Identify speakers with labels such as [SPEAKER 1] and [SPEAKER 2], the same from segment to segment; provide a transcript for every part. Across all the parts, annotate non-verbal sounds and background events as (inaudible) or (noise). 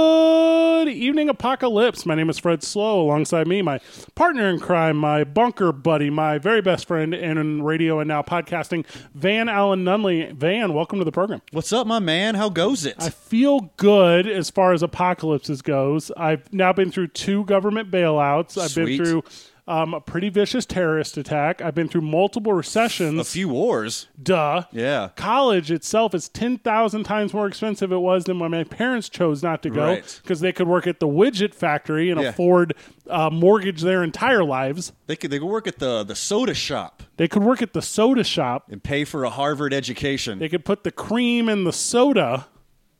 [SPEAKER 1] Good evening, Apocalypse. My name is Fred Slow. Alongside me, my partner in crime, my bunker buddy, my very best friend in radio and now podcasting, Van Allen Nunley. Van, welcome to the program.
[SPEAKER 2] What's up, my man? How goes it?
[SPEAKER 1] I feel good as far as apocalypses goes. I've now been through two government bailouts. I've
[SPEAKER 2] Sweet.
[SPEAKER 1] been through um, a pretty vicious terrorist attack. I've been through multiple recessions.
[SPEAKER 2] a few wars.
[SPEAKER 1] Duh.
[SPEAKER 2] Yeah.
[SPEAKER 1] College itself is 10,000 times more expensive it was than when my parents chose not to go
[SPEAKER 2] Right.
[SPEAKER 1] because they could work at the widget factory and
[SPEAKER 2] Yeah.
[SPEAKER 1] afford uh, mortgage their entire lives.
[SPEAKER 2] They could they could work at the the soda shop
[SPEAKER 1] They could work at the soda shop.
[SPEAKER 2] and pay for a Harvard education.
[SPEAKER 1] They could put the cream in the soda.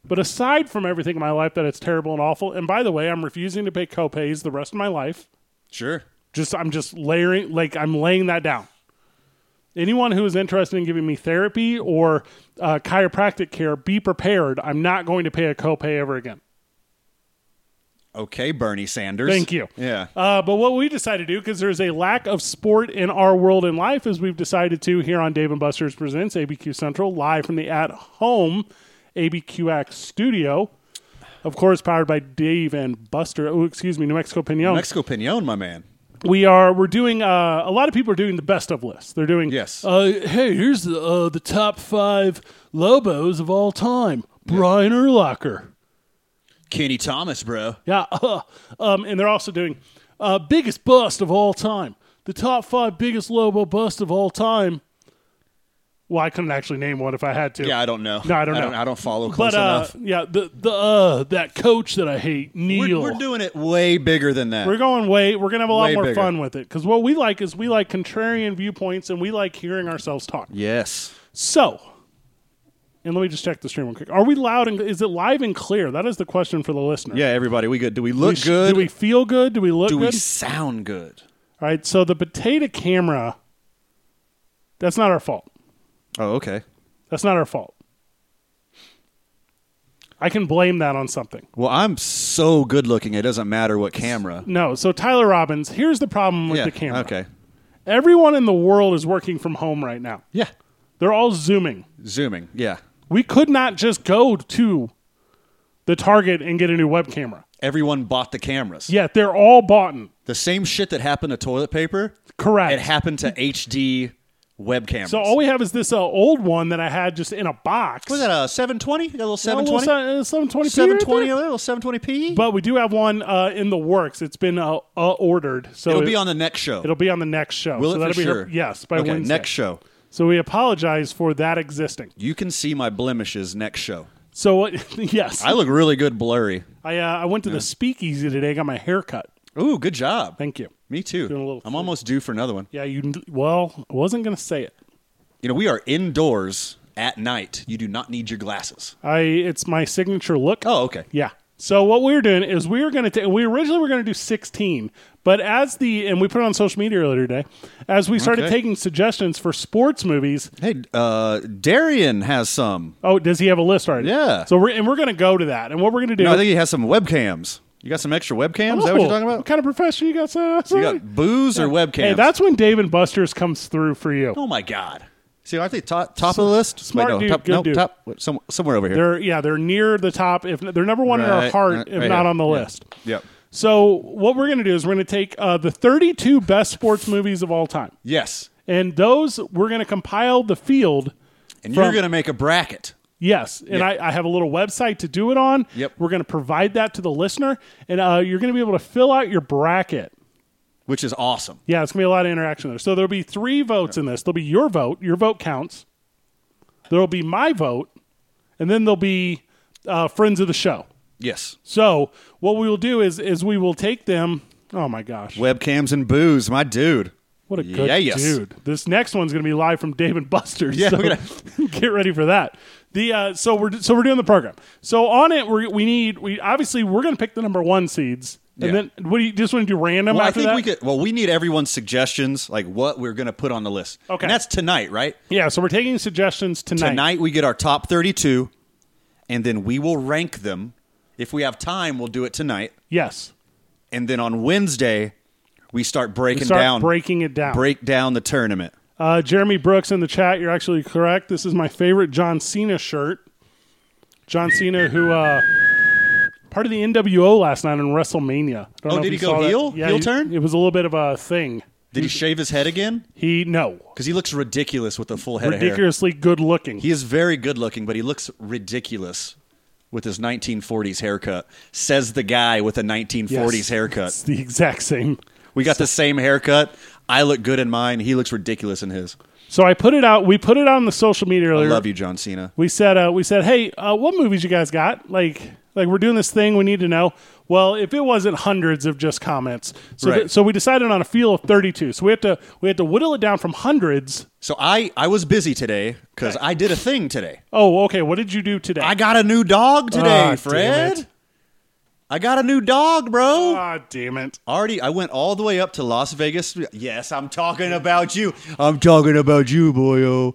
[SPEAKER 1] But aside from everything in my life that it's terrible and awful, and by the way, I'm refusing to pay copays the rest of my life.
[SPEAKER 2] sure.
[SPEAKER 1] Just I'm just layering like I'm laying that down. Anyone who is interested in giving me therapy or uh, chiropractic care, be prepared. I'm not going to pay a copay ever again.
[SPEAKER 2] Okay, Bernie Sanders.
[SPEAKER 1] Thank you.
[SPEAKER 2] Yeah.
[SPEAKER 1] Uh, but what we decided to do, because there's a lack of sport in our world and life, is we've decided to here on Dave and Buster's Presents ABQ Central, live from the at home ABQX studio. Of course, powered by Dave and Buster. Oh, excuse me, New Mexico Pinon.
[SPEAKER 2] Mexico Pinon, my man.
[SPEAKER 1] we are we're doing uh, a lot of people are doing the best of lists. They're doing
[SPEAKER 2] Yes.
[SPEAKER 1] Uh, hey, here's the uh, the top five Lobos of all time. Brian Urlacher.
[SPEAKER 2] Kenny Thomas, bro.
[SPEAKER 1] Yeah. (laughs) um, and they're also doing uh, biggest bust of all time. The top five biggest Lobo bust of all time. Well, I couldn't actually name one if I had to.
[SPEAKER 2] Yeah, I don't know.
[SPEAKER 1] No, I don't
[SPEAKER 2] I
[SPEAKER 1] know.
[SPEAKER 2] don't, I don't follow close
[SPEAKER 1] but uh,
[SPEAKER 2] enough.
[SPEAKER 1] yeah, the the uh, that coach that I hate,
[SPEAKER 2] We're,
[SPEAKER 1] Neil.
[SPEAKER 2] we're doing it way bigger than that.
[SPEAKER 1] We're going way. We're gonna have a lot
[SPEAKER 2] Way
[SPEAKER 1] more
[SPEAKER 2] bigger.
[SPEAKER 1] fun with it because what we like is we like contrarian viewpoints and we like hearing ourselves talk.
[SPEAKER 2] yes.
[SPEAKER 1] So, and let me just check the stream real quick. Are we loud and is it live and clear? That is the question for the listener.
[SPEAKER 2] Yeah, everybody, we good. Do we look
[SPEAKER 1] Sh-
[SPEAKER 2] good?
[SPEAKER 1] Do we feel good? Do we look
[SPEAKER 2] Do we
[SPEAKER 1] good?
[SPEAKER 2] sound good?
[SPEAKER 1] All right. So the potato camera. That's not our fault.
[SPEAKER 2] Oh, okay.
[SPEAKER 1] That's not our fault. I can blame that on something.
[SPEAKER 2] Well, I'm so good looking. It doesn't matter what camera.
[SPEAKER 1] No. So Tyler Robbins, here's the problem with
[SPEAKER 2] yeah.
[SPEAKER 1] the camera.
[SPEAKER 2] Okay.
[SPEAKER 1] Everyone in the world is working from home right now.
[SPEAKER 2] Yeah.
[SPEAKER 1] They're all zooming.
[SPEAKER 2] Zooming. Yeah.
[SPEAKER 1] We could not just go to the Target and get a new web camera.
[SPEAKER 2] Everyone bought the cameras.
[SPEAKER 1] Yet they're all bought. in.
[SPEAKER 2] The same shit that happened to toilet paper,
[SPEAKER 1] Correct.
[SPEAKER 2] it happened to HD web cameras.
[SPEAKER 1] so all we have is this uh, old one that I had just in a box.
[SPEAKER 2] was that a 720? Got a little
[SPEAKER 1] A little
[SPEAKER 2] 720?
[SPEAKER 1] se- uh, 720p right
[SPEAKER 2] 720,
[SPEAKER 1] there?
[SPEAKER 2] a little 720p?
[SPEAKER 1] But we do have one uh, in the works. It's been uh, uh, ordered, so
[SPEAKER 2] It'll be
[SPEAKER 1] it-
[SPEAKER 2] on the next show.
[SPEAKER 1] It'll be on the next show.
[SPEAKER 2] Will
[SPEAKER 1] so
[SPEAKER 2] it
[SPEAKER 1] that'll
[SPEAKER 2] for
[SPEAKER 1] be
[SPEAKER 2] sure?
[SPEAKER 1] her- yes, by
[SPEAKER 2] okay,
[SPEAKER 1] Wednesday.
[SPEAKER 2] next show.
[SPEAKER 1] So we apologize for that existing.
[SPEAKER 2] You can see my blemishes next show.
[SPEAKER 1] So what- (laughs) yes,
[SPEAKER 2] I
[SPEAKER 1] I
[SPEAKER 2] look really good blurry.
[SPEAKER 1] I, uh, I went to the speakeasy today. Got my hair cut.
[SPEAKER 2] Ooh, good job.
[SPEAKER 1] Thank you.
[SPEAKER 2] Me
[SPEAKER 1] Doing a little
[SPEAKER 2] too. I'm almost due for another one.
[SPEAKER 1] Yeah, you. Well, I wasn't gonna say it.
[SPEAKER 2] You know, we are indoors at night. You do not need your glasses.
[SPEAKER 1] I. It's my signature look.
[SPEAKER 2] Oh, okay.
[SPEAKER 1] Yeah. So what we were doing is we were going to take. We originally were going to do sixteen, but as the and we put it on social media earlier today, as we started
[SPEAKER 2] Okay.
[SPEAKER 1] taking suggestions for sports movies.
[SPEAKER 2] Hey, uh, Darian has some.
[SPEAKER 1] Oh, does he have a list already?
[SPEAKER 2] Yeah.
[SPEAKER 1] So we're and we're going to go to that. And what we're going to do?
[SPEAKER 2] No, I think he has some webcams. You got some extra webcams? Is that what you're
[SPEAKER 1] Oh,
[SPEAKER 2] talking about?
[SPEAKER 1] What kind of profession you got? So
[SPEAKER 2] You got booze or webcams?
[SPEAKER 1] Hey, that's when Dave and Buster's comes through for you.
[SPEAKER 2] oh my god. See, aren't they top, top of the list?
[SPEAKER 1] Smart
[SPEAKER 2] no,
[SPEAKER 1] dude,
[SPEAKER 2] top,
[SPEAKER 1] good
[SPEAKER 2] no,
[SPEAKER 1] dude.
[SPEAKER 2] top some, somewhere over here.
[SPEAKER 1] They're yeah, they're near the top. If they're number one in our
[SPEAKER 2] Right,
[SPEAKER 1] heart,
[SPEAKER 2] right,
[SPEAKER 1] if
[SPEAKER 2] right
[SPEAKER 1] not
[SPEAKER 2] here.
[SPEAKER 1] on the
[SPEAKER 2] Yeah.
[SPEAKER 1] list.
[SPEAKER 2] Yep.
[SPEAKER 1] So what we're going to do is we're going to take uh, the 32 best sports movies of all time.
[SPEAKER 2] Yes,
[SPEAKER 1] and those we're going to compile the field.
[SPEAKER 2] and
[SPEAKER 1] From-
[SPEAKER 2] you're gonna make a bracket.
[SPEAKER 1] Yes, and I, I have a little website to do it on.
[SPEAKER 2] Yep.
[SPEAKER 1] we're going to provide that to the listener, and uh, you're going to be able to fill out your bracket.
[SPEAKER 2] Which is awesome.
[SPEAKER 1] Yeah, it's going to be a lot of interaction there. So there'll be three votes in this. There'll be your vote. Your vote counts. There'll be my vote, and then there'll be uh, friends of the show.
[SPEAKER 2] Yes.
[SPEAKER 1] So what we will do is is we will take them. Oh my gosh,
[SPEAKER 2] Webcams and booze, my dude.
[SPEAKER 1] what a good
[SPEAKER 2] Yeah, yes.
[SPEAKER 1] dude! This next one's going to be live from Dave and Buster's.
[SPEAKER 2] Yeah,
[SPEAKER 1] so (laughs)
[SPEAKER 2] we're
[SPEAKER 1] get ready for that. The uh, so we're so we're doing the program. So on it, we we need we obviously we're going to pick the number one seeds, and
[SPEAKER 2] Yeah.
[SPEAKER 1] then what do you just want to do random
[SPEAKER 2] Well, I
[SPEAKER 1] after
[SPEAKER 2] think
[SPEAKER 1] that?
[SPEAKER 2] we could. Well, we need everyone's suggestions, like what we're gonna put on the list.
[SPEAKER 1] Okay.
[SPEAKER 2] And that's tonight, right?
[SPEAKER 1] yeah, so we're taking suggestions tonight.
[SPEAKER 2] Tonight we get our top 32, and then we will rank them. If we have time, we'll do it tonight,
[SPEAKER 1] Yes,
[SPEAKER 2] and then on Wednesday we start breaking
[SPEAKER 1] start
[SPEAKER 2] down,
[SPEAKER 1] breaking it down.
[SPEAKER 2] break down the tournament.
[SPEAKER 1] Uh, Jeremy Brooks in the chat, you're actually correct. This is my favorite John Cena shirt. John Cena, who uh, part of the NWO last night in WrestleMania. I don't
[SPEAKER 2] Oh,
[SPEAKER 1] know if
[SPEAKER 2] did
[SPEAKER 1] you
[SPEAKER 2] he go
[SPEAKER 1] saw that.
[SPEAKER 2] heel?
[SPEAKER 1] Yeah,
[SPEAKER 2] Heel
[SPEAKER 1] he-
[SPEAKER 2] turn?
[SPEAKER 1] It was a little bit of a thing.
[SPEAKER 2] Did he shave his head again?
[SPEAKER 1] He no
[SPEAKER 2] Because he looks ridiculous with a full head of hair.
[SPEAKER 1] ridiculously good looking.
[SPEAKER 2] He is very good looking, but he looks ridiculous with his 1940s haircut. Says the guy with a 1940s
[SPEAKER 1] Yes. It's
[SPEAKER 2] haircut.
[SPEAKER 1] the exact same.
[SPEAKER 2] We got the same haircut. I look good in mine. He looks ridiculous in his.
[SPEAKER 1] So I put it out. We put it on the social media
[SPEAKER 2] I
[SPEAKER 1] earlier.
[SPEAKER 2] love you, John Cena.
[SPEAKER 1] we said uh, we said, hey, uh, what movies you guys got? Like like we're doing this thing. We need to know. Well, if it wasn't hundreds of just comments, so
[SPEAKER 2] Right.
[SPEAKER 1] th- so we decided on a feel of thirty two. So we had to we had to whittle it down from hundreds.
[SPEAKER 2] So I, I was busy today because I did a thing today.
[SPEAKER 1] Oh, okay. What did you do today?
[SPEAKER 2] I got a new dog today,
[SPEAKER 1] Ah, damn
[SPEAKER 2] Fred.
[SPEAKER 1] it.
[SPEAKER 2] I got a new dog, bro.
[SPEAKER 1] Ah, damn it.
[SPEAKER 2] Already, I went all the way up to Las Vegas. Yes, I'm talking about you. I'm talking about you, boyo.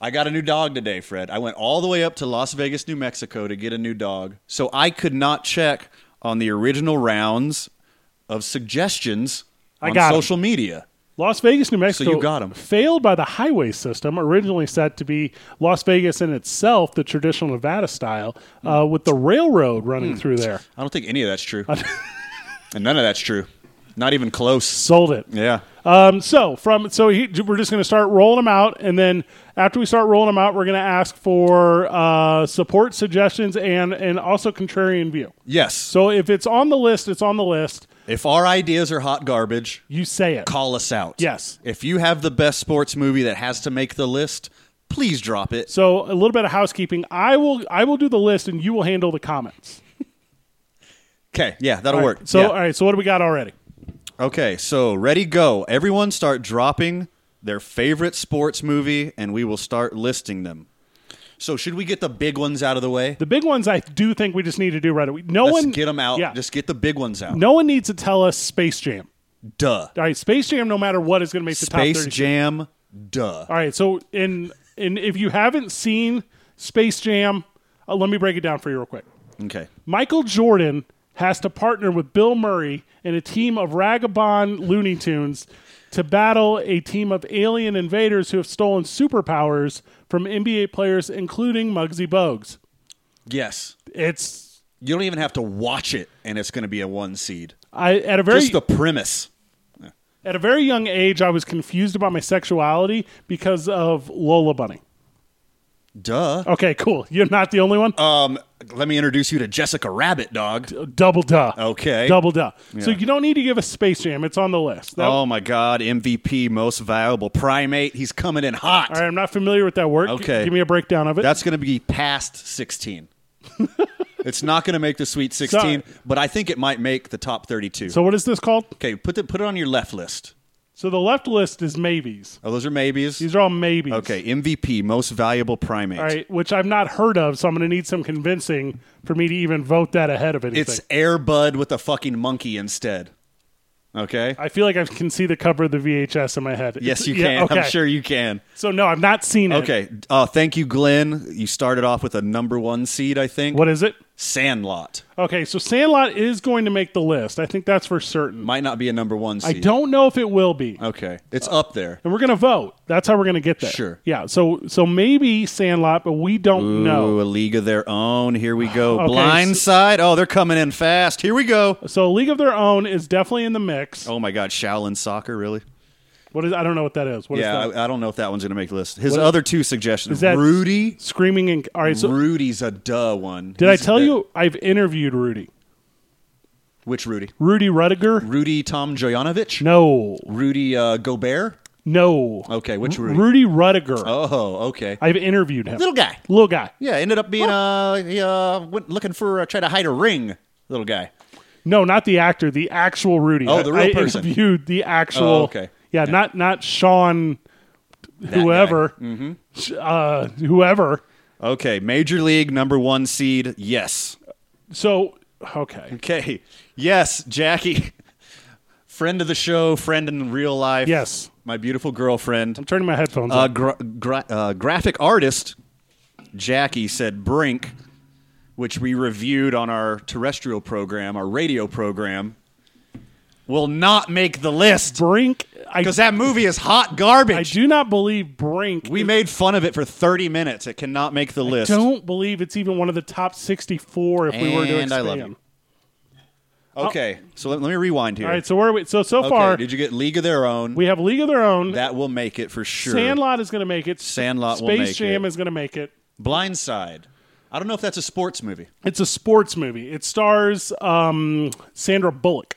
[SPEAKER 2] I got a new dog today, Fred. I went all the way up to Las Vegas, New Mexico to get a new dog. So I could not check on the original rounds of suggestions
[SPEAKER 1] I
[SPEAKER 2] on
[SPEAKER 1] got 'em.
[SPEAKER 2] social media.
[SPEAKER 1] Las Vegas, New Mexico.
[SPEAKER 2] you got 'em.
[SPEAKER 1] Failed by the highway system, originally set to be Las Vegas in itself, the traditional Nevada style, uh, with the railroad running
[SPEAKER 2] Hmm.
[SPEAKER 1] through there.
[SPEAKER 2] I don't think any of
[SPEAKER 1] (laughs)
[SPEAKER 2] that's true. and none of that's true. Not even close. Uh,
[SPEAKER 1] Sold it.
[SPEAKER 2] Yeah.
[SPEAKER 1] Um, so from so he, we're just going to start rolling them out, and then after we start rolling them out, we're going to ask for uh, support suggestions and and also contrarian view.
[SPEAKER 2] Yes.
[SPEAKER 1] So if it's on the list, it's on the list.
[SPEAKER 2] if our ideas are hot garbage,
[SPEAKER 1] You say it.
[SPEAKER 2] call us out.
[SPEAKER 1] Yes.
[SPEAKER 2] If you have the best sports movie that has to make the list, please drop it.
[SPEAKER 1] So a little bit of housekeeping. I will I will do the list, and you will handle the comments.
[SPEAKER 2] Okay. Yeah, that'll work.
[SPEAKER 1] So uh,
[SPEAKER 2] Yeah.
[SPEAKER 1] all right. So what do we got already?
[SPEAKER 2] Okay, so ready, go. Everyone start dropping their favorite sports movie and we will start listing them. So, should we get the big ones out of the way?
[SPEAKER 1] The big ones I do think we just need to do right away. No
[SPEAKER 2] Let's
[SPEAKER 1] one
[SPEAKER 2] get them out.
[SPEAKER 1] Yeah.
[SPEAKER 2] Just get the big ones out.
[SPEAKER 1] no one needs to tell us Space Jam.
[SPEAKER 2] Duh.
[SPEAKER 1] All right, Space Jam. No matter what is going to make the top
[SPEAKER 2] Space
[SPEAKER 1] thirty.
[SPEAKER 2] Jam, duh.
[SPEAKER 1] All right. So in in if you haven't seen Space Jam, uh, let me break it down for you real quick.
[SPEAKER 2] Okay.
[SPEAKER 1] Michael Jordan has to partner with Bill Murray and a team of ragabond Looney Tunes to battle a team of alien invaders who have stolen superpowers from NBA players, including Muggsy Bogues.
[SPEAKER 2] Yes.
[SPEAKER 1] It's
[SPEAKER 2] You don't even have to watch it and it's going to be a one seed.
[SPEAKER 1] I at a very
[SPEAKER 2] Just the premise.
[SPEAKER 1] At a very young age, I was confused about my sexuality because of Lola Bunny.
[SPEAKER 2] Duh.
[SPEAKER 1] Okay, cool. You're not the only one.
[SPEAKER 2] Um, let me introduce you to Jessica Rabbit, dog.
[SPEAKER 1] Double duh.
[SPEAKER 2] Okay.
[SPEAKER 1] Double duh. So
[SPEAKER 2] Yeah.
[SPEAKER 1] you don't need to give us Space Jam. It's on the list. That-
[SPEAKER 2] Oh my God, MVP, most valuable primate. He's coming in hot.
[SPEAKER 1] All right, I'm not familiar with that word. G-
[SPEAKER 2] Okay.
[SPEAKER 1] give me a breakdown of it.
[SPEAKER 2] That's going to be
[SPEAKER 1] (laughs)
[SPEAKER 2] past 16. it's not going to make the Sweet 16, but I think it might make the top 32.
[SPEAKER 1] so what is this called?
[SPEAKER 2] okay, put the, put it on your left list.
[SPEAKER 1] So the left list is maybes.
[SPEAKER 2] Oh, those are maybes.
[SPEAKER 1] These are all maybes.
[SPEAKER 2] Okay, MVP, most valuable primate.
[SPEAKER 1] All right, which I've not heard of, so I'm going to need some convincing for me to even vote that ahead of anything.
[SPEAKER 2] It's Airbud with a fucking monkey instead. Okay?
[SPEAKER 1] I feel like I can see the cover of the VHS in my head.
[SPEAKER 2] yes,
[SPEAKER 1] Uh, It's-
[SPEAKER 2] you
[SPEAKER 1] yeah,
[SPEAKER 2] can.
[SPEAKER 1] okay.
[SPEAKER 2] I'm sure you can.
[SPEAKER 1] So no, I've not seen it.
[SPEAKER 2] Okay, uh, thank you, Glenn. You started off with a number one seed, I think.
[SPEAKER 1] What is it?
[SPEAKER 2] Sandlot.
[SPEAKER 1] Okay, so Sandlot is going to make the list. I think that's for certain.
[SPEAKER 2] Might not be a number one
[SPEAKER 1] I
[SPEAKER 2] seed.
[SPEAKER 1] don't know if it will be.
[SPEAKER 2] Okay, it's up there.
[SPEAKER 1] And we're going to vote. That's how we're going to get there.
[SPEAKER 2] Sure.
[SPEAKER 1] Yeah, so so maybe Sandlot, but we don't
[SPEAKER 2] Ooh,
[SPEAKER 1] know.
[SPEAKER 2] a league of their own. Here we go.
[SPEAKER 1] Okay,
[SPEAKER 2] Blindside. Oh, they're coming in fast. Here we go.
[SPEAKER 1] So League of Their Own is definitely in the mix.
[SPEAKER 2] Oh my God, Shaolin soccer, really?
[SPEAKER 1] What is I don't know what that is. What is
[SPEAKER 2] yeah,
[SPEAKER 1] that?
[SPEAKER 2] I, I don't know if that one's gonna make the list. His
[SPEAKER 1] What-
[SPEAKER 2] other two suggestions:
[SPEAKER 1] Is that-
[SPEAKER 2] Rudy.
[SPEAKER 1] Screaming and All right, so
[SPEAKER 2] Rudy's a duh one.
[SPEAKER 1] did I
[SPEAKER 2] He's
[SPEAKER 1] tell
[SPEAKER 2] the-
[SPEAKER 1] you I've interviewed Rudy?
[SPEAKER 2] which Rudy?
[SPEAKER 1] Rudy Rudiger?
[SPEAKER 2] Rudy Tom Jojanovic.
[SPEAKER 1] No.
[SPEAKER 2] Rudy uh, Gobert.
[SPEAKER 1] No.
[SPEAKER 2] Okay, which
[SPEAKER 1] Ru-
[SPEAKER 2] Oh,
[SPEAKER 1] Rudy
[SPEAKER 2] Rudy?
[SPEAKER 1] Rudiger.
[SPEAKER 2] Oh, okay.
[SPEAKER 1] I've interviewed him.
[SPEAKER 2] Little guy.
[SPEAKER 1] Little guy.
[SPEAKER 2] Yeah, ended up being uh, he, uh went looking for uh, try to hide a ring. Little guy.
[SPEAKER 1] No, not the actor, the actual Rudy.
[SPEAKER 2] Oh, the real
[SPEAKER 1] I
[SPEAKER 2] person.
[SPEAKER 1] Interviewed the actual.
[SPEAKER 2] Oh, okay.
[SPEAKER 1] Yeah, not not Sean, whoever,
[SPEAKER 2] Mm-hmm.
[SPEAKER 1] uh, whoever.
[SPEAKER 2] Okay, Major League number one seed. Yes.
[SPEAKER 1] So okay,
[SPEAKER 2] Okay. Yes, Jackie. (laughs) Friend of the show, friend in real life.
[SPEAKER 1] Yes.
[SPEAKER 2] My beautiful girlfriend.
[SPEAKER 1] I'm turning my headphones.
[SPEAKER 2] Uh,
[SPEAKER 1] on.
[SPEAKER 2] gra- gra- uh, graphic artist Jackie said Brink, which we reviewed on our terrestrial program, our radio program, will not make the list.
[SPEAKER 1] Brink. I,
[SPEAKER 2] because that movie is hot garbage.
[SPEAKER 1] I do not believe Brink.
[SPEAKER 2] we made fun of it for 30 minutes. It cannot make the list.
[SPEAKER 1] don't believe it's even one of the top 64 if we were to expand.
[SPEAKER 2] And I love you. Okay, so let, let me rewind here.
[SPEAKER 1] All right, so where are we? So so
[SPEAKER 2] okay,
[SPEAKER 1] far
[SPEAKER 2] did you get League of Their Own?
[SPEAKER 1] we have League of Their Own.
[SPEAKER 2] that will make it for sure.
[SPEAKER 1] Sandlot is going to make it.
[SPEAKER 2] Sandlot will
[SPEAKER 1] Space
[SPEAKER 2] make
[SPEAKER 1] Jam
[SPEAKER 2] it.
[SPEAKER 1] is going to make it.
[SPEAKER 2] Blindside. I don't know if that's a sports movie.
[SPEAKER 1] It's a sports movie. It stars um, Sandra Bullock.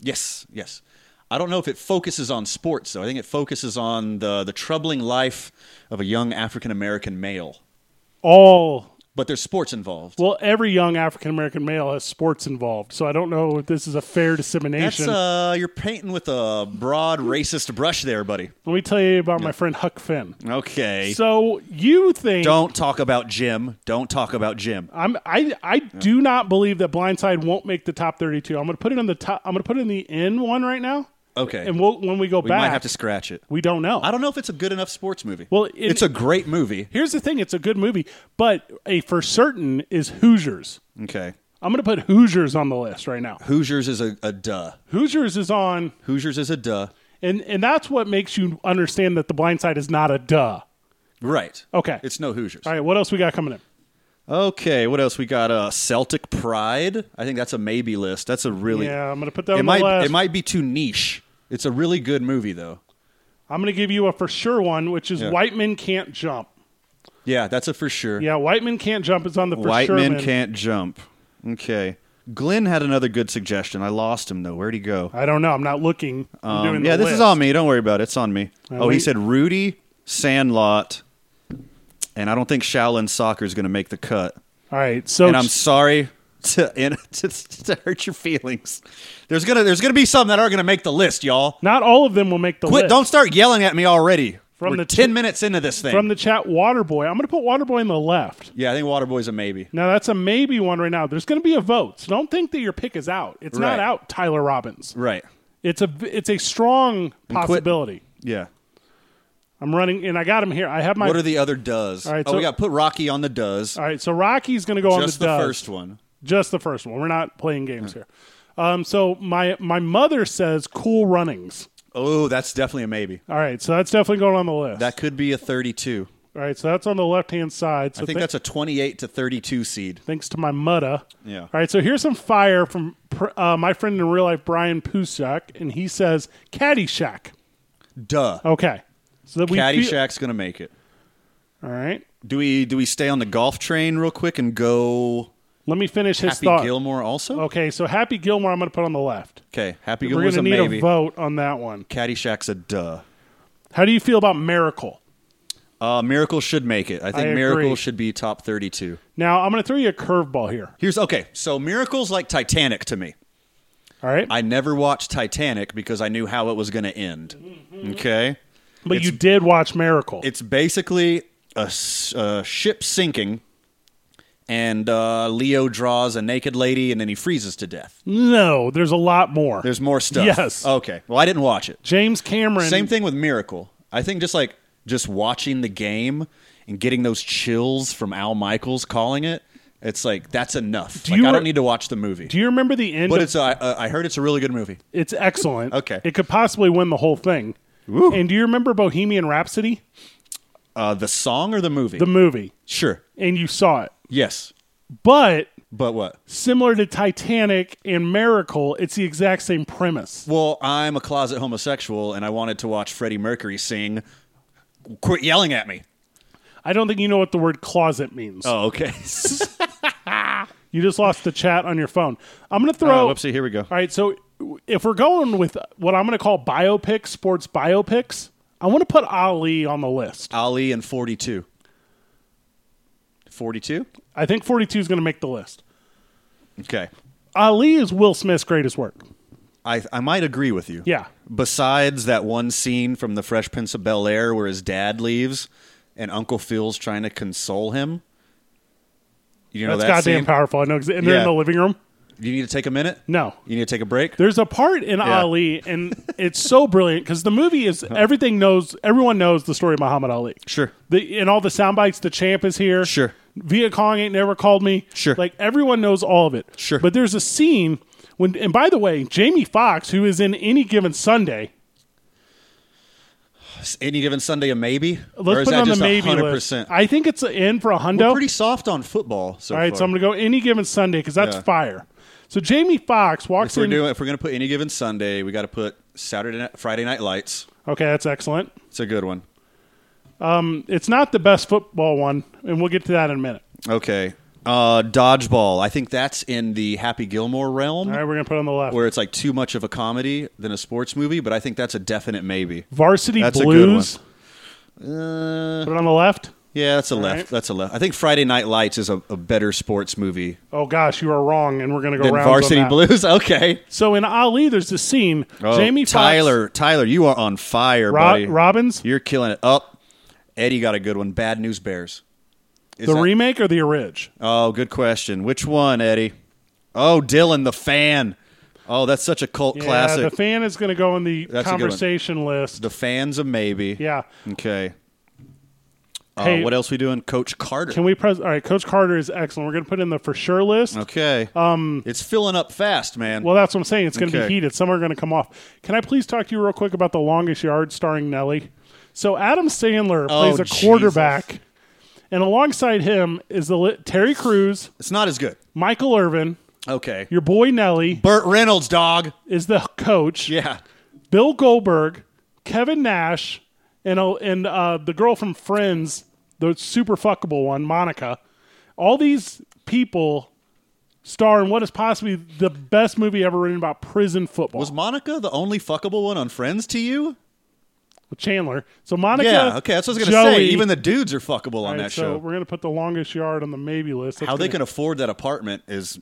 [SPEAKER 2] Yes, yes. I don't know if it focuses on sports though. I think it focuses on the the troubling life of a young African American male.
[SPEAKER 1] All
[SPEAKER 2] But there's sports involved.
[SPEAKER 1] well, every young African American male has sports involved. So I don't know if this is a fair
[SPEAKER 2] That's
[SPEAKER 1] dissemination.
[SPEAKER 2] uh, you're painting with a broad racist brush there, buddy.
[SPEAKER 1] Let me tell you about my friend Huck Finn.
[SPEAKER 2] Okay.
[SPEAKER 1] So you think
[SPEAKER 2] don't talk about Jim. Don't talk about Jim.
[SPEAKER 1] I'm I I do not believe that Blindside won't make the top 32. I'm going to put it on the top. I'm going to put it in the N one right now.
[SPEAKER 2] Okay.
[SPEAKER 1] And we'll, when we go
[SPEAKER 2] we
[SPEAKER 1] back,
[SPEAKER 2] might have to scratch it.
[SPEAKER 1] we don't know.
[SPEAKER 2] I don't know if it's a good enough sports movie.
[SPEAKER 1] Well, it-
[SPEAKER 2] it's a great movie.
[SPEAKER 1] Here's the thing: it's a good movie, but a for certain is Hoosiers.
[SPEAKER 2] Okay.
[SPEAKER 1] I'm going to put Hoosiers on the list right now.
[SPEAKER 2] Hoosiers is a, a duh.
[SPEAKER 1] Hoosiers is on,
[SPEAKER 2] Hoosiers is a duh.
[SPEAKER 1] and and that's what makes you understand that the Blind Side is not a duh.
[SPEAKER 2] Right.
[SPEAKER 1] Okay.
[SPEAKER 2] It's no Hoosiers.
[SPEAKER 1] All right, what else we got coming in?
[SPEAKER 2] Okay, what else we got? Uh, Celtic Pride. I think that's a maybe list. That's a really
[SPEAKER 1] Yeah, I'm going to put that
[SPEAKER 2] It
[SPEAKER 1] on
[SPEAKER 2] might
[SPEAKER 1] the list.
[SPEAKER 2] it might be too niche. It's a really good movie though.
[SPEAKER 1] I'm going to give you a for sure one, which is
[SPEAKER 2] Yeah.
[SPEAKER 1] White Men Can't Jump.
[SPEAKER 2] Yeah, that's a for sure.
[SPEAKER 1] Yeah, White Men Can't Jump is on the for
[SPEAKER 2] White
[SPEAKER 1] sure.
[SPEAKER 2] men
[SPEAKER 1] man.
[SPEAKER 2] can't jump. Okay. Glenn had another good suggestion. I lost him though. Where'd he go?
[SPEAKER 1] I don't know. I'm not looking. I'm
[SPEAKER 2] Um,
[SPEAKER 1] doing the
[SPEAKER 2] yeah, this is
[SPEAKER 1] list.
[SPEAKER 2] on me. Don't worry about it. It's on me. oh, he
[SPEAKER 1] we-
[SPEAKER 2] said Rudy, Sandlot, and I don't think Shaolin Soccer is going to make the cut.
[SPEAKER 1] All right, so
[SPEAKER 2] and I'm sorry to, and, (laughs) to to hurt your feelings. There's gonna there's gonna be some that are gonna make the list, y'all.
[SPEAKER 1] not all of them will make the
[SPEAKER 2] Quit!
[SPEAKER 1] list.
[SPEAKER 2] Don't start yelling at me already.
[SPEAKER 1] From
[SPEAKER 2] We're
[SPEAKER 1] the
[SPEAKER 2] ten
[SPEAKER 1] t-
[SPEAKER 2] minutes into this thing.
[SPEAKER 1] From the chat, Waterboy. I'm going to put Waterboy on the left.
[SPEAKER 2] yeah, I think Waterboy's a maybe.
[SPEAKER 1] Now that's a maybe one right now. There's going to be a vote. So don't think that your pick is out. It's not
[SPEAKER 2] Right.
[SPEAKER 1] out, Tyler Robbins.
[SPEAKER 2] Right.
[SPEAKER 1] It's a it's a strong
[SPEAKER 2] quit-
[SPEAKER 1] possibility.
[SPEAKER 2] Yeah.
[SPEAKER 1] I'm running and I got him here. I have my
[SPEAKER 2] What are the other does?
[SPEAKER 1] All right,
[SPEAKER 2] oh,
[SPEAKER 1] so-
[SPEAKER 2] we got to put Rocky on the does.
[SPEAKER 1] All right, so Rocky's going to go
[SPEAKER 2] Just
[SPEAKER 1] on the,
[SPEAKER 2] the
[SPEAKER 1] dubs.
[SPEAKER 2] first one.
[SPEAKER 1] Just the first one. We're not playing games here. Um, so my my mother says cool runnings.
[SPEAKER 2] Oh, that's definitely a maybe.
[SPEAKER 1] All right, so that's definitely going on the list.
[SPEAKER 2] That could be a thirty-two.
[SPEAKER 1] All right, so that's on the left hand side. So
[SPEAKER 2] I think
[SPEAKER 1] thi-
[SPEAKER 2] that's a twenty-eight to thirty-two seed.
[SPEAKER 1] thanks to my mutta.
[SPEAKER 2] Yeah.
[SPEAKER 1] All right, so here's some fire from pr- uh, my friend in real life, Brian Pusak, and he says Caddyshack.
[SPEAKER 2] Duh.
[SPEAKER 1] Okay, so that Uh, we feel-
[SPEAKER 2] Caddyshack's gonna make it.
[SPEAKER 1] All right,
[SPEAKER 2] Do we do we stay on the golf train real quick and go
[SPEAKER 1] let me finish his
[SPEAKER 2] Happy
[SPEAKER 1] thought.
[SPEAKER 2] Gilmore also?
[SPEAKER 1] okay, so Happy Gilmore, I'm going to put on the left.
[SPEAKER 2] Okay, Happy
[SPEAKER 1] We're
[SPEAKER 2] Gilmore's
[SPEAKER 1] going to
[SPEAKER 2] a
[SPEAKER 1] need
[SPEAKER 2] maybe.
[SPEAKER 1] a vote on that one.
[SPEAKER 2] Caddyshack's a duh.
[SPEAKER 1] How do you feel about Miracle?
[SPEAKER 2] Uh, Miracle should make it. I think
[SPEAKER 1] I agree.
[SPEAKER 2] Miracle should be top 32.
[SPEAKER 1] Now I'm going to throw you a curveball here.
[SPEAKER 2] Here's okay. So Miracle's like Titanic to me.
[SPEAKER 1] All right,
[SPEAKER 2] I never watched Titanic because I knew how it was going to end.
[SPEAKER 1] Mm-hmm.
[SPEAKER 2] Okay,
[SPEAKER 1] but you did watch Miracle.
[SPEAKER 2] it's basically a, s- a ship sinking, and uh, Leo draws a naked lady, and then he freezes to death.
[SPEAKER 1] no, there's a lot more.
[SPEAKER 2] There's more stuff.
[SPEAKER 1] Yes.
[SPEAKER 2] Okay. Well, I didn't watch it.
[SPEAKER 1] James Cameron.
[SPEAKER 2] Same thing with Miracle. I think just like just watching the game and getting those chills from Al Michaels calling it, it's like that's enough. like
[SPEAKER 1] you
[SPEAKER 2] I
[SPEAKER 1] re-
[SPEAKER 2] don't need to watch the movie.
[SPEAKER 1] Do you remember the end?
[SPEAKER 2] but
[SPEAKER 1] of
[SPEAKER 2] it's uh, uh, I heard it's a really good movie.
[SPEAKER 1] It's excellent.
[SPEAKER 2] Okay.
[SPEAKER 1] It could possibly win the whole thing. And do you remember Bohemian Rhapsody?
[SPEAKER 2] Uh, the song or the movie?
[SPEAKER 1] The movie.
[SPEAKER 2] sure.
[SPEAKER 1] And you saw it.
[SPEAKER 2] Yes.
[SPEAKER 1] But
[SPEAKER 2] But what?
[SPEAKER 1] similar to Titanic and Miracle, it's the exact same premise.
[SPEAKER 2] Well, I'm a closet homosexual and I wanted to watch Freddie Mercury sing. Quit yelling at me.
[SPEAKER 1] I don't think you know what the word closet means.
[SPEAKER 2] Oh, (laughs) okay.
[SPEAKER 1] You just lost the chat on your phone. I'm going to throw.
[SPEAKER 2] Oh, whoopsie, here we go.
[SPEAKER 1] All right. So if we're going with what I'm going to call biopics, sports biopics, I want to put Ali on the list.
[SPEAKER 2] Ali and 42. 42?
[SPEAKER 1] I think 42 is going to make the list.
[SPEAKER 2] Okay.
[SPEAKER 1] Ali is Will Smith's greatest work.
[SPEAKER 2] I, I might agree with you.
[SPEAKER 1] Yeah.
[SPEAKER 2] Besides that one scene from The Fresh Prince of Bel Air where his dad leaves and Uncle Phil's trying to console him. You know
[SPEAKER 1] That's
[SPEAKER 2] that
[SPEAKER 1] goddamn
[SPEAKER 2] scene?
[SPEAKER 1] powerful. I know. 'cause- And they're
[SPEAKER 2] Yeah.
[SPEAKER 1] in the living room.
[SPEAKER 2] You need to take a minute?
[SPEAKER 1] No.
[SPEAKER 2] You need to take a break?
[SPEAKER 1] There's a part in
[SPEAKER 2] Yeah.
[SPEAKER 1] Ali, and it's so brilliant because the movie is everything knows, everyone knows the story of Muhammad Ali.
[SPEAKER 2] Sure.
[SPEAKER 1] The, in all the sound bites, the champ is here.
[SPEAKER 2] Sure.
[SPEAKER 1] Viet Cong ain't never called me.
[SPEAKER 2] Sure.
[SPEAKER 1] Like everyone knows all of it.
[SPEAKER 2] Sure.
[SPEAKER 1] But there's a scene when, and by the way, Jamie Foxx, who is in any given Sunday,
[SPEAKER 2] Any given Sunday, a maybe? or
[SPEAKER 1] Let's
[SPEAKER 2] is
[SPEAKER 1] put it
[SPEAKER 2] that
[SPEAKER 1] on the
[SPEAKER 2] just
[SPEAKER 1] maybe
[SPEAKER 2] 100%?
[SPEAKER 1] list. I think it's a- in for a hundo.
[SPEAKER 2] We're pretty soft on football so
[SPEAKER 1] All right,
[SPEAKER 2] far.
[SPEAKER 1] so I'm going to go any given Sunday because that's
[SPEAKER 2] Yeah.
[SPEAKER 1] fire. So Jamie Foxx walks
[SPEAKER 2] if we're
[SPEAKER 1] in.
[SPEAKER 2] doing, if we're going to put any given Sunday, we got to put Saturday night, Friday Night Lights.
[SPEAKER 1] okay, that's excellent.
[SPEAKER 2] It's a good one.
[SPEAKER 1] It's not the best football one, and we'll get to that in a minute.
[SPEAKER 2] Okay, uh, dodgeball. I think that's in the Happy Gilmore realm,
[SPEAKER 1] All right, we're going to put it on the left.
[SPEAKER 2] where it's like too much of a comedy than a sports movie. But I think that's a definite maybe.
[SPEAKER 1] Varsity
[SPEAKER 2] That's a good
[SPEAKER 1] Blues.
[SPEAKER 2] Uh,
[SPEAKER 1] Put it on the left.
[SPEAKER 2] yeah, that's a left.
[SPEAKER 1] right.
[SPEAKER 2] That's a left. I think Friday Night Lights is a, a better sports movie
[SPEAKER 1] Oh gosh, you are wrong, and we're going to go
[SPEAKER 2] than
[SPEAKER 1] rounds on
[SPEAKER 2] Varsity
[SPEAKER 1] that.
[SPEAKER 2] Blues. (laughs) Okay,
[SPEAKER 1] So in Ali, there's this scene.
[SPEAKER 2] Oh,
[SPEAKER 1] Jamie Foxx,
[SPEAKER 2] Tyler, Tyler, you are on fire,
[SPEAKER 1] Ro-
[SPEAKER 2] buddy.
[SPEAKER 1] Robbins,
[SPEAKER 2] You're killing it. Up, Eddie got a good one. Bad News Bears. Is
[SPEAKER 1] the
[SPEAKER 2] that-
[SPEAKER 1] remake or the orig?
[SPEAKER 2] Oh, good question. Which one, Eddie? Oh, Dylan the fan. Oh, that's such a cult classic.
[SPEAKER 1] Yeah,
[SPEAKER 2] The,
[SPEAKER 1] the fan is going to go in the
[SPEAKER 2] That's a good one.
[SPEAKER 1] conversation list.
[SPEAKER 2] fans a maybe.
[SPEAKER 1] yeah.
[SPEAKER 2] Okay. Uh,
[SPEAKER 1] Hey-
[SPEAKER 2] what else we doing? Coach Carter.
[SPEAKER 1] Can we press? All right, Coach Carter is excellent. We're going to put it in the for sure list.
[SPEAKER 2] okay. Um, it's filling up fast, man.
[SPEAKER 1] Well, that's what I'm saying. It's going to
[SPEAKER 2] Okay.
[SPEAKER 1] be heated. Some are going to come off. Can I please talk to you real quick about The Longest Yard starring Nelly? So Adam Sandler
[SPEAKER 2] Oh,
[SPEAKER 1] plays a
[SPEAKER 2] Jesus.
[SPEAKER 1] quarterback, and alongside him is the li- Terry Crews,
[SPEAKER 2] it's not as good.
[SPEAKER 1] Michael Irvin,
[SPEAKER 2] Okay.
[SPEAKER 1] your boy Nelly
[SPEAKER 2] Burt Reynolds, dog.
[SPEAKER 1] is the coach,
[SPEAKER 2] Yeah.
[SPEAKER 1] Bill Goldberg, Kevin Nash, and uh, and uh, the girl from Friends, the super fuckable one, Monica. All these people star in what is possibly the best movie ever written about prison football.
[SPEAKER 2] Was Monica the only fuckable one on Friends to you?
[SPEAKER 1] with Chandler. So Monica.
[SPEAKER 2] Yeah. Okay. That's what I was gonna
[SPEAKER 1] Joey,
[SPEAKER 2] say. Even the dudes are fuckable on
[SPEAKER 1] All right,
[SPEAKER 2] that
[SPEAKER 1] so
[SPEAKER 2] show.
[SPEAKER 1] we're gonna put the longest yard on the maybe list. That's
[SPEAKER 2] How they
[SPEAKER 1] gonna-
[SPEAKER 2] can afford that apartment is,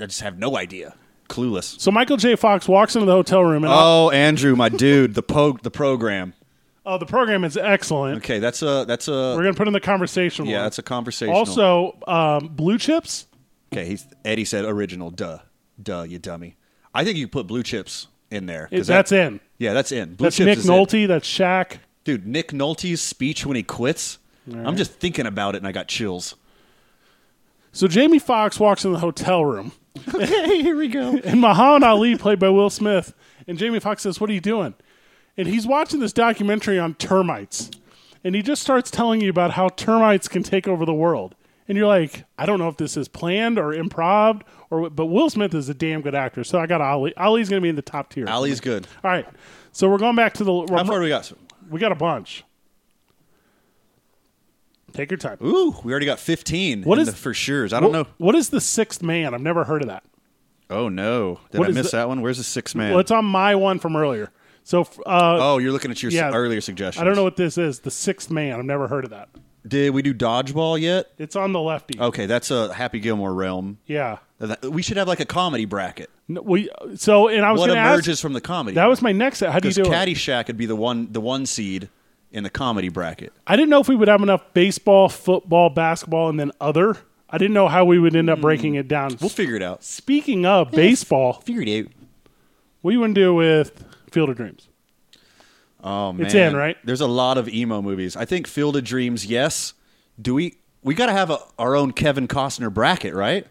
[SPEAKER 2] I just have no idea. Clueless.
[SPEAKER 1] So Michael J. Fox walks into the hotel room and oh,
[SPEAKER 2] Oh, Andrew, my dude, the po- the program.
[SPEAKER 1] the program is excellent.
[SPEAKER 2] Okay, that's a that's
[SPEAKER 1] We're
[SPEAKER 2] a
[SPEAKER 1] gonna put in the conversation.
[SPEAKER 2] yeah,
[SPEAKER 1] one.
[SPEAKER 2] that's a conversation.
[SPEAKER 1] also um, blue chips.
[SPEAKER 2] okay, he's, Eddie said original. Duh, duh, you dummy. I think you put blue chips in there.
[SPEAKER 1] It,
[SPEAKER 2] 'cause that-
[SPEAKER 1] that's in.
[SPEAKER 2] Yeah, that's in. Blue
[SPEAKER 1] That's
[SPEAKER 2] chips
[SPEAKER 1] Nick
[SPEAKER 2] is in.
[SPEAKER 1] Nolte. That's Shaq.
[SPEAKER 2] dude. Nick Nolte's speech when he quits. I'm just thinking about it and I got chills.
[SPEAKER 1] So Jamie Foxx walks in the hotel room,
[SPEAKER 2] (laughs) Okay, here we go.
[SPEAKER 1] and Muhammad Ali, played by Will Smith, and Jamie Foxx says, "What are you doing?" And he's watching this documentary on termites, and he just starts telling you about how termites can take over the world. And you're like, I don't know if this is planned or improv, or what- but Will Smith is a damn good actor, so I got Ali. Ali's going to be in the top tier.
[SPEAKER 2] Ali's good.
[SPEAKER 1] All right, so we're going back to the.
[SPEAKER 2] How far do we got?
[SPEAKER 1] we got a bunch. Take your time.
[SPEAKER 2] Ooh, we already got 15.
[SPEAKER 1] What
[SPEAKER 2] in
[SPEAKER 1] is-
[SPEAKER 2] the for sure's? I don't know.
[SPEAKER 1] What is the sixth man? I've never heard of that.
[SPEAKER 2] Oh no! Did
[SPEAKER 1] What
[SPEAKER 2] I
[SPEAKER 1] is
[SPEAKER 2] miss
[SPEAKER 1] the-
[SPEAKER 2] that one? Where's the six man?
[SPEAKER 1] Well, it's on my one from earlier. So f- (laughs) uh,
[SPEAKER 2] oh, you're looking at your s-
[SPEAKER 1] yeah.
[SPEAKER 2] earlier suggestion.
[SPEAKER 1] I don't know what this is. The sixth man. I've never heard of that.
[SPEAKER 2] Did we do dodgeball yet?
[SPEAKER 1] It's on the lefty.
[SPEAKER 2] Okay, that's a Happy Gilmore realm.
[SPEAKER 1] Yeah.
[SPEAKER 2] That- We should have like a comedy bracket.
[SPEAKER 1] No, we, so and I was
[SPEAKER 2] What
[SPEAKER 1] going to ask.
[SPEAKER 2] emerges from the comedy?
[SPEAKER 1] that was my next. How do you
[SPEAKER 2] because
[SPEAKER 1] do it?
[SPEAKER 2] Caddyshack would be the one, the one seed in the comedy bracket.
[SPEAKER 1] I didn't know if we would have enough baseball, football, basketball, and then other. I didn't know how we would end up breaking it down.
[SPEAKER 2] Hmm. We'll figure it out.
[SPEAKER 1] Speaking of baseball,
[SPEAKER 2] Figure it out.
[SPEAKER 1] what do you want to do with Field of Dreams?
[SPEAKER 2] Oh man,
[SPEAKER 1] It's in, right?
[SPEAKER 2] There's a lot of emo movies. I think Field of Dreams. Yes. Do we? We got to have a, our own Kevin Costner bracket, right?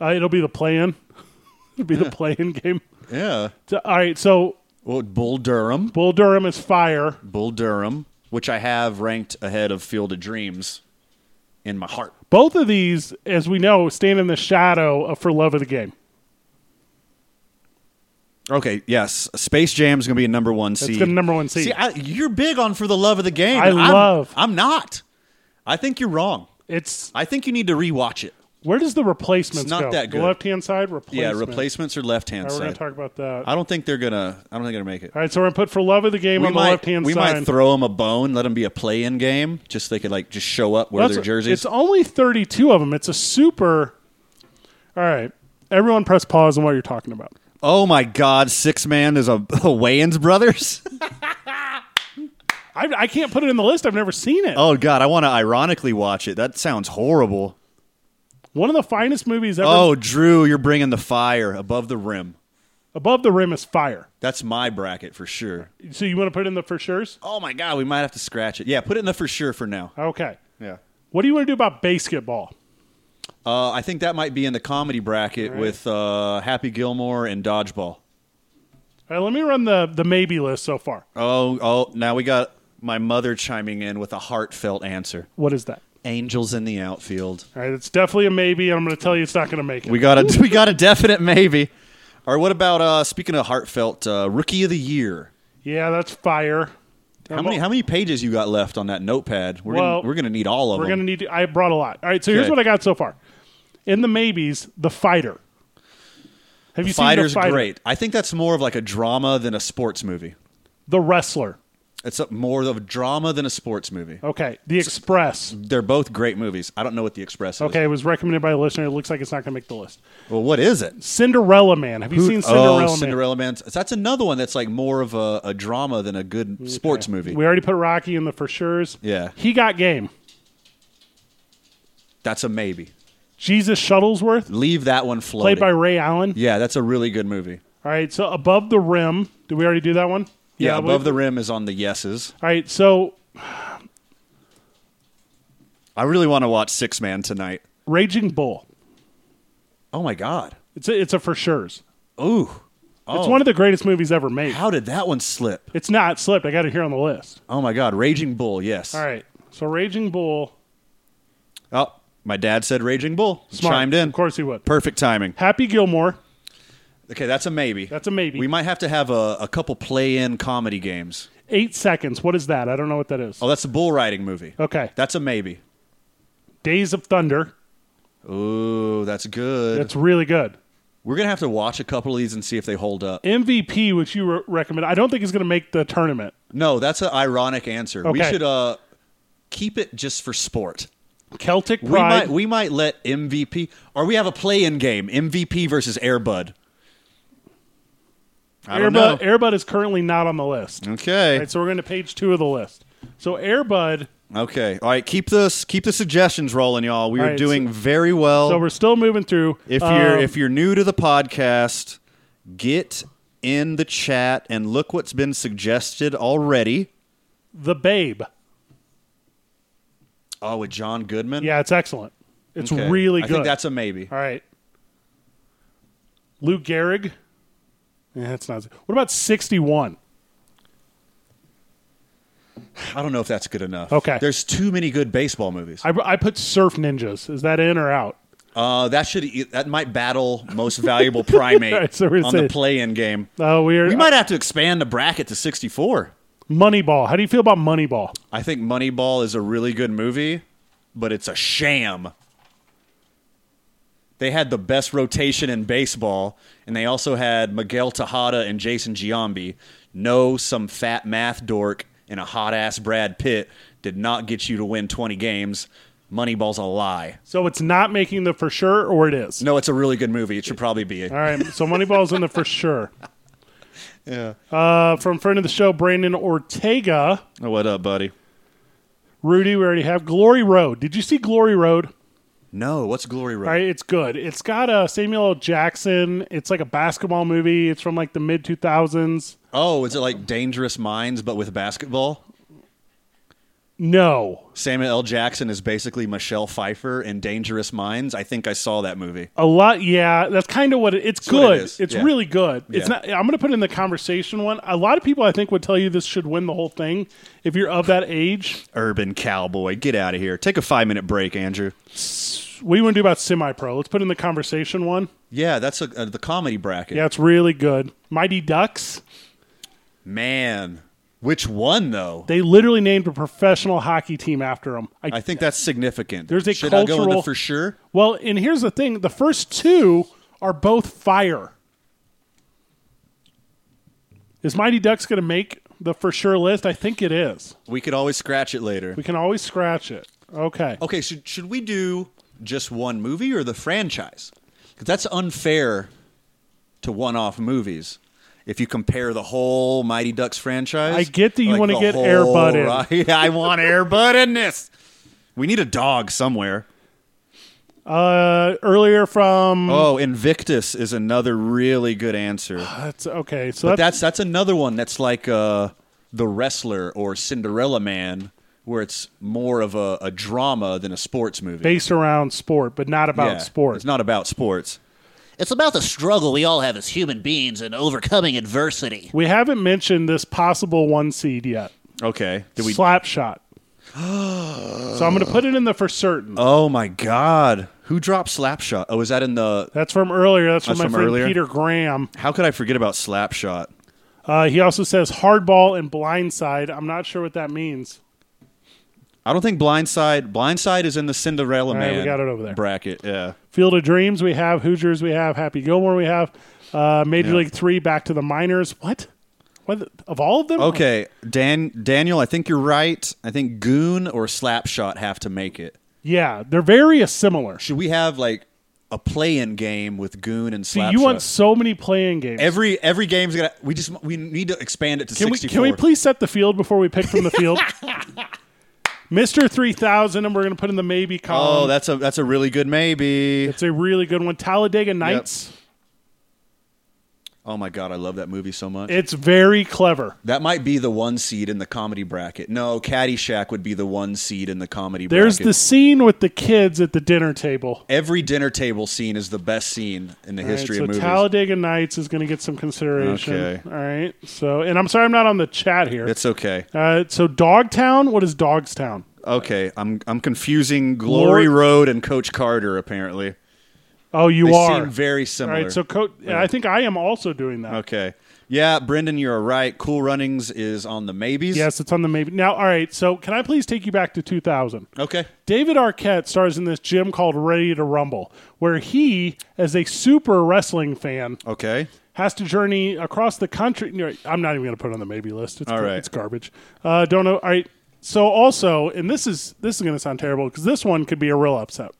[SPEAKER 1] Uh, it'll be the play-in. (laughs) it'll be the play-in game.
[SPEAKER 2] Yeah.
[SPEAKER 1] So, all right. So
[SPEAKER 2] Well, Bull Durham.
[SPEAKER 1] Bull Durham is fire.
[SPEAKER 2] Bull Durham, which I have ranked ahead of Field of Dreams in my heart.
[SPEAKER 1] Both of these, as we know, stand in the shadow of For Love of the Game.
[SPEAKER 2] Okay, yes. Space Jam is going to be a number one seed.
[SPEAKER 1] the number one seed.
[SPEAKER 2] See, I, you're big on for the love of the game.
[SPEAKER 1] I
[SPEAKER 2] and I'm-
[SPEAKER 1] love.
[SPEAKER 2] I'm not. I think you're wrong.
[SPEAKER 1] It's
[SPEAKER 2] I think you need to rewatch it.
[SPEAKER 1] where does the replacements
[SPEAKER 2] It's not
[SPEAKER 1] go?
[SPEAKER 2] that good.
[SPEAKER 1] The left hand side
[SPEAKER 2] Yeah,
[SPEAKER 1] replacement.
[SPEAKER 2] replacements are left hand
[SPEAKER 1] All right, we're gonna
[SPEAKER 2] side.
[SPEAKER 1] talk about that.
[SPEAKER 2] I don't think they're gonna. I don't think they're gonna make it.
[SPEAKER 1] All right, so we're gonna put for love of the game
[SPEAKER 2] We
[SPEAKER 1] on the
[SPEAKER 2] might.
[SPEAKER 1] left hand
[SPEAKER 2] We
[SPEAKER 1] side.
[SPEAKER 2] might throw them a bone. Let them be a play-in game. Just so they could like just show up, wear
[SPEAKER 1] That's-
[SPEAKER 2] their jerseys.
[SPEAKER 1] It's only thirty two of them. It's a super. All right, everyone, press pause on what you're talking about.
[SPEAKER 2] Oh my God! Six man is a, (laughs) a Wayans brothers. (laughs)
[SPEAKER 1] I, I can't put it in the list. I've never seen it.
[SPEAKER 2] Oh God! I want to ironically watch it. That sounds horrible.
[SPEAKER 1] One of the finest movies ever.
[SPEAKER 2] Oh, Drew, you're bringing the fire above the rim.
[SPEAKER 1] Above the rim is fire.
[SPEAKER 2] That's my bracket for sure.
[SPEAKER 1] So you want to put it in the for sure's?
[SPEAKER 2] Oh my god, we might have to scratch it. Yeah, put it in the for sure for now.
[SPEAKER 1] Okay.
[SPEAKER 2] Yeah.
[SPEAKER 1] What do you want to do about basketball?
[SPEAKER 2] Uh, I think that might be in the comedy bracket with uh, Happy Gilmore and Dodgeball.
[SPEAKER 1] All right, let me run the the maybe list so far.
[SPEAKER 2] Oh, oh, now we got my mother chiming in with a heartfelt answer.
[SPEAKER 1] What is that?
[SPEAKER 2] Angels in the outfield.
[SPEAKER 1] All right, it's definitely a maybe, and I'm going to tell you it's not going to make it.
[SPEAKER 2] We got a (laughs) we got a definite maybe. Or what about uh speaking of heartfelt uh, rookie of the year?
[SPEAKER 1] yeah, that's fire.
[SPEAKER 2] How many how many pages you got left on that notepad? We're
[SPEAKER 1] Well,
[SPEAKER 2] gonna, we're going to need all of
[SPEAKER 1] We're
[SPEAKER 2] them.
[SPEAKER 1] going to need to. I brought a lot. All right, so here's
[SPEAKER 2] Okay.
[SPEAKER 1] what I got so far. In the maybes, the fighter. Have you
[SPEAKER 2] Fighter's
[SPEAKER 1] seen the fighter?
[SPEAKER 2] great. I think that's more of like a drama than a sports movie.
[SPEAKER 1] The wrestler.
[SPEAKER 2] It's a, more of a drama than a sports movie.
[SPEAKER 1] Okay, the express.
[SPEAKER 2] They're both great movies. I don't know what the Express is.
[SPEAKER 1] Okay, it was recommended by a listener. It looks like it's not going to make the list.
[SPEAKER 2] Well, what is it?
[SPEAKER 1] Cinderella Man. Have you seen Cinderella
[SPEAKER 2] oh,
[SPEAKER 1] Man?
[SPEAKER 2] Cinderella Man. That's another one that's like more of a, a drama than a good sports movie.
[SPEAKER 1] We already put Rocky in the for sure's.
[SPEAKER 2] Yeah.
[SPEAKER 1] He got game.
[SPEAKER 2] That's a maybe.
[SPEAKER 1] Jesus Shuttlesworth,
[SPEAKER 2] Leave that one floating.
[SPEAKER 1] played by Ray Allen.
[SPEAKER 2] yeah, that's a really good movie.
[SPEAKER 1] All right, so above the rim. Did we already do that one?
[SPEAKER 2] Yeah,
[SPEAKER 1] we-
[SPEAKER 2] Above the Rim is on the yeses.
[SPEAKER 1] All right, so
[SPEAKER 2] I really want to watch Six Man tonight.
[SPEAKER 1] Raging Bull.
[SPEAKER 2] Oh my God.
[SPEAKER 1] It's a, it's a for sure's.
[SPEAKER 2] Ooh.
[SPEAKER 1] It's one of the greatest movies ever made.
[SPEAKER 2] Oh. How did that one slip?
[SPEAKER 1] It's not it slipped. I got it here on the list.
[SPEAKER 2] Oh my God. Raging Bull, yes.
[SPEAKER 1] All right, so Raging Bull.
[SPEAKER 2] Oh, my dad said Raging Bull.
[SPEAKER 1] Smart.
[SPEAKER 2] Chimed in.
[SPEAKER 1] Of course he would.
[SPEAKER 2] Perfect timing.
[SPEAKER 1] Happy Gilmore.
[SPEAKER 2] Okay, that's a maybe.
[SPEAKER 1] That's a maybe.
[SPEAKER 2] We might have to have a, a couple play in comedy games.
[SPEAKER 1] Eight seconds. What is that? I don't know what that is.
[SPEAKER 2] Oh, that's the bull riding movie.
[SPEAKER 1] Okay.
[SPEAKER 2] That's a maybe.
[SPEAKER 1] Days of Thunder.
[SPEAKER 2] Ooh, that's good.
[SPEAKER 1] That's really good.
[SPEAKER 2] We're gonna have to watch a couple of these and see if they hold up.
[SPEAKER 1] MVP, which you re- recommend. I don't think is going to make the tournament.
[SPEAKER 2] No, that's an ironic answer. We
[SPEAKER 1] Okay.
[SPEAKER 2] should uh keep it just for sport.
[SPEAKER 1] Celtic
[SPEAKER 2] We
[SPEAKER 1] Pride.
[SPEAKER 2] might we might let MVP or we have a play in game MVP versus Airbud. I don't
[SPEAKER 1] Airbud,
[SPEAKER 2] know.
[SPEAKER 1] Airbud is currently not on the list.
[SPEAKER 2] okay.
[SPEAKER 1] All right, so we're going to page two of the list. So Airbud.
[SPEAKER 2] Okay. All right. Keep this. Keep the suggestions rolling, y'all. We
[SPEAKER 1] All
[SPEAKER 2] are
[SPEAKER 1] right,
[SPEAKER 2] doing very well.
[SPEAKER 1] So we're still moving through.
[SPEAKER 2] If
[SPEAKER 1] Um,
[SPEAKER 2] you're if you're new to the podcast, get in the chat and look what's been suggested already.
[SPEAKER 1] the Babe,
[SPEAKER 2] Oh, with John Goodman.
[SPEAKER 1] yeah, it's excellent. It's
[SPEAKER 2] Okay.
[SPEAKER 1] really good.
[SPEAKER 2] I think that's a maybe.
[SPEAKER 1] all right. Lou Gehrig. Yeah, that's not. What about sixty-one?
[SPEAKER 2] I don't know if that's good enough.
[SPEAKER 1] Okay.
[SPEAKER 2] There's too many good baseball movies.
[SPEAKER 1] I, I put Surf Ninjas. Is that in or out?
[SPEAKER 2] Uh, that should that might battle most valuable (laughs) primate
[SPEAKER 1] All right, so we're
[SPEAKER 2] on
[SPEAKER 1] saying-
[SPEAKER 2] the play-in game.
[SPEAKER 1] Oh, weird.
[SPEAKER 2] We might have to expand the bracket to 64.
[SPEAKER 1] Moneyball. How do you feel about Moneyball?
[SPEAKER 2] I think Moneyball is a really good movie, but it's a sham. They had the best rotation in baseball, and they also had Miguel Tejada and Jason Giambi. No, some fat math dork and a hot ass Brad Pitt did not get you to win 20 games. Moneyball's a lie.
[SPEAKER 1] So it's not making the for sure, or it is.
[SPEAKER 2] No, it's a really good movie. It should probably be.
[SPEAKER 1] All right, so Moneyball's in the for sure. Yeah. Uh, from friend of the show, Brandon Ortega,
[SPEAKER 2] Oh, what up, buddy?
[SPEAKER 1] Rudy. We already have Glory Road. Did you see Glory Road?
[SPEAKER 2] No, what's Glory Road?
[SPEAKER 1] All right, it's good. It's got uh, Samuel L. Jackson. It's like a basketball movie. It's from like the mid two thousands.
[SPEAKER 2] Oh, is it like Dangerous Minds but with basketball?
[SPEAKER 1] No,
[SPEAKER 2] Samuel L. Jackson is basically Michelle Pfeiffer in Dangerous Minds. I think I saw that movie.
[SPEAKER 1] a lot. Yeah, that's kind of what it, it's
[SPEAKER 2] what
[SPEAKER 1] good.
[SPEAKER 2] it is.
[SPEAKER 1] it's
[SPEAKER 2] Yeah.
[SPEAKER 1] really good. It's
[SPEAKER 2] Yeah.
[SPEAKER 1] not. I'm gonna put in the conversation one. A lot of people I think would tell you this should win the whole thing if you're of that age.
[SPEAKER 2] Urban Cowboy. Get out of here. Take a five minute break, Andrew.
[SPEAKER 1] What do you want to do about semi pro? Let's put in the conversation one.
[SPEAKER 2] Yeah, that's a, uh, the comedy bracket.
[SPEAKER 1] Yeah, it's really good. Mighty Ducks.
[SPEAKER 2] Man, which one though?
[SPEAKER 1] They literally named a professional hockey team after him. I,
[SPEAKER 2] I think that's significant.
[SPEAKER 1] There's a
[SPEAKER 2] Should I go in the
[SPEAKER 1] cultural-
[SPEAKER 2] for sure?
[SPEAKER 1] well, and here's the thing: the first two are both fire. Is Mighty Ducks going to make the for sure list? I think it is.
[SPEAKER 2] We could always scratch it later.
[SPEAKER 1] We can always scratch it. Okay.
[SPEAKER 2] Okay, should should we do just one movie or the franchise? Because that's unfair to one-off movies. If you compare the whole Mighty Ducks franchise,
[SPEAKER 1] I get that you wanna
[SPEAKER 2] the
[SPEAKER 1] get
[SPEAKER 2] whole
[SPEAKER 1] Air Bud in.
[SPEAKER 2] ri- (laughs) I want Air Bud in this. We need a dog somewhere.
[SPEAKER 1] Uh, earlier from
[SPEAKER 2] Oh, Invictus is another really good
[SPEAKER 1] (sighs)
[SPEAKER 2] answer.
[SPEAKER 1] that's okay. So
[SPEAKER 2] But
[SPEAKER 1] that's,
[SPEAKER 2] that's that's another one that's like uh, the wrestler or Cinderella Man, where it's more of a, a drama than a sports movie.
[SPEAKER 1] based around sport, but not about
[SPEAKER 2] Yeah,
[SPEAKER 1] sport.
[SPEAKER 2] It's not about sports.
[SPEAKER 3] It's about the struggle we all have as human beings in overcoming adversity.
[SPEAKER 1] We haven't mentioned this possible one seed yet.
[SPEAKER 2] Okay. Did we?
[SPEAKER 1] Slap
[SPEAKER 2] (gasps)
[SPEAKER 1] shot. so I'm going to put it in the for certain.
[SPEAKER 2] Oh my God! Who dropped Slapshot? Oh, is that in the?
[SPEAKER 1] That's from earlier. That's from my
[SPEAKER 2] That's from
[SPEAKER 1] friend
[SPEAKER 2] earlier?
[SPEAKER 1] Peter Graham.
[SPEAKER 2] How could I forget about Slapshot?
[SPEAKER 1] Uh, he also says hardball and blindside. I'm not sure what that means.
[SPEAKER 2] I don't think Blindside. Blindside is in the Cinderella
[SPEAKER 1] right, we
[SPEAKER 2] Man.
[SPEAKER 1] got it over there.
[SPEAKER 2] Bracket. Yeah.
[SPEAKER 1] Field of Dreams we have, Hoosiers we have, Happy Gilmore we have, uh, Major
[SPEAKER 2] Yeah.
[SPEAKER 1] League Three, Back to the Minors. What? What the- of all of them?
[SPEAKER 2] Okay, Dan Daniel, I think you're right. I think Goon or Slapshot have to make it.
[SPEAKER 1] Yeah, they're very similar.
[SPEAKER 2] Should we have like a play-in game with Goon and
[SPEAKER 1] See,
[SPEAKER 2] Slapshot?
[SPEAKER 1] you want so many playing games.
[SPEAKER 2] every every game's gonna. We just we need to expand it to
[SPEAKER 1] can we
[SPEAKER 2] 64.
[SPEAKER 1] can we please set the field before we pick from the
[SPEAKER 2] (laughs)
[SPEAKER 1] field? Mister Three Thousand, and we're going to put in the maybe column.
[SPEAKER 2] Oh, that's a that's a really good maybe.
[SPEAKER 1] it's a really good one. Talladega Nights.
[SPEAKER 2] Oh my god, I love that movie so much.
[SPEAKER 1] It's very clever.
[SPEAKER 2] that might be the one seed in the comedy bracket. No, Caddyshack would be the one seed in the comedy
[SPEAKER 1] There's
[SPEAKER 2] bracket.
[SPEAKER 1] the scene with the kids at the dinner table.
[SPEAKER 2] every dinner table scene is the best scene in the history
[SPEAKER 1] All right,
[SPEAKER 2] of
[SPEAKER 1] so
[SPEAKER 2] movies.
[SPEAKER 1] Talladega Nights is going to get some consideration.
[SPEAKER 2] Okay.
[SPEAKER 1] All right. So, and I'm sorry I'm not on the chat here.
[SPEAKER 2] it's okay.
[SPEAKER 1] uh, so Dogtown. What is Dogstown?
[SPEAKER 2] Okay, I'm I'm confusing Glory
[SPEAKER 1] Lord-
[SPEAKER 2] Road and Coach Carter. Apparently,
[SPEAKER 1] Oh, you
[SPEAKER 2] they
[SPEAKER 1] are.
[SPEAKER 2] seem very
[SPEAKER 1] All
[SPEAKER 2] similar.
[SPEAKER 1] right. So, co- I think I am also doing that.
[SPEAKER 2] okay, yeah, Brendan, you're right. Cool Runnings is on the maybes.
[SPEAKER 1] Yes, it's on the maybe. Now, all right. So, can I please take you back to 2000?
[SPEAKER 2] Okay.
[SPEAKER 1] David Arquette stars in this gym called Ready to Rumble, where he, as a super wrestling fan,
[SPEAKER 2] Okay.
[SPEAKER 1] has to journey across the country. no, I'm not even going to put it on the maybe list. It's,
[SPEAKER 2] All
[SPEAKER 1] gar-
[SPEAKER 2] right.
[SPEAKER 1] it's garbage. Uh, don't know. All right. So also, and this is this is going to sound terrible because this one could be a real upset.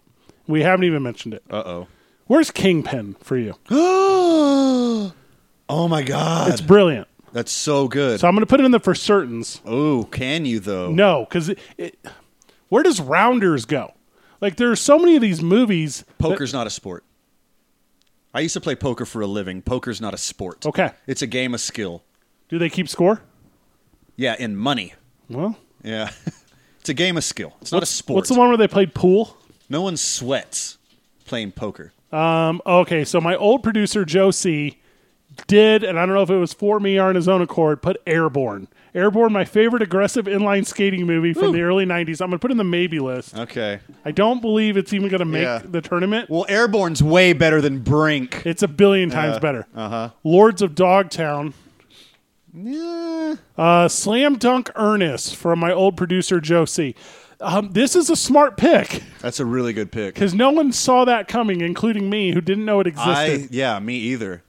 [SPEAKER 1] We haven't even mentioned it.
[SPEAKER 2] Uh
[SPEAKER 1] Where's Kingpin for you?
[SPEAKER 2] oh. (gasps) oh my God,
[SPEAKER 1] It's brilliant.
[SPEAKER 2] that's so good.
[SPEAKER 1] So I'm going to put it in the for certains.
[SPEAKER 2] oh, can you though?
[SPEAKER 1] No, because it, it, where does Rounders go? Like there are so many of these movies.
[SPEAKER 2] Poker's not a sport. I used to play poker for a living. Poker's not a sport.
[SPEAKER 1] Okay.
[SPEAKER 2] It's a game of skill.
[SPEAKER 1] Do they keep score?
[SPEAKER 2] Yeah, and money.
[SPEAKER 1] Well,
[SPEAKER 2] Yeah. (laughs) it's a game of skill. It's not a sport.
[SPEAKER 1] what's the one where they played pool?
[SPEAKER 2] No one sweats playing poker.
[SPEAKER 1] Um, okay, so my old producer Joe C did, and I don't know if it was for me or on his own accord, put Airborne. Airborne, my favorite aggressive inline skating movie from the early '90s. I'm gonna put it in the maybe list.
[SPEAKER 2] Okay.
[SPEAKER 1] I don't believe it's even gonna make
[SPEAKER 2] Uh-huh. Yeah.
[SPEAKER 1] the tournament.
[SPEAKER 2] Well, Airborne's way better than Brink.
[SPEAKER 1] It's a billion times better. Uh-huh. Lords of Dogtown. Uh, Slam Dunk Ernest from my old producer Joe C. Um, this is a smart pick
[SPEAKER 2] That's a really good pick.
[SPEAKER 1] because no one saw that coming, including me, who didn't know it existed.
[SPEAKER 2] I yeah, me either.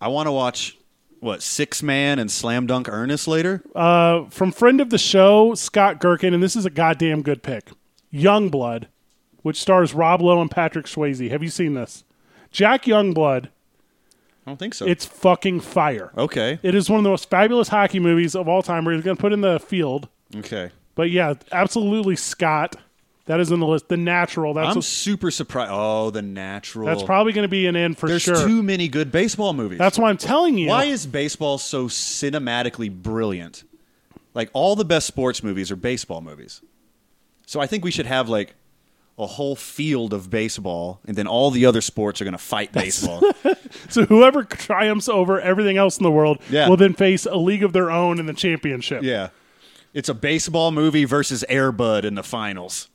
[SPEAKER 2] I want to watch what Six Man and Slam Dunk Ernest later.
[SPEAKER 1] Uh, from friend of the show Scott Gherkin, and this is a goddamn good pick. Youngblood, which stars Rob Lowe and Patrick Swayze. Have you seen this? Jack Youngblood.
[SPEAKER 2] I don't think so.
[SPEAKER 1] It's fucking fire.
[SPEAKER 2] okay.
[SPEAKER 1] It is one of the most fabulous hockey movies of all time. We're going to put it in the field,
[SPEAKER 2] Okay.
[SPEAKER 1] but yeah, absolutely Scott. That is in the list. The Natural. That's
[SPEAKER 2] I'm
[SPEAKER 1] a-
[SPEAKER 2] super surprised. Oh, the natural.
[SPEAKER 1] that's probably going to be an in for
[SPEAKER 2] There's
[SPEAKER 1] sure.
[SPEAKER 2] too many good baseball movies.
[SPEAKER 1] that's why I'm telling you.
[SPEAKER 2] why is baseball so cinematically brilliant? Like all the best sports movies are baseball movies. So I think we should have like a whole field of baseball, and then all the other sports are going to
[SPEAKER 1] (laughs)
[SPEAKER 2] fight baseball.
[SPEAKER 1] so whoever triumphs over everything else in the world
[SPEAKER 2] Yeah.
[SPEAKER 1] will then face a league of their own in the championship.
[SPEAKER 2] yeah, it's a baseball movie versus Air Bud in the finals.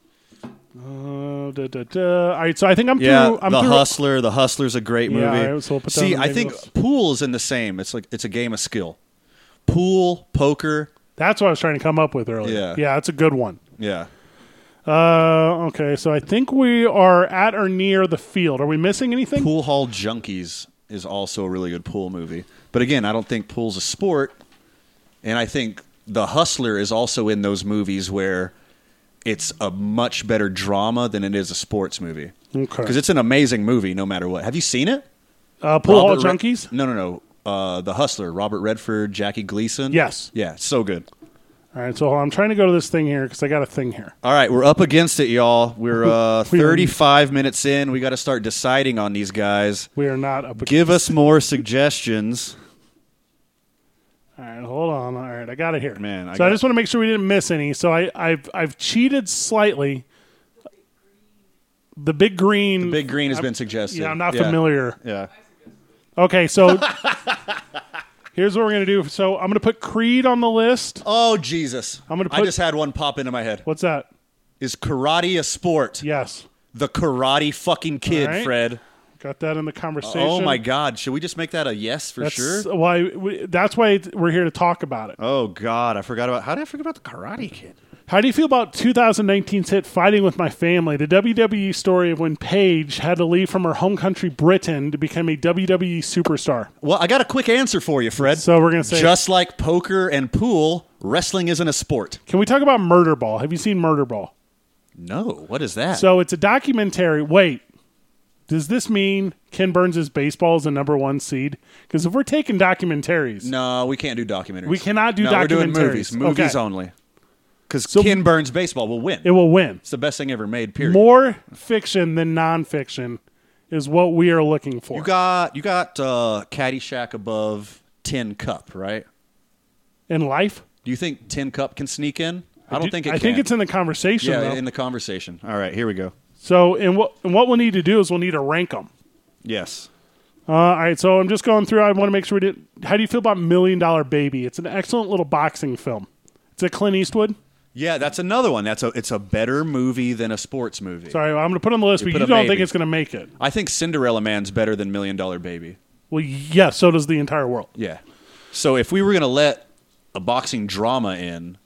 [SPEAKER 1] Uh, da, da, da. All right, so I think I'm
[SPEAKER 2] Yeah,
[SPEAKER 1] through. I'm
[SPEAKER 2] The
[SPEAKER 1] through.
[SPEAKER 2] Hustler. The Hustler's a great movie.
[SPEAKER 1] Yeah, all right, so we'll put that
[SPEAKER 2] See,
[SPEAKER 1] on the maybe
[SPEAKER 2] I think
[SPEAKER 1] list.
[SPEAKER 2] pool is in the same. It's like it's a game of skill. Pool, poker.
[SPEAKER 1] That's what I was trying to come up with earlier.
[SPEAKER 2] Yeah.
[SPEAKER 1] yeah, that's a good one.
[SPEAKER 2] Yeah.
[SPEAKER 1] Uh, okay, so I think we are at or near the field. Are we missing anything?
[SPEAKER 2] Pool Hall Junkies is also a really good pool movie. But again, I don't think pool's a sport. And I think The Hustler is also in those movies where it's a much better drama than it is a sports movie.
[SPEAKER 1] Okay.
[SPEAKER 2] Because it's an amazing movie no matter what. Have you seen it?
[SPEAKER 1] Uh, pool hall
[SPEAKER 2] Robert Re-
[SPEAKER 1] junkies.
[SPEAKER 2] no, no, no. Uh, the Hustler, Robert Redford, Jackie Gleason.
[SPEAKER 1] Yes.
[SPEAKER 2] Yeah, so good.
[SPEAKER 1] All right, so hold on, I'm trying to go to this thing here because I got a thing here.
[SPEAKER 2] All right, we're up against it, y'all. We're uh,
[SPEAKER 1] (laughs) We are-
[SPEAKER 2] 35 minutes in. We got to start deciding on these guys.
[SPEAKER 1] We are not up.
[SPEAKER 2] Give us more suggestions.
[SPEAKER 1] All right, hold on. All right, I got it here.
[SPEAKER 2] Man, I
[SPEAKER 1] so I
[SPEAKER 2] got-
[SPEAKER 1] just want to make sure we didn't miss any. So I, I've I've cheated slightly. the big green.
[SPEAKER 2] Big green has been suggested.
[SPEAKER 1] yeah, I'm not familiar.
[SPEAKER 2] Yeah.
[SPEAKER 1] Okay, so (laughs) here's what we're gonna do. So I'm gonna put Creed on the list.
[SPEAKER 2] Oh Jesus!
[SPEAKER 1] I'm gonna
[SPEAKER 2] I
[SPEAKER 1] put-
[SPEAKER 2] just had one pop into my head.
[SPEAKER 1] What's that?
[SPEAKER 2] Is karate a sport?
[SPEAKER 1] Yes,
[SPEAKER 2] The karate fucking kid,
[SPEAKER 1] All right.
[SPEAKER 2] Fred.
[SPEAKER 1] got that in the conversation.
[SPEAKER 2] Oh my God! Should we just make that a yes for
[SPEAKER 1] That's
[SPEAKER 2] sure?
[SPEAKER 1] why. We, that's why it's- we're here to talk about it.
[SPEAKER 2] Oh God! I forgot about. How did I forget about the karate kid?
[SPEAKER 1] How do you feel about 2019's hit "Fighting with My Family"? The WWE story of when Paige had to leave from her home country, Britain, to become a WWE superstar.
[SPEAKER 2] Well, I got a quick answer for you, Fred.
[SPEAKER 1] So we're gonna say,
[SPEAKER 2] just like poker and pool, wrestling isn't a sport.
[SPEAKER 1] can we talk about Murder Ball? Have you seen Murder Ball?
[SPEAKER 2] No, what is that?
[SPEAKER 1] So it's a documentary. Wait, does this mean Ken Burns' baseball is the number one seed? Because if we're taking documentaries,
[SPEAKER 2] no, we can't do documentaries.
[SPEAKER 1] We cannot do
[SPEAKER 2] no, We're doing
[SPEAKER 1] documentaries.
[SPEAKER 2] movies, movies
[SPEAKER 1] Okay.
[SPEAKER 2] only. Because Ken Burns baseball will win.
[SPEAKER 1] it will win.
[SPEAKER 2] it's the best thing ever made. Period.
[SPEAKER 1] More fiction than nonfiction is what we are looking for.
[SPEAKER 2] You got you got uh, Caddyshack above Tin Cup, right?
[SPEAKER 1] in life,
[SPEAKER 2] Do you think Tin Cup can sneak in? I don't
[SPEAKER 1] Do-
[SPEAKER 2] think it
[SPEAKER 1] I
[SPEAKER 2] can.
[SPEAKER 1] think it's in the conversation.
[SPEAKER 2] yeah
[SPEAKER 1] though.
[SPEAKER 2] in the conversation. All right, here we go.
[SPEAKER 1] so, and what and what we'll need to do is we'll need to rank them.
[SPEAKER 2] Yes.
[SPEAKER 1] Uh, all right, so I'm just going through. I want to make sure we did. How do you feel about Million Dollar Baby? It's an excellent little boxing film. It's a Clint Eastwood.
[SPEAKER 2] Yeah, that's another one. That's a it's a better movie than a sports movie.
[SPEAKER 1] Sorry, I'm going to put it on the list,
[SPEAKER 2] You
[SPEAKER 1] but
[SPEAKER 2] put
[SPEAKER 1] you
[SPEAKER 2] a
[SPEAKER 1] don't think
[SPEAKER 2] baby.
[SPEAKER 1] it's going to make it.
[SPEAKER 2] I think Cinderella Man's better than Million Dollar Baby.
[SPEAKER 1] Well, yeah, so does the entire world.
[SPEAKER 2] Yeah. So if we were gonna let a boxing drama in,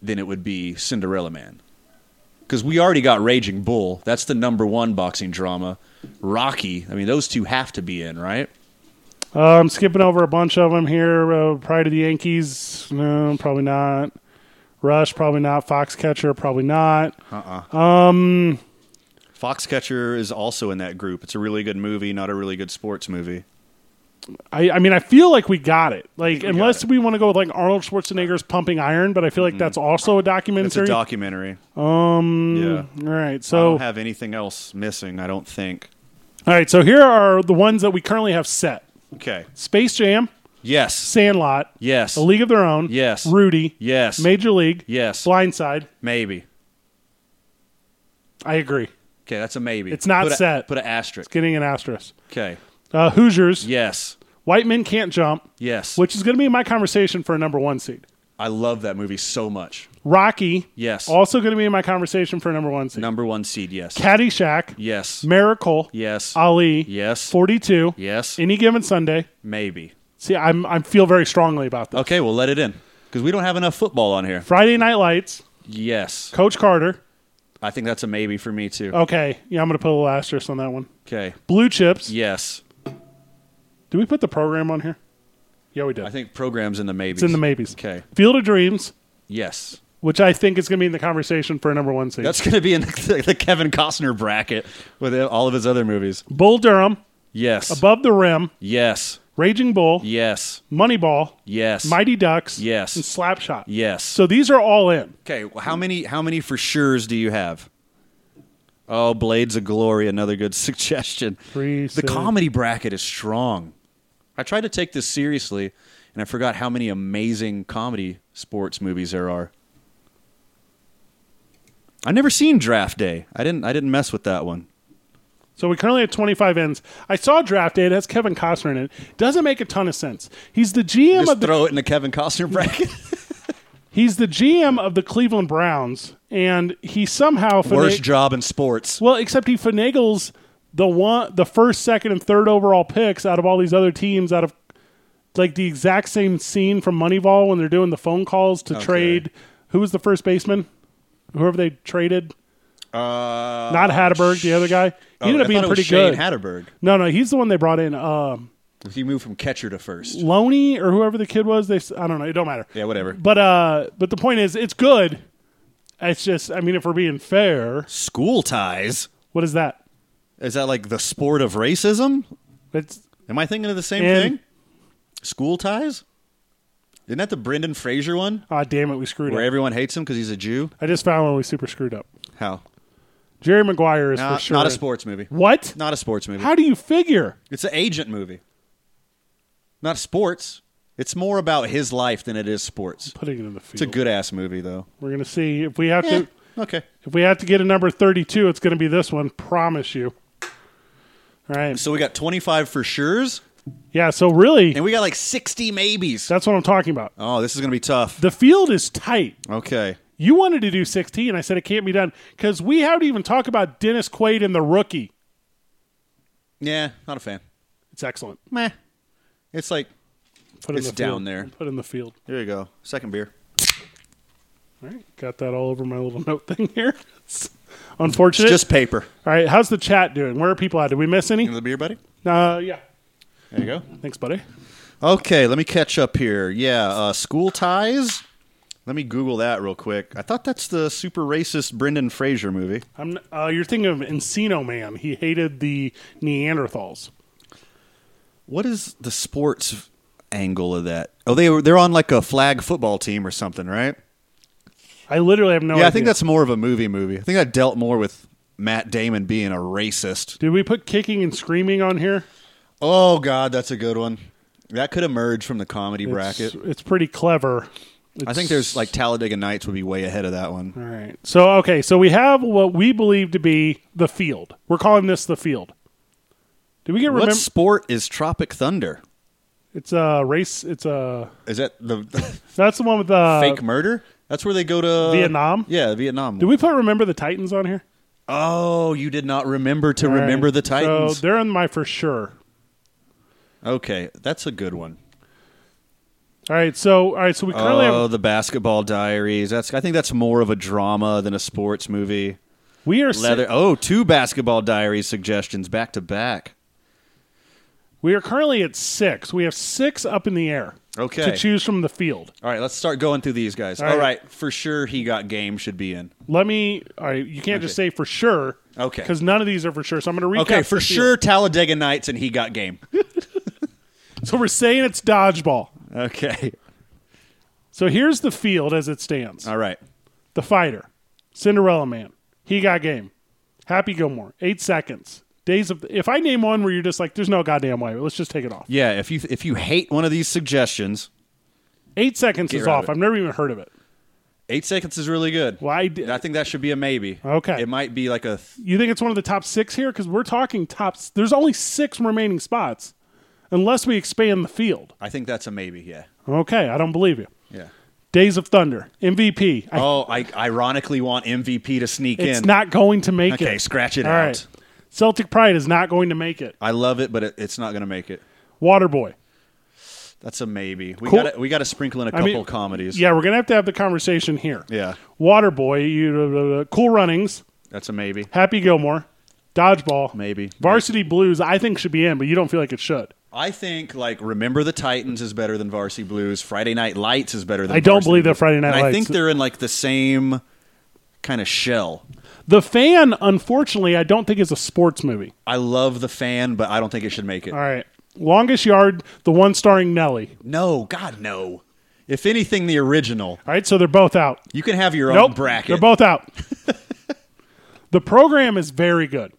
[SPEAKER 2] then it would be Cinderella Man. Because we already got Raging Bull. That's the number one boxing drama. Rocky. I mean, those two have to be in, right?
[SPEAKER 1] Uh, I'm skipping over a bunch of them here. Uh, Pride of the Yankees, no, probably not. Rush, probably not. Foxcatcher, probably not.
[SPEAKER 2] Foxcatcher is also in that group. It's a really good movie, not a really good sports movie.
[SPEAKER 1] I, I mean, I feel like we got it. Like,
[SPEAKER 2] we got
[SPEAKER 1] unless
[SPEAKER 2] it.
[SPEAKER 1] we want to go with like Arnold Schwarzenegger's Pumping Iron, but I feel like that's also a
[SPEAKER 2] It's a
[SPEAKER 1] documentary.
[SPEAKER 2] documentary.
[SPEAKER 1] Mm,
[SPEAKER 2] Um, yeah.
[SPEAKER 1] All right,
[SPEAKER 2] I
[SPEAKER 1] so
[SPEAKER 2] don't have anything else missing, I don't think.
[SPEAKER 1] all right, so here are the ones that we currently have set:
[SPEAKER 2] Okay.
[SPEAKER 1] Space Jam,
[SPEAKER 2] Yes.
[SPEAKER 1] Sandlot,
[SPEAKER 2] Yes.
[SPEAKER 1] A League of Their Own,
[SPEAKER 2] Yes.
[SPEAKER 1] Rudy,
[SPEAKER 2] Yes.
[SPEAKER 1] Major League,
[SPEAKER 2] Yes.
[SPEAKER 1] Blindside.
[SPEAKER 2] Maybe.
[SPEAKER 1] I agree.
[SPEAKER 2] Okay, that's a maybe.
[SPEAKER 1] It's not
[SPEAKER 2] Put a-
[SPEAKER 1] set.
[SPEAKER 2] Put an asterisk.
[SPEAKER 1] Getting an asterisk.
[SPEAKER 2] Okay.
[SPEAKER 1] Uh, Hoosiers,
[SPEAKER 2] Yes.
[SPEAKER 1] White Men Can't Jump,
[SPEAKER 2] Yes.
[SPEAKER 1] which is going to be my conversation for a number one seed.
[SPEAKER 2] I love that movie so much.
[SPEAKER 1] Rocky,
[SPEAKER 2] Yes.
[SPEAKER 1] also going to be in my conversation for a number one seed.
[SPEAKER 2] Number one seed, yes.
[SPEAKER 1] Caddyshack,
[SPEAKER 2] yes.
[SPEAKER 1] Miracle,
[SPEAKER 2] yes.
[SPEAKER 1] Ali,
[SPEAKER 2] Yes.
[SPEAKER 1] 42,
[SPEAKER 2] yes.
[SPEAKER 1] Any Given Sunday.
[SPEAKER 2] maybe.
[SPEAKER 1] See, I'm I feel very strongly about this.
[SPEAKER 2] Okay, we'll let it in. Because we don't have enough football on here.
[SPEAKER 1] Friday Night Lights,
[SPEAKER 2] Yes.
[SPEAKER 1] Coach Carter.
[SPEAKER 2] I think that's a maybe for me, too.
[SPEAKER 1] Okay, yeah, I'm going to put a little asterisk on that one.
[SPEAKER 2] Okay.
[SPEAKER 1] Blue Chips.
[SPEAKER 2] Yes.
[SPEAKER 1] Do we put the program on here? Yeah, we did.
[SPEAKER 2] I think programs in the maybe.
[SPEAKER 1] it's in the maybes.
[SPEAKER 2] Okay.
[SPEAKER 1] Field of Dreams,
[SPEAKER 2] Yes.
[SPEAKER 1] which I think is going to be in the conversation for a number one seed.
[SPEAKER 2] That's going to be in the, the Kevin Costner bracket with all of his other movies.
[SPEAKER 1] Bull Durham,
[SPEAKER 2] Yes.
[SPEAKER 1] Above the Rim,
[SPEAKER 2] yes.
[SPEAKER 1] Raging Bull,
[SPEAKER 2] Yes.
[SPEAKER 1] Moneyball,
[SPEAKER 2] Yes.
[SPEAKER 1] Mighty Ducks,
[SPEAKER 2] Yes.
[SPEAKER 1] and Slapshot.
[SPEAKER 2] yes.
[SPEAKER 1] So these are all in.
[SPEAKER 2] okay, well, how many how many for sure's do you have? Oh, Blades of Glory, another good (laughs) suggestion.
[SPEAKER 1] Three,
[SPEAKER 2] the
[SPEAKER 1] six.
[SPEAKER 2] comedy bracket is strong. I tried to take this seriously, and I forgot how many amazing comedy sports movies there are. I've never seen Draft Day. I didn't. I didn't mess with that one.
[SPEAKER 1] So we currently have 25 ends. I saw draft day. It has Kevin Costner in it. Doesn't make a ton of sense. He's the GM
[SPEAKER 2] Just
[SPEAKER 1] of the
[SPEAKER 2] throw it in the
[SPEAKER 1] (laughs)
[SPEAKER 2] Kevin Costner bracket.
[SPEAKER 1] he's the GM of the Cleveland Browns, and he somehow
[SPEAKER 2] Worst
[SPEAKER 1] finag-
[SPEAKER 2] job in sports.
[SPEAKER 1] well, except he finagles the one, the first, second, and third overall picks out of all these other teams out of like the exact same scene from Moneyball when they're doing the phone calls to trade. Who was the first baseman? Whoever they traded.
[SPEAKER 2] Uh, Oh,
[SPEAKER 1] Not Hatterberg, the other guy. He ended up being pretty
[SPEAKER 2] Shane
[SPEAKER 1] good.
[SPEAKER 2] Hatterberg.
[SPEAKER 1] no, no, he's the one they brought in. Um,
[SPEAKER 2] He moved from catcher to first.
[SPEAKER 1] Loney or whoever the kid was. They s- I don't know. It don't matter.
[SPEAKER 2] Yeah, whatever.
[SPEAKER 1] But uh, but the point is, it's good. It's just, I mean, if we're being fair,
[SPEAKER 2] School ties.
[SPEAKER 1] what is that?
[SPEAKER 2] Is that like the sport of racism?
[SPEAKER 1] It's
[SPEAKER 2] Am I thinking of the same
[SPEAKER 1] And-
[SPEAKER 2] thing? School ties. Isn't that the Brendan Fraser one
[SPEAKER 1] ah, damn it, we screwed
[SPEAKER 2] where
[SPEAKER 1] up.
[SPEAKER 2] everyone hates him because he's a Jew?
[SPEAKER 1] I just found one we super screwed up.
[SPEAKER 2] How?
[SPEAKER 1] Jerry Maguire is
[SPEAKER 2] Not,
[SPEAKER 1] for sure
[SPEAKER 2] not a
[SPEAKER 1] in-
[SPEAKER 2] sports movie.
[SPEAKER 1] What?
[SPEAKER 2] Not a sports movie.
[SPEAKER 1] How do you figure?
[SPEAKER 2] It's an agent movie. Not sports. It's more about his life than it is sports.
[SPEAKER 1] Putting it in the
[SPEAKER 2] It's a
[SPEAKER 1] field.
[SPEAKER 2] good ass movie though.
[SPEAKER 1] we're gonna see if we have
[SPEAKER 2] Yeah.
[SPEAKER 1] to.
[SPEAKER 2] Okay.
[SPEAKER 1] If we have to get a number 32, it's going to be this one. Promise you. All right.
[SPEAKER 2] So we got 25 for sure's,
[SPEAKER 1] Yeah. So really,
[SPEAKER 2] and we got like 60 maybes.
[SPEAKER 1] that's what I'm talking about.
[SPEAKER 2] Oh, this is going to be tough.
[SPEAKER 1] The field is tight.
[SPEAKER 2] Okay.
[SPEAKER 1] You wanted to do 16. I said it can't be done because we haven't even talked about Dennis Quaid and the rookie.
[SPEAKER 2] Yeah, not a fan.
[SPEAKER 1] It's excellent.
[SPEAKER 2] Meh. It's like,
[SPEAKER 1] Put it
[SPEAKER 2] It's
[SPEAKER 1] in the field.
[SPEAKER 2] down there.
[SPEAKER 1] Put it in the field.
[SPEAKER 2] there you go. Second beer.
[SPEAKER 1] All right. Got that all over my little (laughs) note thing here. It's unfortunate.
[SPEAKER 2] Just paper.
[SPEAKER 1] all right. How's the chat doing? Where are people at? Did we miss any?
[SPEAKER 2] You know the beer, buddy?
[SPEAKER 1] Uh, yeah.
[SPEAKER 2] There you go.
[SPEAKER 1] Thanks, buddy.
[SPEAKER 2] Okay, let me catch up here. Yeah, uh, school ties. Let me Google that real quick. I thought that's the super racist Brendan Fraser movie.
[SPEAKER 1] I'm, uh, you're thinking of Encino Man. He hated the Neanderthals.
[SPEAKER 2] What is the sports angle of that? Oh, they were they're on like a flag football team or something, right?
[SPEAKER 1] I literally have no idea.
[SPEAKER 2] yeah, I think that's more of a movie movie. I think that dealt more with Matt Damon being a racist.
[SPEAKER 1] Did we put kicking and screaming on here?
[SPEAKER 2] Oh God, that's a good one. That could emerge from the comedy bracket.
[SPEAKER 1] It's, it's pretty clever.
[SPEAKER 2] I think there's like Talladega Nights would be way ahead of that one.
[SPEAKER 1] All right. So, okay. So we have what we believe to be the field. We're calling this the field. Do we get remember?
[SPEAKER 2] What sport is Tropic Thunder?
[SPEAKER 1] It's a race. It's a.
[SPEAKER 2] Is that the
[SPEAKER 1] That's the one with the.
[SPEAKER 2] fake murder. That's where they go to
[SPEAKER 1] Uh, Vietnam?
[SPEAKER 2] Yeah, Vietnam.
[SPEAKER 1] Did we put Remember the Titans on here?
[SPEAKER 2] Oh, you did not remember to
[SPEAKER 1] All right.
[SPEAKER 2] remember the Titans.
[SPEAKER 1] So they're in my for sure.
[SPEAKER 2] okay, that's a good one.
[SPEAKER 1] All right. So, all right. So we currently
[SPEAKER 2] Oh,
[SPEAKER 1] have.
[SPEAKER 2] the Basketball Diaries. That's I think that's more of a drama than a sports movie.
[SPEAKER 1] We are.
[SPEAKER 2] Leather. Oh, two Basketball Diaries suggestions back to back.
[SPEAKER 1] We are currently at six. We have six up in the air.
[SPEAKER 2] Okay.
[SPEAKER 1] To choose from the field.
[SPEAKER 2] All right, let's start going through these guys.
[SPEAKER 1] All
[SPEAKER 2] All
[SPEAKER 1] right.
[SPEAKER 2] right, for sure, he got game should be in.
[SPEAKER 1] Let me. All right. You can't just say for sure.
[SPEAKER 2] Okay.
[SPEAKER 1] Because none of these are for sure. So I'm going to recap.
[SPEAKER 2] Okay, for
[SPEAKER 1] the field.
[SPEAKER 2] sure, Talladega Nights and he got game. (laughs)
[SPEAKER 1] So we're saying it's dodgeball.
[SPEAKER 2] Okay,
[SPEAKER 1] So here's the field as it stands.
[SPEAKER 2] all right.
[SPEAKER 1] The Fighter, Cinderella Man, He Got Game, Happy Gilmore, Eight Seconds, Days of. If I name one where you're just like, there's no goddamn way, let's just take it off.
[SPEAKER 2] Yeah, if you if you hate one of these suggestions,
[SPEAKER 1] Eight Seconds
[SPEAKER 2] Get
[SPEAKER 1] is
[SPEAKER 2] rid of
[SPEAKER 1] off.
[SPEAKER 2] it.
[SPEAKER 1] I've never even heard of it.
[SPEAKER 2] eight seconds is really good.
[SPEAKER 1] Well, I did.
[SPEAKER 2] I think that should be a maybe.
[SPEAKER 1] Okay.
[SPEAKER 2] It might be like a. Th-
[SPEAKER 1] you think it's one of the top six here? Because we're talking tops. There's only six remaining spots, unless we expand the field.
[SPEAKER 2] I think that's a maybe. Yeah.
[SPEAKER 1] Okay, I don't believe you.
[SPEAKER 2] Yeah.
[SPEAKER 1] Days of Thunder, MVP. I,
[SPEAKER 2] Oh, I ironically want MVP to sneak
[SPEAKER 1] it's
[SPEAKER 2] in.
[SPEAKER 1] not going to make it.
[SPEAKER 2] okay, scratch it
[SPEAKER 1] All
[SPEAKER 2] out.
[SPEAKER 1] right. Celtic Pride is not going to make it.
[SPEAKER 2] I love it, but it, it's not going to make it.
[SPEAKER 1] Waterboy.
[SPEAKER 2] That's a maybe. We
[SPEAKER 1] Cool.
[SPEAKER 2] got we got to sprinkle in a
[SPEAKER 1] I
[SPEAKER 2] couple
[SPEAKER 1] mean,
[SPEAKER 2] comedies.
[SPEAKER 1] Yeah, we're gonna have to have the conversation here.
[SPEAKER 2] Yeah.
[SPEAKER 1] Waterboy, you, blah, blah, blah, Cool Runnings,
[SPEAKER 2] That's a maybe.
[SPEAKER 1] Happy Gilmore, Dodgeball,
[SPEAKER 2] Maybe.
[SPEAKER 1] Varsity Blues. I think should be in, but you don't feel like it should.
[SPEAKER 2] I think like Remember the Titans is better than Varsity Blues. Friday Night Lights is better than
[SPEAKER 1] I don't
[SPEAKER 2] Varsity
[SPEAKER 1] believe that
[SPEAKER 2] Blues.
[SPEAKER 1] Friday Night
[SPEAKER 2] And I
[SPEAKER 1] Lights-
[SPEAKER 2] think they're in like the same kind of shell.
[SPEAKER 1] The Fan, unfortunately, I don't think is a sports movie.
[SPEAKER 2] I love the fan, but I don't think it should make it.
[SPEAKER 1] All right, Longest Yard, the one starring Nelly.
[SPEAKER 2] No, God no. If anything, the original.
[SPEAKER 1] All right, so they're both out.
[SPEAKER 2] You can have your own
[SPEAKER 1] Nope,
[SPEAKER 2] bracket.
[SPEAKER 1] they're both out. (laughs) the program is very good.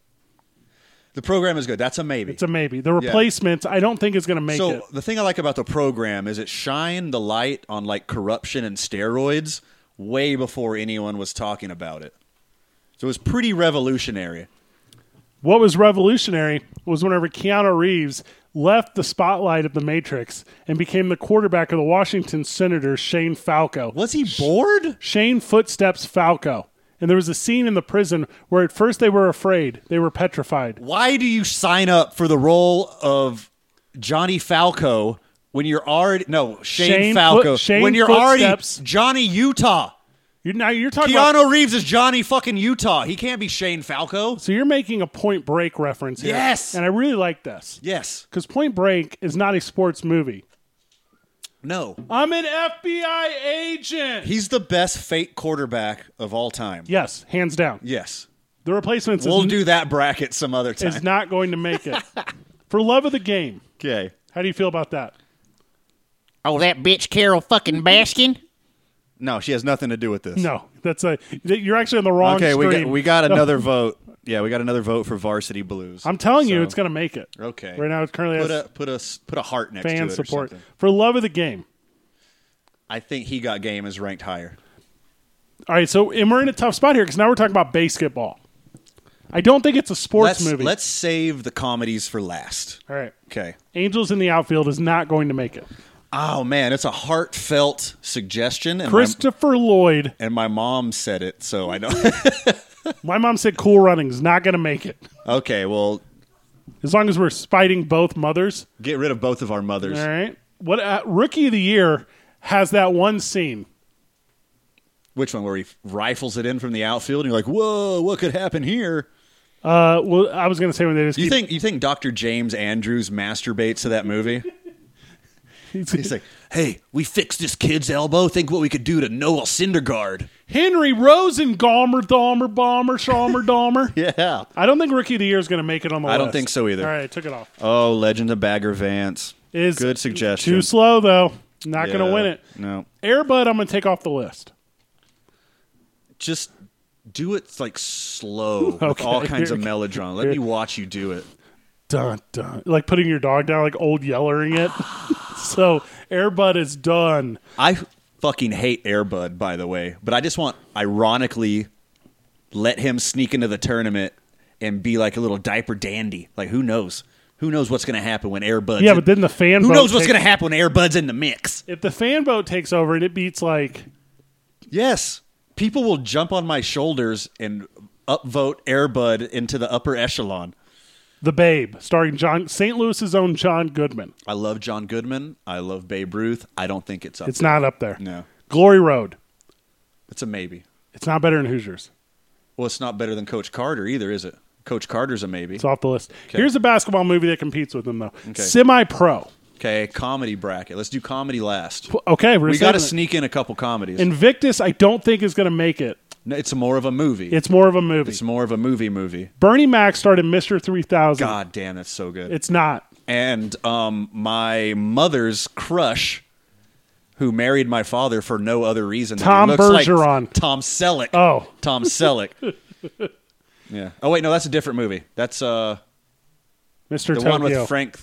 [SPEAKER 2] The program is good. That's a maybe.
[SPEAKER 1] It's a maybe. The replacements, I don't think is going to make
[SPEAKER 2] so
[SPEAKER 1] it.
[SPEAKER 2] the thing I like about the program is it shined the light on like corruption and steroids way before anyone was talking about it. So it was pretty revolutionary.
[SPEAKER 1] What was revolutionary was whenever Keanu Reeves left the spotlight of the Matrix and became the quarterback of the Washington Senators, Shane Falco.
[SPEAKER 2] Was he bored?
[SPEAKER 1] Shane Footsteps Falco. And there was a scene in the prison where at first they were afraid, they were petrified.
[SPEAKER 2] Why do you sign up for the role of Johnny Falco when you're already no Shane,
[SPEAKER 1] Shane
[SPEAKER 2] Falco
[SPEAKER 1] Foot- Shane
[SPEAKER 2] when you're
[SPEAKER 1] Footsteps.
[SPEAKER 2] already Johnny Utah?
[SPEAKER 1] You're, now you're talking about.
[SPEAKER 2] Keanu Reeves is Johnny fucking Utah. He can't be Shane Falco.
[SPEAKER 1] So you're making a point break reference here.
[SPEAKER 2] Yes.
[SPEAKER 1] And I really like this
[SPEAKER 2] Yes.
[SPEAKER 1] because Point Break is not a sports movie.
[SPEAKER 2] No.
[SPEAKER 1] I'm an FBI agent.
[SPEAKER 2] He's the best fake quarterback of all time.
[SPEAKER 1] Yes, hands down.
[SPEAKER 2] Yes.
[SPEAKER 1] The replacements
[SPEAKER 2] We'll
[SPEAKER 1] is,
[SPEAKER 2] do that bracket some other time.
[SPEAKER 1] is not going to make
[SPEAKER 2] (laughs)
[SPEAKER 1] it. For love of the game.
[SPEAKER 2] Okay.
[SPEAKER 1] How do you feel about that?
[SPEAKER 3] Oh, that bitch Carol fucking Baskin?
[SPEAKER 2] No, she has nothing to do with this.
[SPEAKER 1] No, that's a th- you're actually on the wrong.
[SPEAKER 2] Okay, we
[SPEAKER 1] stream.
[SPEAKER 2] got, we got
[SPEAKER 1] No,
[SPEAKER 2] another vote. Yeah, we got another vote for Varsity Blues.
[SPEAKER 1] I'm telling you,
[SPEAKER 2] So-
[SPEAKER 1] it's going to make it.
[SPEAKER 2] okay.
[SPEAKER 1] Right now, it currently
[SPEAKER 2] put
[SPEAKER 1] has
[SPEAKER 2] a put a s- put a heart next to
[SPEAKER 1] fan
[SPEAKER 2] it or
[SPEAKER 1] support
[SPEAKER 2] something.
[SPEAKER 1] for love of the game.
[SPEAKER 2] I think he got game is ranked higher.
[SPEAKER 1] All right, so and we're in a tough spot here because now we're talking about basketball. I don't think it's a sports
[SPEAKER 2] let's,
[SPEAKER 1] movie.
[SPEAKER 2] Let's save the comedies for last.
[SPEAKER 1] All right,
[SPEAKER 2] Okay.
[SPEAKER 1] Angels in the Outfield is not going to make it.
[SPEAKER 2] Oh man, it's a heartfelt suggestion, and my,
[SPEAKER 1] Christopher Lloyd.
[SPEAKER 2] and my mom said it,
[SPEAKER 1] (laughs)
[SPEAKER 2] so I know.
[SPEAKER 1] My mom said Cool Running's not going to make it.
[SPEAKER 2] okay, well,
[SPEAKER 1] As long as we're spiting both mothers.
[SPEAKER 2] get rid of both of our mothers.
[SPEAKER 1] All right. What uh, rookie of the year has that one scene?
[SPEAKER 2] Which one? Where he rifles it in from the outfield, and you're like, "Whoa, what could happen here?"
[SPEAKER 1] Uh, well, I was going to say when they just
[SPEAKER 2] You
[SPEAKER 1] keep,
[SPEAKER 2] think you think Dr. James Andrews masturbates to that movie?
[SPEAKER 1] (laughs)
[SPEAKER 2] He's like, "Hey, we fixed this kid's elbow. Think what we could do to Noel Syndergaard."
[SPEAKER 1] Henry Rosen, Gomer, Dahmer, Bomber, Shalmer, Dahmer.
[SPEAKER 2] (laughs) Yeah.
[SPEAKER 1] I don't think rookie of the year is going to make it on the list.
[SPEAKER 2] I don't think so either.
[SPEAKER 1] All right, I took it off.
[SPEAKER 2] Oh, Legend of Bagger Vance.
[SPEAKER 1] Is
[SPEAKER 2] good suggestion.
[SPEAKER 1] Too slow though. Not going to
[SPEAKER 2] Yeah,
[SPEAKER 1] win it.
[SPEAKER 2] No.
[SPEAKER 1] Airbud, I'm going to take off the list.
[SPEAKER 2] just do it
[SPEAKER 1] (laughs)
[SPEAKER 2] like slow with
[SPEAKER 1] Okay,
[SPEAKER 2] all kinds
[SPEAKER 1] here-
[SPEAKER 2] of melodrama. Let me watch you do it.
[SPEAKER 1] Dun dun. Like putting your dog down, like old yellering it. (laughs) so Airbud is done.
[SPEAKER 2] I fucking hate Airbud, by the way, but I just want ironically let him sneak into the tournament and be like a little diaper dandy. Like who knows? Who knows what's going to happen when Airbud?
[SPEAKER 1] Yeah, but then the fan.
[SPEAKER 2] who
[SPEAKER 1] vote
[SPEAKER 2] knows what's
[SPEAKER 1] takes-
[SPEAKER 2] going to happen when Airbud's in the mix?
[SPEAKER 1] (laughs) If the fan vote takes over and it beats like
[SPEAKER 2] Yes, people will jump on my shoulders and upvote Airbud into the upper echelon.
[SPEAKER 1] The Babe, starring John St. Louis's own John Goodman,
[SPEAKER 2] I love John Goodman. I love Babe Ruth. I don't think it's up.
[SPEAKER 1] it's
[SPEAKER 2] there.
[SPEAKER 1] not up there.
[SPEAKER 2] No,
[SPEAKER 1] Glory Road,
[SPEAKER 2] it's a maybe.
[SPEAKER 1] it's not better than Hoosiers.
[SPEAKER 2] Well, it's not better than Coach Carter either, is it? Coach Carter's a maybe.
[SPEAKER 1] It's off the list. Here's a basketball movie that competes with them though.
[SPEAKER 2] Okay.
[SPEAKER 1] Semi Pro.
[SPEAKER 2] Okay, comedy bracket. Let's do comedy last.
[SPEAKER 1] Okay, we're
[SPEAKER 2] We got to
[SPEAKER 1] saving it.
[SPEAKER 2] sneak in a couple comedies.
[SPEAKER 1] Invictus. I don't think is going to make it.
[SPEAKER 2] No, it's more of a movie.
[SPEAKER 1] It's more of a movie.
[SPEAKER 2] It's more of a movie movie.
[SPEAKER 1] Bernie Mac starred in Mr. 3000.
[SPEAKER 2] God damn, that's so good.
[SPEAKER 1] It's not.
[SPEAKER 2] and um, my mother's crush, who married my father for no other reason. than he
[SPEAKER 1] Tom
[SPEAKER 2] looks like
[SPEAKER 1] Bergeron.
[SPEAKER 2] Tom Selleck.
[SPEAKER 1] Oh.
[SPEAKER 2] Tom Selleck.
[SPEAKER 1] (laughs)
[SPEAKER 2] yeah. Oh wait, no, that's a different movie. That's uh
[SPEAKER 1] Mr.
[SPEAKER 2] the
[SPEAKER 1] Tokyo.
[SPEAKER 2] one with Frank,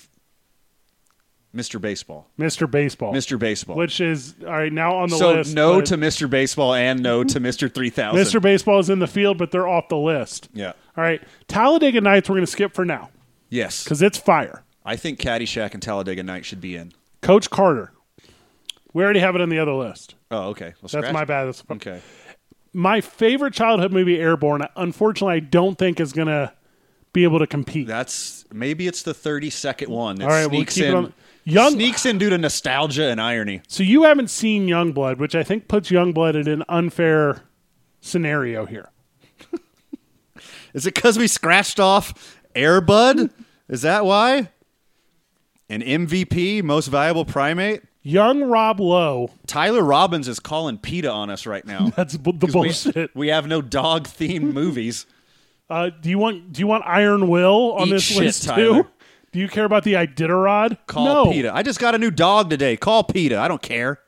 [SPEAKER 2] Mr. Baseball,
[SPEAKER 1] Mr. Baseball.
[SPEAKER 2] Mr. Baseball.
[SPEAKER 1] Which is all right now on the
[SPEAKER 2] so
[SPEAKER 1] list.
[SPEAKER 2] no
[SPEAKER 1] but
[SPEAKER 2] to Mr. Baseball and no to Mr. 3000.
[SPEAKER 1] Mr. Baseball is in the field, but they're off the list.
[SPEAKER 2] Yeah.
[SPEAKER 1] All right. Talladega Nights we're going to skip for now
[SPEAKER 2] Yes.
[SPEAKER 1] because it's fire.
[SPEAKER 2] I think Caddyshack and Talladega Night should be in.
[SPEAKER 1] Coach Carter. We already have it on the other list.
[SPEAKER 2] Oh, okay. Well,
[SPEAKER 1] That's
[SPEAKER 2] scratch
[SPEAKER 1] my
[SPEAKER 2] it.
[SPEAKER 1] bad. That's
[SPEAKER 2] Okay.
[SPEAKER 1] My favorite childhood movie, Airborne. Unfortunately, I don't think is going to be able to compete.
[SPEAKER 2] That's maybe it's the 32nd one that
[SPEAKER 1] All right, we'll
[SPEAKER 2] sneaks
[SPEAKER 1] keep it
[SPEAKER 2] in.
[SPEAKER 1] on- Young-
[SPEAKER 2] sneaks in due to nostalgia and irony.
[SPEAKER 1] so you haven't seen Youngblood, which I think puts Youngblood in an unfair scenario here.
[SPEAKER 2] Is it cuz we scratched off Airbud? Is that why? An MVP, most valuable primate?
[SPEAKER 1] Young Rob Lowe.
[SPEAKER 2] Tyler Robbins is calling PETA on us right now.
[SPEAKER 1] That's bu- the
[SPEAKER 2] 'Cause we-
[SPEAKER 1] (laughs) bullshit.
[SPEAKER 2] we have no dog themed movies.
[SPEAKER 1] Uh, do you want Do you want Iron Will on
[SPEAKER 2] Eat
[SPEAKER 1] this
[SPEAKER 2] shit,
[SPEAKER 1] list
[SPEAKER 2] Tyler.
[SPEAKER 1] too? Do you care about the Iditarod?
[SPEAKER 2] Call
[SPEAKER 1] no.
[SPEAKER 2] PETA. I just got a new dog today. Call PETA. I don't care.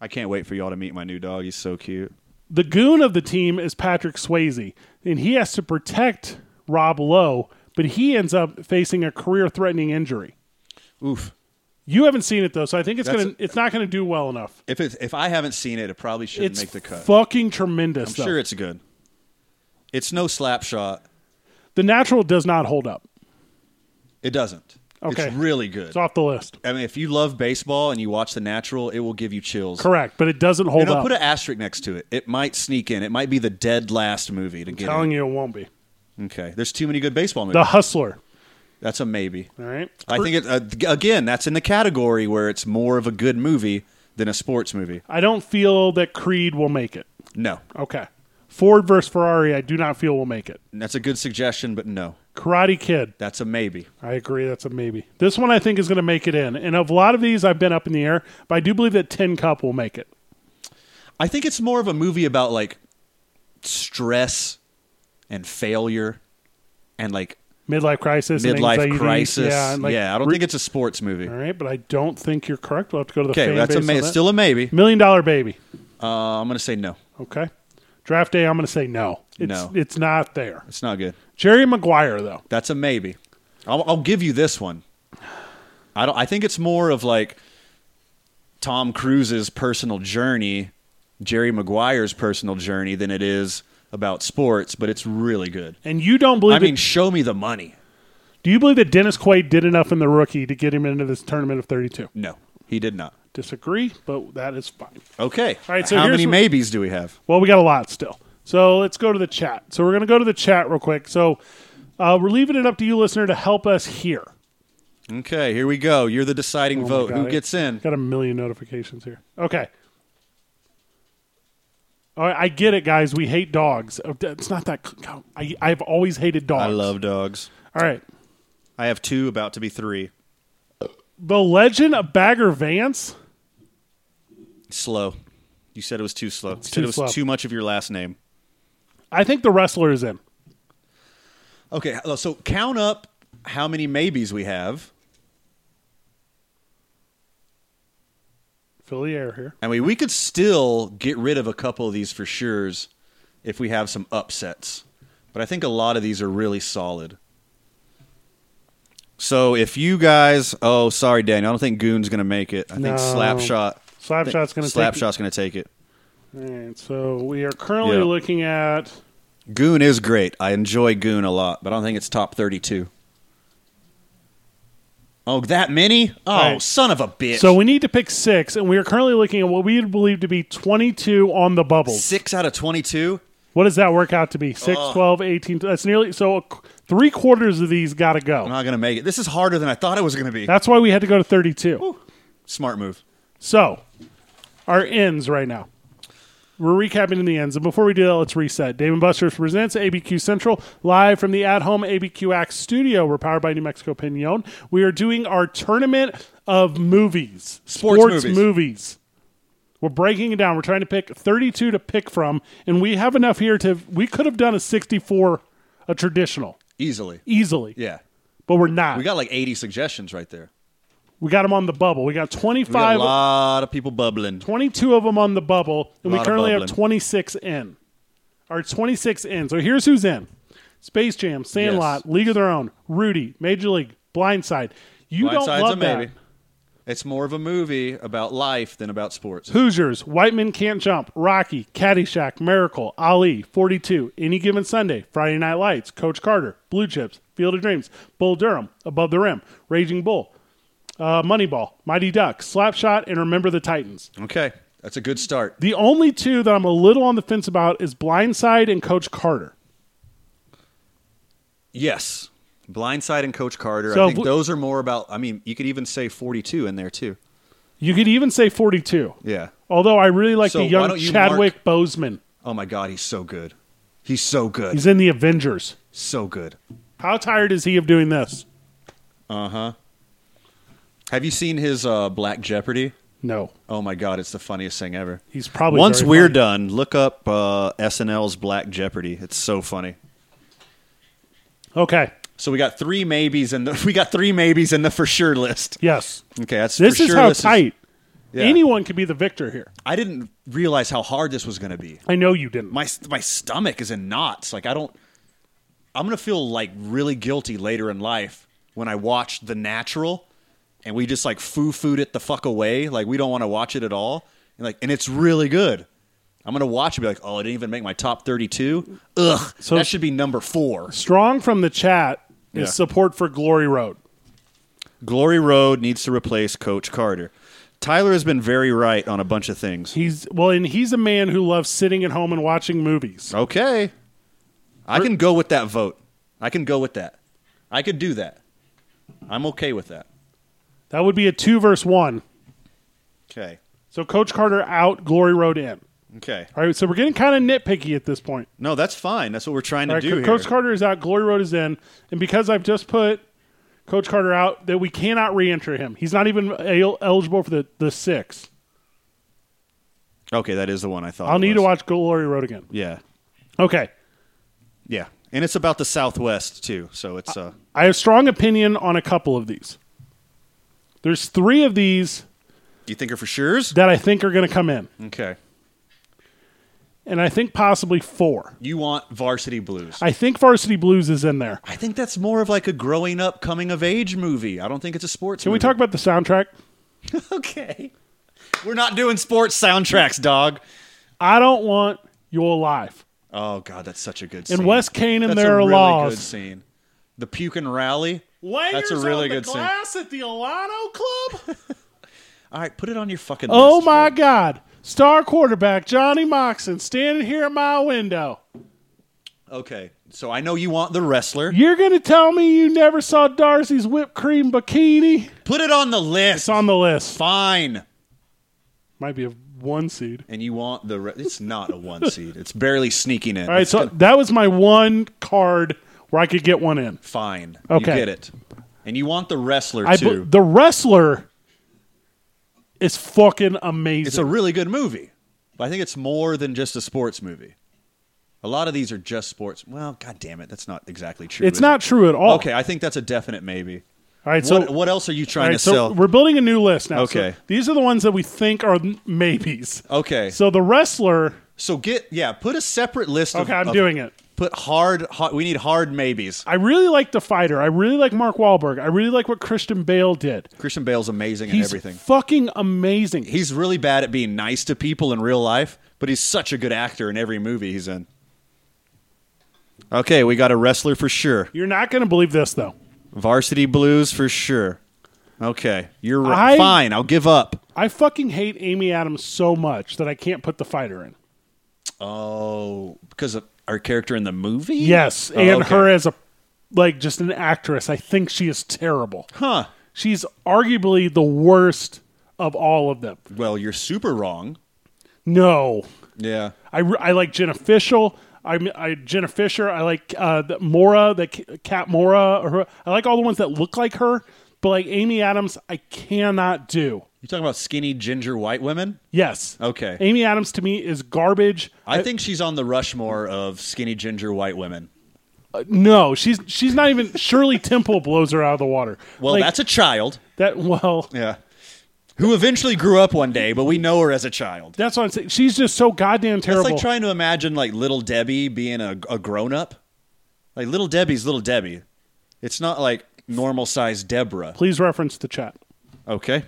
[SPEAKER 2] I can't wait for y'all to meet my new dog. He's so cute.
[SPEAKER 1] The goon of the team is Patrick Swayze, and he has to protect Rob Lowe, but he ends up facing a career-threatening injury.
[SPEAKER 2] Oof.
[SPEAKER 1] You haven't seen it though, so I think it's
[SPEAKER 2] That's-
[SPEAKER 1] gonna it's not gonna do well enough.
[SPEAKER 2] If it's, if I haven't seen it, it probably shouldn't
[SPEAKER 1] It's
[SPEAKER 2] make the cut.
[SPEAKER 1] fucking tremendous.
[SPEAKER 2] I'm
[SPEAKER 1] though.
[SPEAKER 2] sure it's good. It's no slap shot.
[SPEAKER 1] the Natural does not hold up.
[SPEAKER 2] It doesn't.
[SPEAKER 1] Okay.
[SPEAKER 2] It's really good.
[SPEAKER 1] It's off the list.
[SPEAKER 2] I mean, if you love baseball and you watch The Natural, it will give you chills.
[SPEAKER 1] Correct, but it doesn't hold
[SPEAKER 2] And I'll
[SPEAKER 1] up.
[SPEAKER 2] put an asterisk next to it. It might sneak in. It might be the dead last movie to get
[SPEAKER 1] telling
[SPEAKER 2] in.
[SPEAKER 1] you, it won't be.
[SPEAKER 2] Okay. There's too many good baseball movies.
[SPEAKER 1] The Hustler.
[SPEAKER 2] That's a maybe.
[SPEAKER 1] All right.
[SPEAKER 2] I think it uh, again. That's in the category where it's more of a good movie than a sports movie.
[SPEAKER 1] I don't feel that Creed will make it.
[SPEAKER 2] No,
[SPEAKER 1] Okay. Ford versus Ferrari, I do not feel will make it.
[SPEAKER 2] that's a good suggestion, but no,
[SPEAKER 1] Karate Kid,
[SPEAKER 2] that's a maybe.
[SPEAKER 1] I agree. That's a maybe. This one I think is going to make it in. And of a lot of these, I've been up in the air, but I do believe that Tin Cup will make it.
[SPEAKER 2] I think it's more of a movie about like stress and failure and like
[SPEAKER 1] Midlife crisis, and
[SPEAKER 2] midlife
[SPEAKER 1] anxiety,
[SPEAKER 2] crisis.
[SPEAKER 1] Yeah,
[SPEAKER 2] Yeah,
[SPEAKER 1] and like,
[SPEAKER 2] I don't think it's a sports movie.
[SPEAKER 1] All right, but I don't think you're correct. We'll have to go to the
[SPEAKER 2] Okay,
[SPEAKER 1] fan
[SPEAKER 2] that's a
[SPEAKER 1] based
[SPEAKER 2] ma-
[SPEAKER 1] on
[SPEAKER 2] it's
[SPEAKER 1] that.
[SPEAKER 2] still a maybe.
[SPEAKER 1] Million Dollar Baby.
[SPEAKER 2] Uh, I'm gonna say no.
[SPEAKER 1] Okay, draft day. I'm going to say no. It's,
[SPEAKER 2] No.
[SPEAKER 1] it's not there.
[SPEAKER 2] It's not good.
[SPEAKER 1] Jerry Maguire though.
[SPEAKER 2] That's a maybe. I'll, I'll give you this one. I don't. I think it's more of like Tom Cruise's personal journey Jerry Maguire's personal journey than it is about sports, but it's really good.
[SPEAKER 1] And you don't believe
[SPEAKER 2] I mean,
[SPEAKER 1] that,
[SPEAKER 2] show me the money.
[SPEAKER 1] do you believe that Dennis Quaid did enough in the rookie to get him into this tournament of 32?
[SPEAKER 2] No, he did not.
[SPEAKER 1] Disagree, but that is fine.
[SPEAKER 2] Okay.
[SPEAKER 1] All right, so
[SPEAKER 2] how
[SPEAKER 1] here's
[SPEAKER 2] many
[SPEAKER 1] what-
[SPEAKER 2] maybes do we have?
[SPEAKER 1] Well, we got a lot still. So let's go to the chat. So we're going to go to the chat real quick. So uh, we're leaving it up to you, listener, to help us here.
[SPEAKER 2] Okay, here we go. You're the deciding
[SPEAKER 1] Oh my
[SPEAKER 2] vote.
[SPEAKER 1] God,
[SPEAKER 2] Who
[SPEAKER 1] I
[SPEAKER 2] gets in?
[SPEAKER 1] Got a million notifications here. Okay. All right, I get it, guys. We hate dogs. Oh, It's not that. I, I've always hated dogs.
[SPEAKER 2] I love dogs.
[SPEAKER 1] All right.
[SPEAKER 2] I have two, about to be three.
[SPEAKER 1] The legend of Bagger Vance.
[SPEAKER 2] Slow. You said it was too slow. you said
[SPEAKER 1] too
[SPEAKER 2] it was
[SPEAKER 1] slow.
[SPEAKER 2] too much of your last name.
[SPEAKER 1] I think the wrestler is in.
[SPEAKER 2] Okay, uh, so count up how many maybes we have.
[SPEAKER 1] Fill the air here.
[SPEAKER 2] I mean, we could still get rid of a couple of these for sure's if we have some upsets. But I think a lot of these are really solid. So if you guys, oh sorry, Daniel, I don't think Goon's gonna make it. I
[SPEAKER 1] No.
[SPEAKER 2] think Slapshot.
[SPEAKER 1] Slapshot's going to take.
[SPEAKER 2] Slapshot's gonna take it.
[SPEAKER 1] All right. So we are currently
[SPEAKER 2] Yeah.
[SPEAKER 1] looking at.
[SPEAKER 2] Goon is great. I enjoy Goon a lot, but I don't think it's top thirty-two. Oh, that many? Oh,
[SPEAKER 1] Right.
[SPEAKER 2] son of a bitch!
[SPEAKER 1] So we need to pick six, and we are currently looking at what we believe to be 22 on the bubble.
[SPEAKER 2] six out of twenty-two.
[SPEAKER 1] What does that work out to be? 6, 12, 18. That's nearly. So a qu- three quarters of these got to
[SPEAKER 2] I'm
[SPEAKER 1] go.
[SPEAKER 2] not gonna make it. This is harder than I thought it was gonna be.
[SPEAKER 1] That's why we had to go to 32.
[SPEAKER 2] Smart move.
[SPEAKER 1] So our ends right now. We're recapping in the ends. And before we do that, let's reset. Dave and Buster's presents ABQ Central live from the at home ABQ Axe studio. We're powered by New Mexico Pinon. We are doing our tournament of movies,
[SPEAKER 2] Sports
[SPEAKER 1] movies.
[SPEAKER 2] movies.
[SPEAKER 1] We're breaking it down. We're trying to pick 32 to pick from. And we have enough here to, we could have done a 64, a traditional,
[SPEAKER 2] Easily.
[SPEAKER 1] easily.
[SPEAKER 2] Yeah.
[SPEAKER 1] But we're not.
[SPEAKER 2] We got like 80 suggestions right there.
[SPEAKER 1] we got them on the bubble. We got
[SPEAKER 2] We got
[SPEAKER 1] 25
[SPEAKER 2] a lot of people bubbling.
[SPEAKER 1] 22 of them on the bubble, and we
[SPEAKER 2] Lot of
[SPEAKER 1] currently have
[SPEAKER 2] bubbling.
[SPEAKER 1] 26 in. Or 26 in. So here's who's in Space Jam, Sandlot,
[SPEAKER 2] Yes.
[SPEAKER 1] League of Their Own, Rudy, Major League, Blindside. You don't
[SPEAKER 2] Blindside's
[SPEAKER 1] love
[SPEAKER 2] a maybe.
[SPEAKER 1] that.
[SPEAKER 2] It's more of a movie about life than about sports.
[SPEAKER 1] Hoosiers, White Men Can't Jump, Rocky, Caddyshack, Miracle, Ali, 42, Any Given Sunday, Friday Night Lights, Coach Carter, Blue Chips, Field of Dreams, Bull Durham, Above the Rim, Raging Bull, uh, Moneyball, Mighty Duck, Slapshot, and Remember the Titans.
[SPEAKER 2] Okay. That's a good start.
[SPEAKER 1] The only two that I'm a little on the fence about is Blindside and Coach Carter.
[SPEAKER 2] Yes. Blindside and Coach Carter.
[SPEAKER 1] So
[SPEAKER 2] I
[SPEAKER 1] if
[SPEAKER 2] think
[SPEAKER 1] we-
[SPEAKER 2] those are more about, I mean, you could even say 42 in there too.
[SPEAKER 1] You could even say 42.
[SPEAKER 2] Yeah.
[SPEAKER 1] Although I really like
[SPEAKER 2] So
[SPEAKER 1] the
[SPEAKER 2] why
[SPEAKER 1] young
[SPEAKER 2] don't you
[SPEAKER 1] Chadwick Boseman.
[SPEAKER 2] Oh my God, he's so good. He's so good.
[SPEAKER 1] He's in the Avengers.
[SPEAKER 2] so good.
[SPEAKER 1] How tired is he of doing this?
[SPEAKER 2] Have you seen his uh, Black Jeopardy?
[SPEAKER 1] No,
[SPEAKER 2] Oh my God, it's the funniest thing ever.
[SPEAKER 1] he's probably
[SPEAKER 2] Once
[SPEAKER 1] very
[SPEAKER 2] we're
[SPEAKER 1] funny.
[SPEAKER 2] done, look up uh, SNL's Black Jeopardy. It's so funny.
[SPEAKER 1] Okay,
[SPEAKER 2] So we got three maybes in the (laughs) we got three maybes in the for sure list.
[SPEAKER 1] yes,
[SPEAKER 2] Okay, that's
[SPEAKER 1] this
[SPEAKER 2] for
[SPEAKER 1] is
[SPEAKER 2] sure
[SPEAKER 1] how
[SPEAKER 2] list
[SPEAKER 1] tight.
[SPEAKER 2] yeah.
[SPEAKER 1] Anyone could be the victor here.
[SPEAKER 2] I didn't realize how hard this was going to be.
[SPEAKER 1] I know you didn't.
[SPEAKER 2] My my stomach is in knots. Like I don't. I'm gonna feel like really guilty later in life when I watch The Natural, and we just like foo fooed it the fuck away. Like we don't want to watch it at all. And like, and it's really good. I'm gonna watch it. And be like, oh, it didn't even make my top 32. Ugh,
[SPEAKER 1] So-
[SPEAKER 2] that should be number four.
[SPEAKER 1] Strong from the chat is
[SPEAKER 2] Yeah.
[SPEAKER 1] support for Glory Road.
[SPEAKER 2] Glory Road needs to replace Coach Carter. Tyler has been very right on a bunch of things.
[SPEAKER 1] He's well, and he's a man who loves sitting at home and watching movies.
[SPEAKER 2] Okay. I can go with that vote. I can go with that. I could do that. I'm okay with that.
[SPEAKER 1] That would be a two verse one.
[SPEAKER 2] Okay.
[SPEAKER 1] So Coach Carter out, Glory Road in.
[SPEAKER 2] Okay.
[SPEAKER 1] All right, so we're getting kind of nitpicky at this point.
[SPEAKER 2] No, that's fine. That's what we're trying to
[SPEAKER 1] All right,
[SPEAKER 2] do
[SPEAKER 1] Co-
[SPEAKER 2] here.
[SPEAKER 1] Coach Carter is out, Glory Road is in, and because I've just put Coach Carter out, that we cannot re-enter him. He's not even el- eligible for the the six.
[SPEAKER 2] okay, that is the one I thought.
[SPEAKER 1] I'll
[SPEAKER 2] it
[SPEAKER 1] need to
[SPEAKER 2] was.
[SPEAKER 1] watch Glory Road again.
[SPEAKER 2] Yeah.
[SPEAKER 1] Okay,
[SPEAKER 2] Yeah. And it's about the Southwest too, so it's uh
[SPEAKER 1] I have strong opinion on a couple of these. There's three of these
[SPEAKER 2] do you think are for sure's?
[SPEAKER 1] that I think are going to come in,
[SPEAKER 2] Okay.
[SPEAKER 1] and I think possibly four.
[SPEAKER 2] You want Varsity Blues.
[SPEAKER 1] I think Varsity Blues is in there.
[SPEAKER 2] I think that's more of like a growing up coming of age movie. I don't think it's a sports
[SPEAKER 1] Can we talk about the soundtrack?
[SPEAKER 2] Okay. We're not doing sports soundtracks, dog.
[SPEAKER 1] I don't want your life.
[SPEAKER 2] Oh God, that's such a good scene.
[SPEAKER 1] In West Canaan,
[SPEAKER 2] That's
[SPEAKER 1] there
[SPEAKER 2] a
[SPEAKER 1] are
[SPEAKER 2] really good
[SPEAKER 1] laws.
[SPEAKER 2] scene. The puke and rally.
[SPEAKER 1] Layers
[SPEAKER 2] that's a really
[SPEAKER 1] on the
[SPEAKER 2] good scene.
[SPEAKER 1] glass at the Alano Club.
[SPEAKER 2] All right, put it on your fucking.
[SPEAKER 1] Oh
[SPEAKER 2] list,
[SPEAKER 1] my
[SPEAKER 2] Fred.
[SPEAKER 1] God. Star quarterback Johnny Moxon standing here at my window.
[SPEAKER 2] Okay, so I know you want the wrestler.
[SPEAKER 1] You're going to tell me you never saw Darcy's whipped cream bikini?
[SPEAKER 2] Put it on the list.
[SPEAKER 1] It's on the list.
[SPEAKER 2] Fine.
[SPEAKER 1] Might be a one seed.
[SPEAKER 2] And you want the? Re- it's not a one seed. It's barely sneaking in.
[SPEAKER 1] All right,
[SPEAKER 2] It's
[SPEAKER 1] so
[SPEAKER 2] gonna-
[SPEAKER 1] that was my one card where I could get one in.
[SPEAKER 2] fine.
[SPEAKER 1] Okay.
[SPEAKER 2] You get it. And you want the wrestler
[SPEAKER 1] I
[SPEAKER 2] too.
[SPEAKER 1] bu- the wrestler is fucking
[SPEAKER 2] it's
[SPEAKER 1] amazing.
[SPEAKER 2] a really good movie, but I think it's more than just a sports movie. A lot of these are just sports. Well, god damn it, that's not exactly true.
[SPEAKER 1] it's
[SPEAKER 2] is it?
[SPEAKER 1] not true at all.
[SPEAKER 2] Okay, I think that's a definite maybe.
[SPEAKER 1] All right, so
[SPEAKER 2] what, what else are you
[SPEAKER 1] all
[SPEAKER 2] trying
[SPEAKER 1] right,
[SPEAKER 2] to
[SPEAKER 1] so
[SPEAKER 2] sell?
[SPEAKER 1] we're building a new list now. So
[SPEAKER 2] Okay.
[SPEAKER 1] these are the ones that we think are maybes.
[SPEAKER 2] Okay, so,
[SPEAKER 1] So the wrestler.
[SPEAKER 2] get yeah, put a separate list.
[SPEAKER 1] Okay,
[SPEAKER 2] of,
[SPEAKER 1] I'm
[SPEAKER 2] of-
[SPEAKER 1] doing it.
[SPEAKER 2] Put hard, hard. We need hard maybes.
[SPEAKER 1] I really like the fighter. I really like Mark Wahlberg. I really like what Christian Bale did.
[SPEAKER 2] Christian Bale's amazing in
[SPEAKER 1] He's
[SPEAKER 2] everything.
[SPEAKER 1] fucking amazing.
[SPEAKER 2] He's really bad at being nice to people in real life, but he's such a good actor in every movie he's in. Okay, we got a wrestler for sure.
[SPEAKER 1] You're not going to believe this though.
[SPEAKER 2] Varsity Blues for sure. Okay, you're
[SPEAKER 1] I-
[SPEAKER 2] right. Fine, I'll give up.
[SPEAKER 1] I fucking hate Amy Adams so much that I can't put the fighter in.
[SPEAKER 2] Oh, because of our character in the movie?
[SPEAKER 1] Yes,
[SPEAKER 2] Oh,
[SPEAKER 1] and
[SPEAKER 2] okay.
[SPEAKER 1] her as a like just an actress, I think she is terrible.
[SPEAKER 2] Huh.
[SPEAKER 1] She's arguably the worst of all of them.
[SPEAKER 2] Well, you're super wrong.
[SPEAKER 1] No,
[SPEAKER 2] Yeah.
[SPEAKER 1] I, re- I like Jenna Fisher. I, m- I Jenna Fisher. I like uh, the Mora, the K- Cat Mora. Or her, I like all the ones that look like her, but like Amy Adams, I cannot do.
[SPEAKER 2] You talking about skinny ginger white women?
[SPEAKER 1] Yes.
[SPEAKER 2] Okay.
[SPEAKER 1] Amy Adams to me is garbage.
[SPEAKER 2] I think she's on the Rushmore of skinny ginger white women.
[SPEAKER 1] Uh, No, she's she's not even.
[SPEAKER 2] (laughs)
[SPEAKER 1] Shirley Temple blows her out of the water.
[SPEAKER 2] Well,
[SPEAKER 1] Like,
[SPEAKER 2] that's a child.
[SPEAKER 1] that. Well,
[SPEAKER 2] Yeah. Who eventually grew up one day, but we know her as a child.
[SPEAKER 1] that's what I'm saying. She's just so goddamn
[SPEAKER 2] It's
[SPEAKER 1] terrible.
[SPEAKER 2] like trying to imagine like little Debbie being a, a grown up. Like little Debbie's little Debbie. It's not like normal sized Deborah.
[SPEAKER 1] Please reference the chat.
[SPEAKER 2] Okay.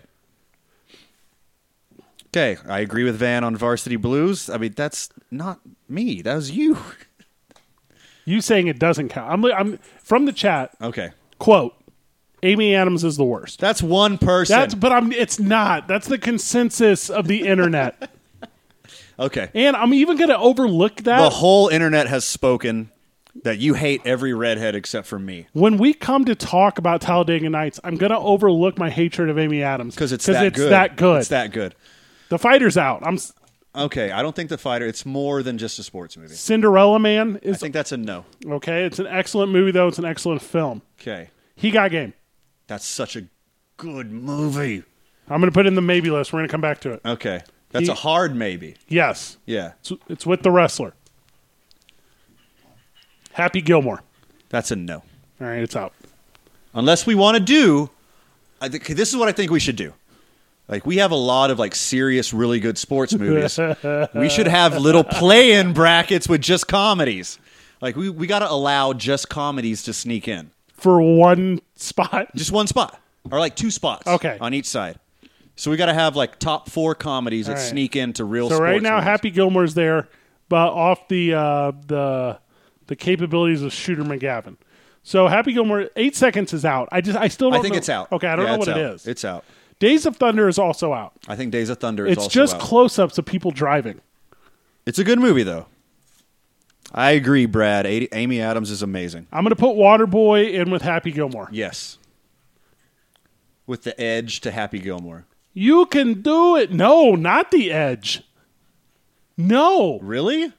[SPEAKER 2] Okay, I agree with Van on Varsity Blues. I mean, that's not me. That was you.
[SPEAKER 1] You saying it doesn't count? I'm, li- I'm from the chat.
[SPEAKER 2] Okay,
[SPEAKER 1] Quote: Amy Adams is the worst.
[SPEAKER 2] that's one person.
[SPEAKER 1] That's but I'm. It's not. That's the consensus of the
[SPEAKER 2] (laughs)
[SPEAKER 1] internet.
[SPEAKER 2] okay.
[SPEAKER 1] and I'm even going to overlook that
[SPEAKER 2] The whole internet has spoken that you hate every redhead except for me.
[SPEAKER 1] when we come to talk about Talladega Nights. I'm going to overlook my hatred of Amy Adams
[SPEAKER 2] Because it's that good. It's that good.
[SPEAKER 1] the fighter's out. I'm s-
[SPEAKER 2] Okay, I don't think the fighter. It's more than just a sports movie.
[SPEAKER 1] Cinderella Man
[SPEAKER 2] I
[SPEAKER 1] is
[SPEAKER 2] think that's a no.
[SPEAKER 1] okay. It's an excellent movie though. It's an excellent film.
[SPEAKER 2] Okay,
[SPEAKER 1] He got game.
[SPEAKER 2] that's such a good movie.
[SPEAKER 1] I'm going to put it in the maybe list. We're going to come back to it.
[SPEAKER 2] Okay, that's
[SPEAKER 1] He-
[SPEAKER 2] a hard maybe.
[SPEAKER 1] Yes,
[SPEAKER 2] Yeah,
[SPEAKER 1] it's, it's with the wrestler. Happy Gilmore.
[SPEAKER 2] that's a no.
[SPEAKER 1] All right, it's out.
[SPEAKER 2] unless we want to do I think this is what I think we should do. Like we have a lot of like serious really good (laughs) sports movies. we should have little play-in brackets with just comedies. Like we we got to allow just comedies to sneak in.
[SPEAKER 1] (laughs) For one spot,
[SPEAKER 2] Just one spot or like two spots
[SPEAKER 1] Okay.
[SPEAKER 2] on each side. So we got to have like top 4 comedies that
[SPEAKER 1] All right.
[SPEAKER 2] sneak into real
[SPEAKER 1] So
[SPEAKER 2] sports.
[SPEAKER 1] right now,
[SPEAKER 2] movies.
[SPEAKER 1] Happy Gilmore's there, but off the uh, the the capabilities of Shooter McGavin. So Happy Gilmore, eight seconds is out. I just I still don't
[SPEAKER 2] I think
[SPEAKER 1] know-
[SPEAKER 2] it's out.
[SPEAKER 1] Okay, I don't
[SPEAKER 2] Yeah,
[SPEAKER 1] know
[SPEAKER 2] it's
[SPEAKER 1] what it
[SPEAKER 2] out.
[SPEAKER 1] is.
[SPEAKER 2] It's out.
[SPEAKER 1] Days of Thunder is also out.
[SPEAKER 2] I think Days of Thunder is
[SPEAKER 1] It's
[SPEAKER 2] also
[SPEAKER 1] just
[SPEAKER 2] out.
[SPEAKER 1] close-ups of people driving.
[SPEAKER 2] it's a good movie though. I agree, Brad. A- Amy Adams is amazing.
[SPEAKER 1] I'm gonna put Waterboy in with Happy Gilmore.
[SPEAKER 2] Yes. With the edge to Happy Gilmore.
[SPEAKER 1] You can do it. No, not the Edge. No,
[SPEAKER 2] Really?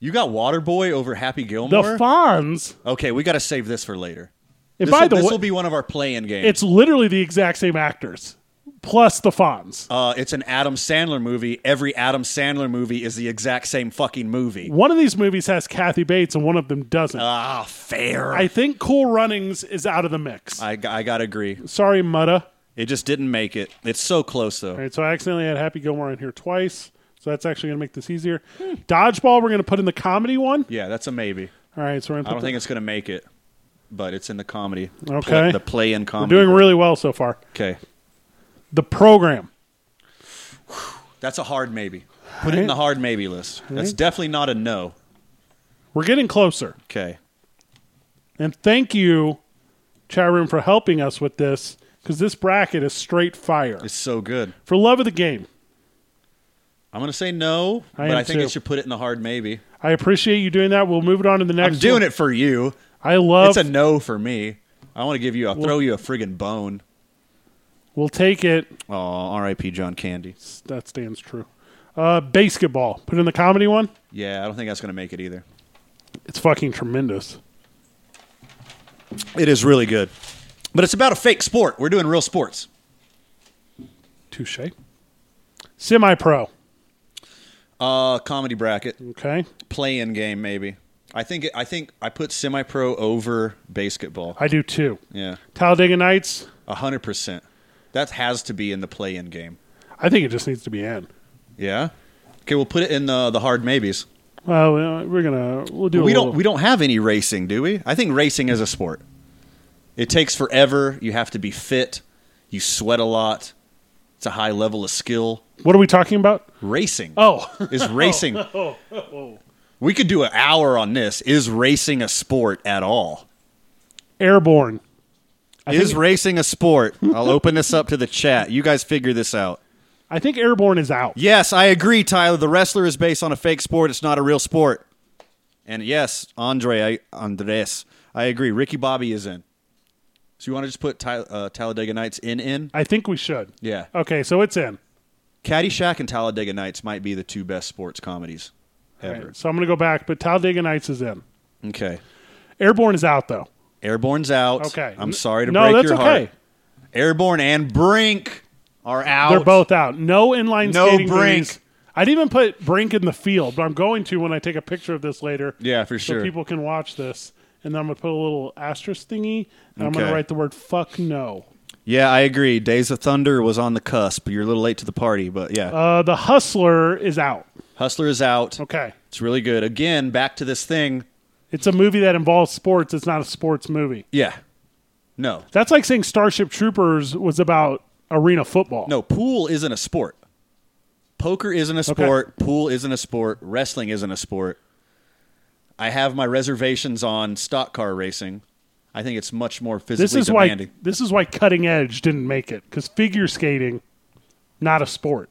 [SPEAKER 2] You got Waterboy over Happy
[SPEAKER 1] the
[SPEAKER 2] Gilmore?
[SPEAKER 1] Fonz.
[SPEAKER 2] okay, we got to save this for later.
[SPEAKER 1] And
[SPEAKER 2] This
[SPEAKER 1] by
[SPEAKER 2] will,
[SPEAKER 1] the
[SPEAKER 2] this
[SPEAKER 1] way,
[SPEAKER 2] will be one of our play-in games.
[SPEAKER 1] it's literally the exact same actors, plus the Fonz.
[SPEAKER 2] uh, it's an Adam Sandler movie. Every Adam Sandler movie is the exact same fucking movie.
[SPEAKER 1] One of these movies has Kathy Bates, and one of them doesn't.
[SPEAKER 2] Ah, fair.
[SPEAKER 1] I
[SPEAKER 2] I,
[SPEAKER 1] think Cool Runnings is out of the mix.
[SPEAKER 2] I, gotta agree.
[SPEAKER 1] Sorry, Mutta.
[SPEAKER 2] It just didn't make it. It's so close though.
[SPEAKER 1] All right, so I accidentally had Happy Gilmore in here twice. So that's actually going to make this easier.
[SPEAKER 2] Hmm.
[SPEAKER 1] Dodgeball, we're going to put in the comedy one.
[SPEAKER 2] Yeah, that's a maybe.
[SPEAKER 1] All right, so we're going to
[SPEAKER 2] I
[SPEAKER 1] put
[SPEAKER 2] don't
[SPEAKER 1] the-
[SPEAKER 2] think it's gonna make it, but it's in the comedy.
[SPEAKER 1] Okay.
[SPEAKER 2] Pla- the play-in
[SPEAKER 1] we're
[SPEAKER 2] comedy.
[SPEAKER 1] doing really well so far.
[SPEAKER 2] okay.
[SPEAKER 1] The program.
[SPEAKER 2] That's a hard maybe. Put it in the hard maybe list. That's definitely not a no.
[SPEAKER 1] We're getting closer.
[SPEAKER 2] Okay.
[SPEAKER 1] And thank you, chat room, for helping us with this because this bracket is straight fire.
[SPEAKER 2] It's so good.
[SPEAKER 1] For love of the game,
[SPEAKER 2] I'm going to say no,
[SPEAKER 1] I
[SPEAKER 2] but
[SPEAKER 1] am
[SPEAKER 2] I think
[SPEAKER 1] too.
[SPEAKER 2] it should put it in the hard maybe.
[SPEAKER 1] I appreciate you doing that. We'll move it on to the next.
[SPEAKER 2] I'm doing
[SPEAKER 1] one.
[SPEAKER 2] it for you.
[SPEAKER 1] I love.
[SPEAKER 2] it's a no for me. I want to give you, I'll throw you a friggin' bone.
[SPEAKER 1] we'll take it.
[SPEAKER 2] Oh, R.I.P. John Candy.
[SPEAKER 1] That stands true. Uh, basketball. Put in the comedy one.
[SPEAKER 2] Yeah, I don't think that's going to make it either.
[SPEAKER 1] It's fucking tremendous.
[SPEAKER 2] It is really good. But it's about a fake sport. We're doing real sports.
[SPEAKER 1] Touche. Semi pro.
[SPEAKER 2] Uh, comedy bracket,
[SPEAKER 1] Okay.
[SPEAKER 2] play in game, maybe. I think I think I put semi pro over basketball.
[SPEAKER 1] I do too.
[SPEAKER 2] Yeah,
[SPEAKER 1] Talladega Nights.
[SPEAKER 2] a hundred percent. That has to be in the play in game.
[SPEAKER 1] I think it just needs to be in.
[SPEAKER 2] Yeah. Okay, we'll put it in the the hard maybes.
[SPEAKER 1] Well, uh, we're gonna we'll do. a
[SPEAKER 2] we
[SPEAKER 1] little-
[SPEAKER 2] don't we don't have any racing, do we? I think racing is a sport. It takes forever. You have to be fit. You sweat a lot. It's a high level of skill.
[SPEAKER 1] What are we talking about?
[SPEAKER 2] Racing
[SPEAKER 1] Oh, (laughs)
[SPEAKER 2] is racing. We could do an hour on this. Is racing a sport at all?
[SPEAKER 1] airborne.
[SPEAKER 2] is racing a sport? I'll open this up to the chat. You guys figure this out.
[SPEAKER 1] I think airborne is out.
[SPEAKER 2] Yes, I agree, Tyler. The wrestler is based on a fake sport. It's not a real sport. And yes, Andre, I, Andres, I agree. Ricky Bobby is in. So you want to just put Ty, uh, Talladega Nights in in?
[SPEAKER 1] I think we should.
[SPEAKER 2] Yeah.
[SPEAKER 1] Okay, so it's in.
[SPEAKER 2] Caddyshack and Talladega Nights might be the two best sports comedies ever.
[SPEAKER 1] So I'm gonna go back, but Talladega Nights is in.
[SPEAKER 2] Okay.
[SPEAKER 1] Airborne is out though.
[SPEAKER 2] Airborne's out.
[SPEAKER 1] Okay.
[SPEAKER 2] I'm sorry to
[SPEAKER 1] No,
[SPEAKER 2] break
[SPEAKER 1] that's
[SPEAKER 2] your
[SPEAKER 1] okay.
[SPEAKER 2] heart. Airborne and Brink are out.
[SPEAKER 1] They're both out. No inline
[SPEAKER 2] No
[SPEAKER 1] skating.
[SPEAKER 2] Brink.
[SPEAKER 1] movies. I'd even put Brink in the field, but I'm going to when I take a picture of this later.
[SPEAKER 2] Yeah, for
[SPEAKER 1] so
[SPEAKER 2] sure.
[SPEAKER 1] people can watch this. And then I'm gonna put a little asterisk thingy, and I'm gonna
[SPEAKER 2] Okay.
[SPEAKER 1] write the word "fuck no."
[SPEAKER 2] Yeah, I agree. Days of Thunder was on the cusp. You're a little late to the party, but yeah.
[SPEAKER 1] Uh, the hustler is out.
[SPEAKER 2] Hustler is out.
[SPEAKER 1] Okay,
[SPEAKER 2] It's really good. Again, back to this thing.
[SPEAKER 1] it's a movie that involves sports. It's not a sports movie.
[SPEAKER 2] Yeah. No.
[SPEAKER 1] That's like saying Starship Troopers was about arena football.
[SPEAKER 2] No, pool isn't a sport. Poker isn't a sport. Pool isn't a sport. Wrestling isn't a sport. I have my reservations on stock car racing. I think it's much more physically
[SPEAKER 1] this is
[SPEAKER 2] demanding.
[SPEAKER 1] why this is why cutting edge didn't make it because figure skating, not a sport.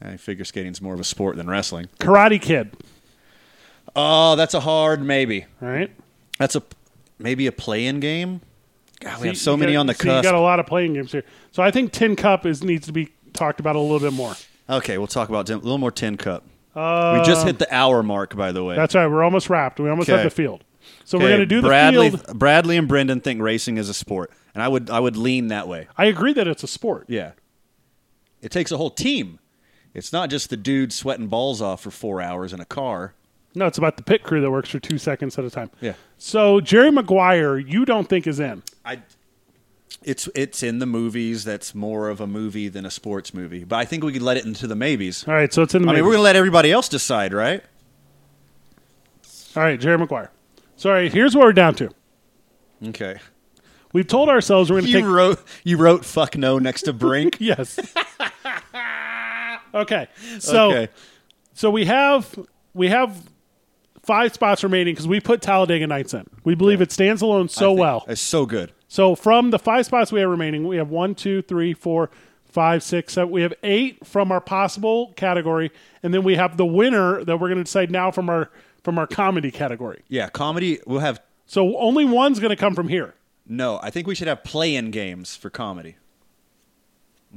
[SPEAKER 2] I figure skating's more of a sport than wrestling.
[SPEAKER 1] Karate Kid,
[SPEAKER 2] Oh, that's a hard maybe.
[SPEAKER 1] all right?
[SPEAKER 2] That's a maybe a play-in game. God, we have so
[SPEAKER 1] You
[SPEAKER 2] many
[SPEAKER 1] got-
[SPEAKER 2] on the
[SPEAKER 1] so You
[SPEAKER 2] cusp.
[SPEAKER 1] got a lot of playing games here, so I think Tin Cup is needs to be talked about a little bit more.
[SPEAKER 2] Okay, we'll talk about Tim- a little more tin cup. we
[SPEAKER 1] Um,
[SPEAKER 2] just hit the hour mark, by the way.
[SPEAKER 1] That's right. We're almost wrapped. We almost
[SPEAKER 2] Okay.
[SPEAKER 1] have the field, so we're gonna do the
[SPEAKER 2] Bradley,
[SPEAKER 1] field.
[SPEAKER 2] Bradley and Brendan think racing is a sport, and I would I would lean that way.
[SPEAKER 1] I agree that it's a sport.
[SPEAKER 2] Yeah, it takes a whole team. It's not just the dude sweating balls off for four hours in a car.
[SPEAKER 1] No, it's about the pit crew that works for two seconds at a time.
[SPEAKER 2] Yeah.
[SPEAKER 1] So Jerry Maguire, you don't think is in?
[SPEAKER 2] I. It's it's in the movies. That's more of a movie than a sports movie. But I think we could let it into the maybes.
[SPEAKER 1] All right. So it's in the.
[SPEAKER 2] I mean,
[SPEAKER 1] maybe.
[SPEAKER 2] we're gonna let everybody else decide, right?
[SPEAKER 1] All right, Jerry Maguire. Sorry. Here's what we're down to.
[SPEAKER 2] Okay.
[SPEAKER 1] We've told ourselves we're going to
[SPEAKER 2] You
[SPEAKER 1] take
[SPEAKER 2] wrote you wrote fuck no next to Brink.
[SPEAKER 1] (laughs)
[SPEAKER 2] (laughs)
[SPEAKER 1] Yes. okay. (laughs) So
[SPEAKER 2] okay.
[SPEAKER 1] so we have we have five spots remaining because we put Talladega Nights in. We believe it stands alone so well.
[SPEAKER 2] it's so good.
[SPEAKER 1] So from the five spots we have remaining, we have one, two, three, four, five, six, seven. We have eight from our possible category, and then we have the winner that we're going to decide now from our from our comedy category.
[SPEAKER 2] Yeah, comedy. We'll have
[SPEAKER 1] So only one's going to come from here.
[SPEAKER 2] no. I think we should have play-in games for comedy.
[SPEAKER 1] (laughs)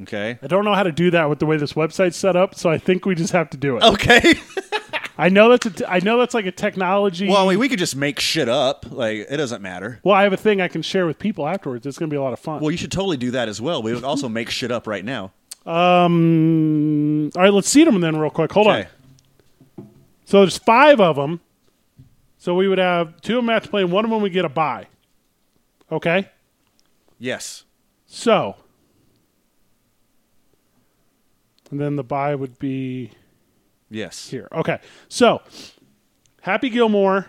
[SPEAKER 2] Okay.
[SPEAKER 1] I don't know how to do that with the way this website's set up, so I think we just have to
[SPEAKER 2] Oh.
[SPEAKER 1] do it.
[SPEAKER 2] Okay.
[SPEAKER 1] I know that's a t- I know that's like a technology.
[SPEAKER 2] well, I mean, we could just make shit up. Like it doesn't matter.
[SPEAKER 1] Well, I have a thing I can share with people afterwards. It's going to be a lot of fun.
[SPEAKER 2] Well, you should totally do that as well. We would also make shit up right now.
[SPEAKER 1] um, all right, let's see them then real quick. Hold
[SPEAKER 2] Okay.
[SPEAKER 1] on. So there's five of them. So we would have two of them have to play, and one of them would get a bye. Okay.
[SPEAKER 2] Yes.
[SPEAKER 1] So. And then the bye would be
[SPEAKER 2] Yes.
[SPEAKER 1] here. Okay. So, Happy Gilmore,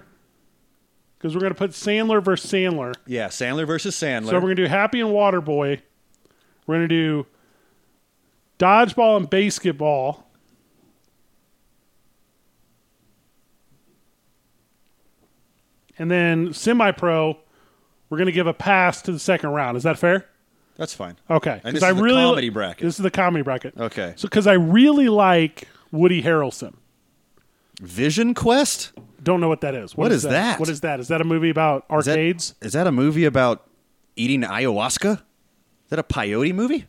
[SPEAKER 1] because we're going to put Sandler versus Sandler.
[SPEAKER 2] Yeah. Sandler versus Sandler.
[SPEAKER 1] So we're gonna do Happy and Waterboy. We're gonna do dodgeball and basketball. and then semi pro. We're going to give a pass to the second round. Is that fair?
[SPEAKER 2] That's fine.
[SPEAKER 1] Okay,
[SPEAKER 2] And
[SPEAKER 1] 'cause
[SPEAKER 2] this is the comedy bracket.
[SPEAKER 1] This is the comedy bracket.
[SPEAKER 2] Okay.
[SPEAKER 1] so because I really like Woody Harrelson.
[SPEAKER 2] Vision Quest?
[SPEAKER 1] Don't know what that is.
[SPEAKER 2] What is that?
[SPEAKER 1] What is that? Is that a movie about
[SPEAKER 2] Is that-
[SPEAKER 1] arcades?
[SPEAKER 2] Is that a movie about eating ayahuasca? Is that a peyote movie?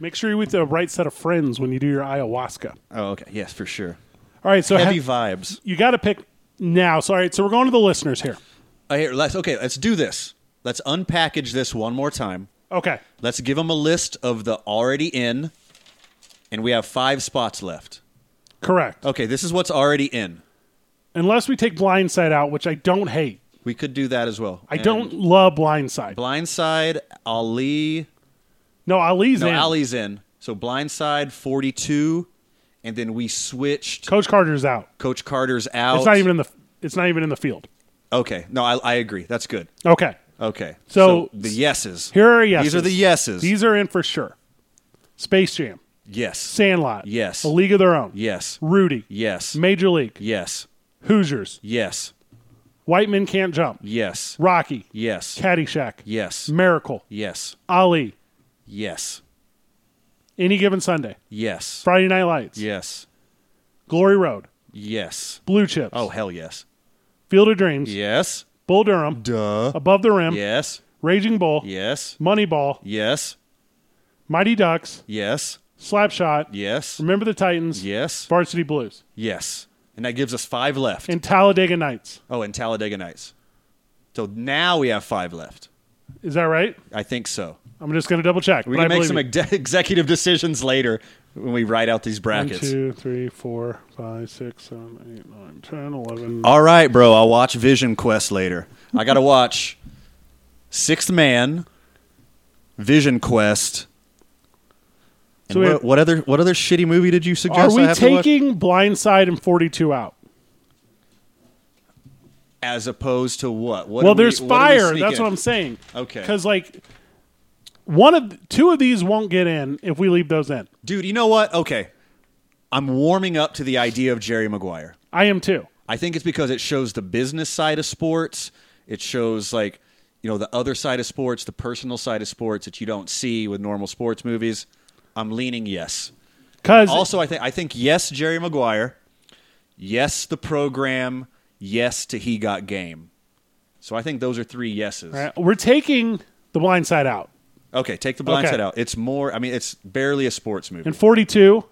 [SPEAKER 1] Make sure you're with the right set of friends when you do your ayahuasca.
[SPEAKER 2] Oh, okay. Yes, for sure.
[SPEAKER 1] All right, so
[SPEAKER 2] Heavy
[SPEAKER 1] ha-
[SPEAKER 2] vibes.
[SPEAKER 1] you got to pick now. So all right, so we're going to the listeners here.
[SPEAKER 2] I hear, let's, okay, let's do this. Let's unpackage this one more time.
[SPEAKER 1] Okay,
[SPEAKER 2] Let's give them a list of the already in, and we have five spots left.
[SPEAKER 1] correct.
[SPEAKER 2] Okay, this is what's already in.
[SPEAKER 1] Unless we take Blindside out, which I don't hate.
[SPEAKER 2] We could do that as well.
[SPEAKER 1] I
[SPEAKER 2] And
[SPEAKER 1] don't love Blindside.
[SPEAKER 2] Blindside, Ali.
[SPEAKER 1] no, Ali's
[SPEAKER 2] No,
[SPEAKER 1] in.
[SPEAKER 2] Ali's in. So Blindside, 42. And then we switched.
[SPEAKER 1] Coach Carter's out.
[SPEAKER 2] Coach Carter's out.
[SPEAKER 1] It's not even in the. It's not even in the field.
[SPEAKER 2] Okay. No, I, I agree. That's good.
[SPEAKER 1] Okay,
[SPEAKER 2] Okay.
[SPEAKER 1] So-
[SPEAKER 2] the yeses.
[SPEAKER 1] here are yeses.
[SPEAKER 2] These are the yeses.
[SPEAKER 1] These are in for sure. Space Jam,
[SPEAKER 2] yes.
[SPEAKER 1] Sandlot,
[SPEAKER 2] Yes.
[SPEAKER 1] A League of Their Own,
[SPEAKER 2] Yes.
[SPEAKER 1] Rudy,
[SPEAKER 2] Yes.
[SPEAKER 1] Major League,
[SPEAKER 2] Yes.
[SPEAKER 1] Hoosiers,
[SPEAKER 2] Yes.
[SPEAKER 1] White Men Can't Jump,
[SPEAKER 2] Yes.
[SPEAKER 1] Rocky,
[SPEAKER 2] Yes.
[SPEAKER 1] Caddyshack,
[SPEAKER 2] Yes.
[SPEAKER 1] Miracle,
[SPEAKER 2] Yes.
[SPEAKER 1] Ali,
[SPEAKER 2] Yes.
[SPEAKER 1] Any Given Sunday,
[SPEAKER 2] Yes.
[SPEAKER 1] Friday Night Lights,
[SPEAKER 2] Yes.
[SPEAKER 1] Glory Road,
[SPEAKER 2] Yes.
[SPEAKER 1] Blue Chips,
[SPEAKER 2] Oh, hell yes.
[SPEAKER 1] Field of Dreams,
[SPEAKER 2] Yes.
[SPEAKER 1] Bull Durham,
[SPEAKER 2] Duh.
[SPEAKER 1] Above the Rim,
[SPEAKER 2] Yes.
[SPEAKER 1] Raging Bull,
[SPEAKER 2] Yes.
[SPEAKER 1] Moneyball,
[SPEAKER 2] Yes.
[SPEAKER 1] Mighty Ducks,
[SPEAKER 2] Yes.
[SPEAKER 1] Slapshot,
[SPEAKER 2] Yes.
[SPEAKER 1] Remember the Titans,
[SPEAKER 2] Yes.
[SPEAKER 1] Varsity Blues,
[SPEAKER 2] Yes. And that gives us five left.
[SPEAKER 1] and Talladega Nights.
[SPEAKER 2] Oh, and Talladega Nights. So now we have five left.
[SPEAKER 1] Is that right?
[SPEAKER 2] I think so.
[SPEAKER 1] I'm just going to double check.
[SPEAKER 2] We
[SPEAKER 1] but I
[SPEAKER 2] can make
[SPEAKER 1] believe you.
[SPEAKER 2] some ex- (laughs) executive decisions later when we write out these
[SPEAKER 1] One,
[SPEAKER 2] brackets.
[SPEAKER 1] two, three, four, five, six, seven, eight, nine, ten, eleven.
[SPEAKER 2] All right, bro. I'll watch Vision Quest later. I gotta watch Sixth Man, Vision Quest. And
[SPEAKER 1] So we
[SPEAKER 2] what,
[SPEAKER 1] have-
[SPEAKER 2] what other what other shitty movie did you
[SPEAKER 1] Are
[SPEAKER 2] suggest? I
[SPEAKER 1] we
[SPEAKER 2] have to watch?
[SPEAKER 1] taking Blindside and 42 out?
[SPEAKER 2] as opposed to what? what
[SPEAKER 1] well,
[SPEAKER 2] do we-
[SPEAKER 1] there's
[SPEAKER 2] what do we
[SPEAKER 1] fire.
[SPEAKER 2] sneak
[SPEAKER 1] That's
[SPEAKER 2] in?
[SPEAKER 1] what I'm saying.
[SPEAKER 2] Okay.
[SPEAKER 1] Because like one of two of these won't get in if we leave those in.
[SPEAKER 2] Dude, you know what? Okay, I'm warming up to the idea of Jerry Maguire.
[SPEAKER 1] I am too.
[SPEAKER 2] I think it's because it shows the business side of sports. It shows like you know the other side of sports, the personal side of sports that you don't see with normal sports movies. I'm leaning yes.
[SPEAKER 1] Because
[SPEAKER 2] Also, I think I think yes, Jerry Maguire. Yes, the program. Yes to he got game. So I think those are three yeses.
[SPEAKER 1] we're taking the Blindside out
[SPEAKER 2] Okay, take the blind
[SPEAKER 1] Okay.
[SPEAKER 2] side out. It's more. I mean, it's barely a sports movie.
[SPEAKER 1] and 42.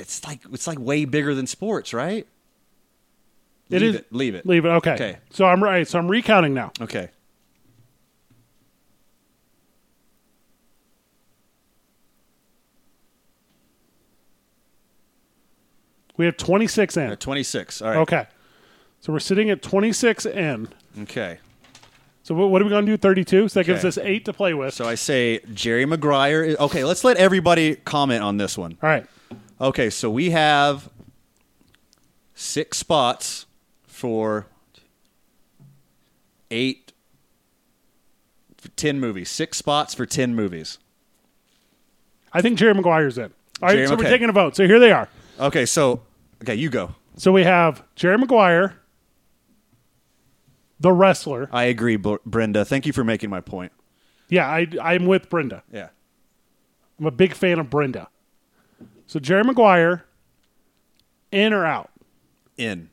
[SPEAKER 2] It's like it's like way bigger than sports, right?
[SPEAKER 1] It
[SPEAKER 2] leave
[SPEAKER 1] is-
[SPEAKER 2] It, leave it.
[SPEAKER 1] Leave it. Okay.
[SPEAKER 2] Okay.
[SPEAKER 1] So I'm right. So I'm recounting now.
[SPEAKER 2] Okay.
[SPEAKER 1] We have 26 in.
[SPEAKER 2] Uh, Twenty six. All right.
[SPEAKER 1] Okay. So we're sitting at 26 in.
[SPEAKER 2] Okay.
[SPEAKER 1] So what what are we going to do? 32. So that gives
[SPEAKER 2] Okay.
[SPEAKER 1] us eight to play with.
[SPEAKER 2] So I say Jerry Maguire. Is, okay, let's let everybody comment on this one.
[SPEAKER 1] All right.
[SPEAKER 2] Okay, so we have six spots for eight, for ten movies. Six spots for ten movies.
[SPEAKER 1] I think Jerry Maguire's in. All right.
[SPEAKER 2] Jerry-
[SPEAKER 1] so
[SPEAKER 2] okay.
[SPEAKER 1] we're taking a vote. So here they are.
[SPEAKER 2] Okay, so okay, you go.
[SPEAKER 1] So we have Jerry Maguire, the wrestler.
[SPEAKER 2] I agree, Br- Brenda. Thank you for making my point.
[SPEAKER 1] Yeah, I, I'm with Brenda.
[SPEAKER 2] Yeah.
[SPEAKER 1] I'm a big fan of Brenda. So Jerry Maguire, in or out?
[SPEAKER 2] In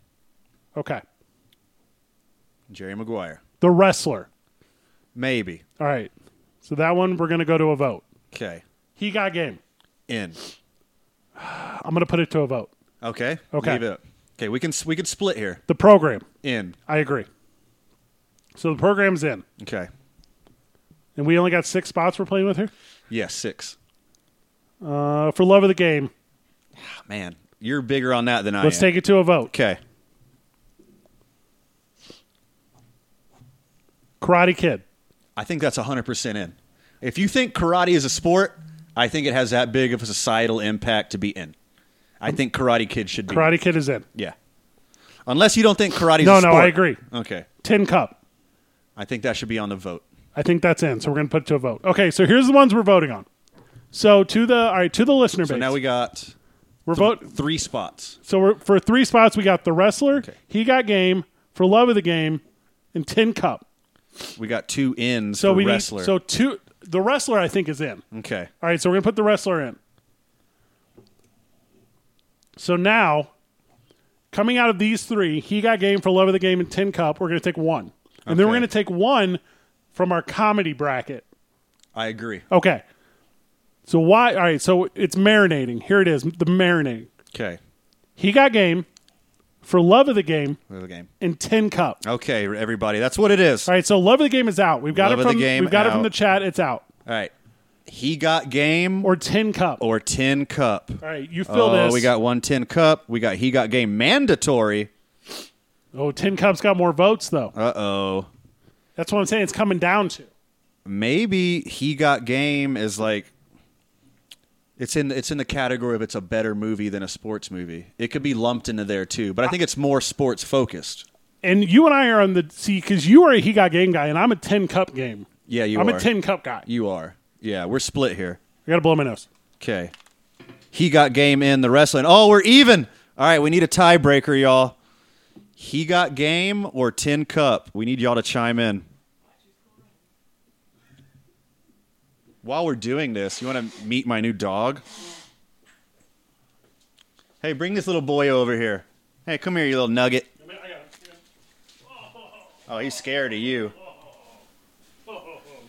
[SPEAKER 1] Okay.
[SPEAKER 2] Jerry Maguire.
[SPEAKER 1] The wrestler.
[SPEAKER 2] Maybe.
[SPEAKER 1] All right. So that one we're gonna go to a vote.
[SPEAKER 2] Okay.
[SPEAKER 1] He got game.
[SPEAKER 2] In.
[SPEAKER 1] I'm gonna put it to a vote.
[SPEAKER 2] Okay.
[SPEAKER 1] Okay.
[SPEAKER 2] Leave it. Okay, we can s- we can split here.
[SPEAKER 1] The program.
[SPEAKER 2] In.
[SPEAKER 1] I agree. So the program's in,
[SPEAKER 2] Okay.
[SPEAKER 1] and we only got six spots we're playing with here.
[SPEAKER 2] Yes, six.
[SPEAKER 1] Uh, for love of the game,
[SPEAKER 2] Man, you're bigger on that than I
[SPEAKER 1] let's
[SPEAKER 2] am.
[SPEAKER 1] take it to a vote.
[SPEAKER 2] okay.
[SPEAKER 1] Karate Kid.
[SPEAKER 2] I think that's 100% in. If you think karate is a sport, I think it has that big of a societal impact to be in. I think Karate Kid should be.
[SPEAKER 1] Karate Kid is in.
[SPEAKER 2] Yeah. Unless you don't think karate is
[SPEAKER 1] No,
[SPEAKER 2] a
[SPEAKER 1] no,
[SPEAKER 2] sport.
[SPEAKER 1] I agree.
[SPEAKER 2] Okay.
[SPEAKER 1] Tin Cup.
[SPEAKER 2] I think that should be on the vote.
[SPEAKER 1] I think that's in. So we're going to put it to a vote. Okay, so here's the ones we're voting on. So to the all right to the listener base.
[SPEAKER 2] So now we got
[SPEAKER 1] are vote.
[SPEAKER 2] three spots.
[SPEAKER 1] So we're, for three spots, we got the wrestler. He got game. for love of the game and Tin Cup.
[SPEAKER 2] We got two N's
[SPEAKER 1] So
[SPEAKER 2] for
[SPEAKER 1] we
[SPEAKER 2] wrestler.
[SPEAKER 1] need so two. The wrestler I think is in.
[SPEAKER 2] okay.
[SPEAKER 1] All right, so we're gonna put the wrestler in. So now, coming out of these three, he got game for love of the game and Tin Cup. We're gonna take one, and then we're
[SPEAKER 2] Okay.
[SPEAKER 1] gonna take one from our comedy bracket.
[SPEAKER 2] I agree.
[SPEAKER 1] Okay. So why? All right. So it's marinating. Here it is. The marinating.
[SPEAKER 2] Okay.
[SPEAKER 1] He got game for love of the game
[SPEAKER 2] Another game.
[SPEAKER 1] and tin cup.
[SPEAKER 2] Okay, everybody. That's what it is.
[SPEAKER 1] All right. So love of the game is out. We've got
[SPEAKER 2] Love
[SPEAKER 1] it
[SPEAKER 2] of the
[SPEAKER 1] from
[SPEAKER 2] game
[SPEAKER 1] we've got it from
[SPEAKER 2] out.
[SPEAKER 1] the chat. It's out
[SPEAKER 2] All right. He got game or,
[SPEAKER 1] or tin cup.
[SPEAKER 2] or 10 cup.
[SPEAKER 1] all right. You fill
[SPEAKER 2] Oh,
[SPEAKER 1] this.
[SPEAKER 2] we got one 10 cup. We got he got game mandatory.
[SPEAKER 1] Oh, tin cup's got more votes though.
[SPEAKER 2] Uh oh.
[SPEAKER 1] That's what I'm saying. It's coming down to.
[SPEAKER 2] Maybe he got game is like it's in it's in the category of it's a better movie than a sports movie. It could be lumped into there too, but I think it's more sports focused.
[SPEAKER 1] And you and I are on the see because you are a he got game guy and I'm a tin cup game.
[SPEAKER 2] Yeah, you
[SPEAKER 1] I'm
[SPEAKER 2] are.
[SPEAKER 1] a tin cup guy.
[SPEAKER 2] You are. Yeah, we're split here.
[SPEAKER 1] I gotta blow my nose.
[SPEAKER 2] Okay. He got game in the wrestling. Oh, we're even. All right, we need a tiebreaker, y'all. He got game or 10 cup. We need y'all to chime in. While we're doing this, you want to meet my new dog? Hey, bring this little boy over here. Hey, come here, you little nugget. Oh, he's scared of you.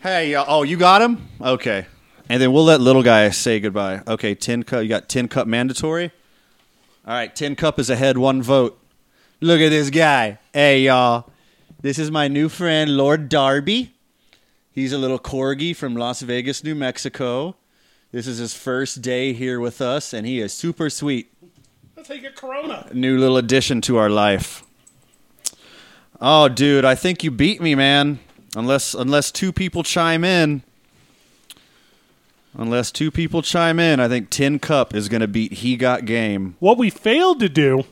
[SPEAKER 2] Hey, y'all. Oh, you got him? Okay. And then we'll let little guy say goodbye. Okay, 10 cup. You got 10 cup mandatory? All right, 10 cup is ahead, one vote. Look at this guy. Hey, y'all. This is my new friend, Lord Darby. He's a little corgi from Las Vegas, New Mexico. This is his first day here with us, and he is super sweet.
[SPEAKER 1] Let's take a Corona.
[SPEAKER 2] New little addition to our life. Oh, dude, I think you beat me, man. Unless unless two people chime in. Unless two people chime in, I think Tin Cup is going to beat He Got Game.
[SPEAKER 1] What we failed to do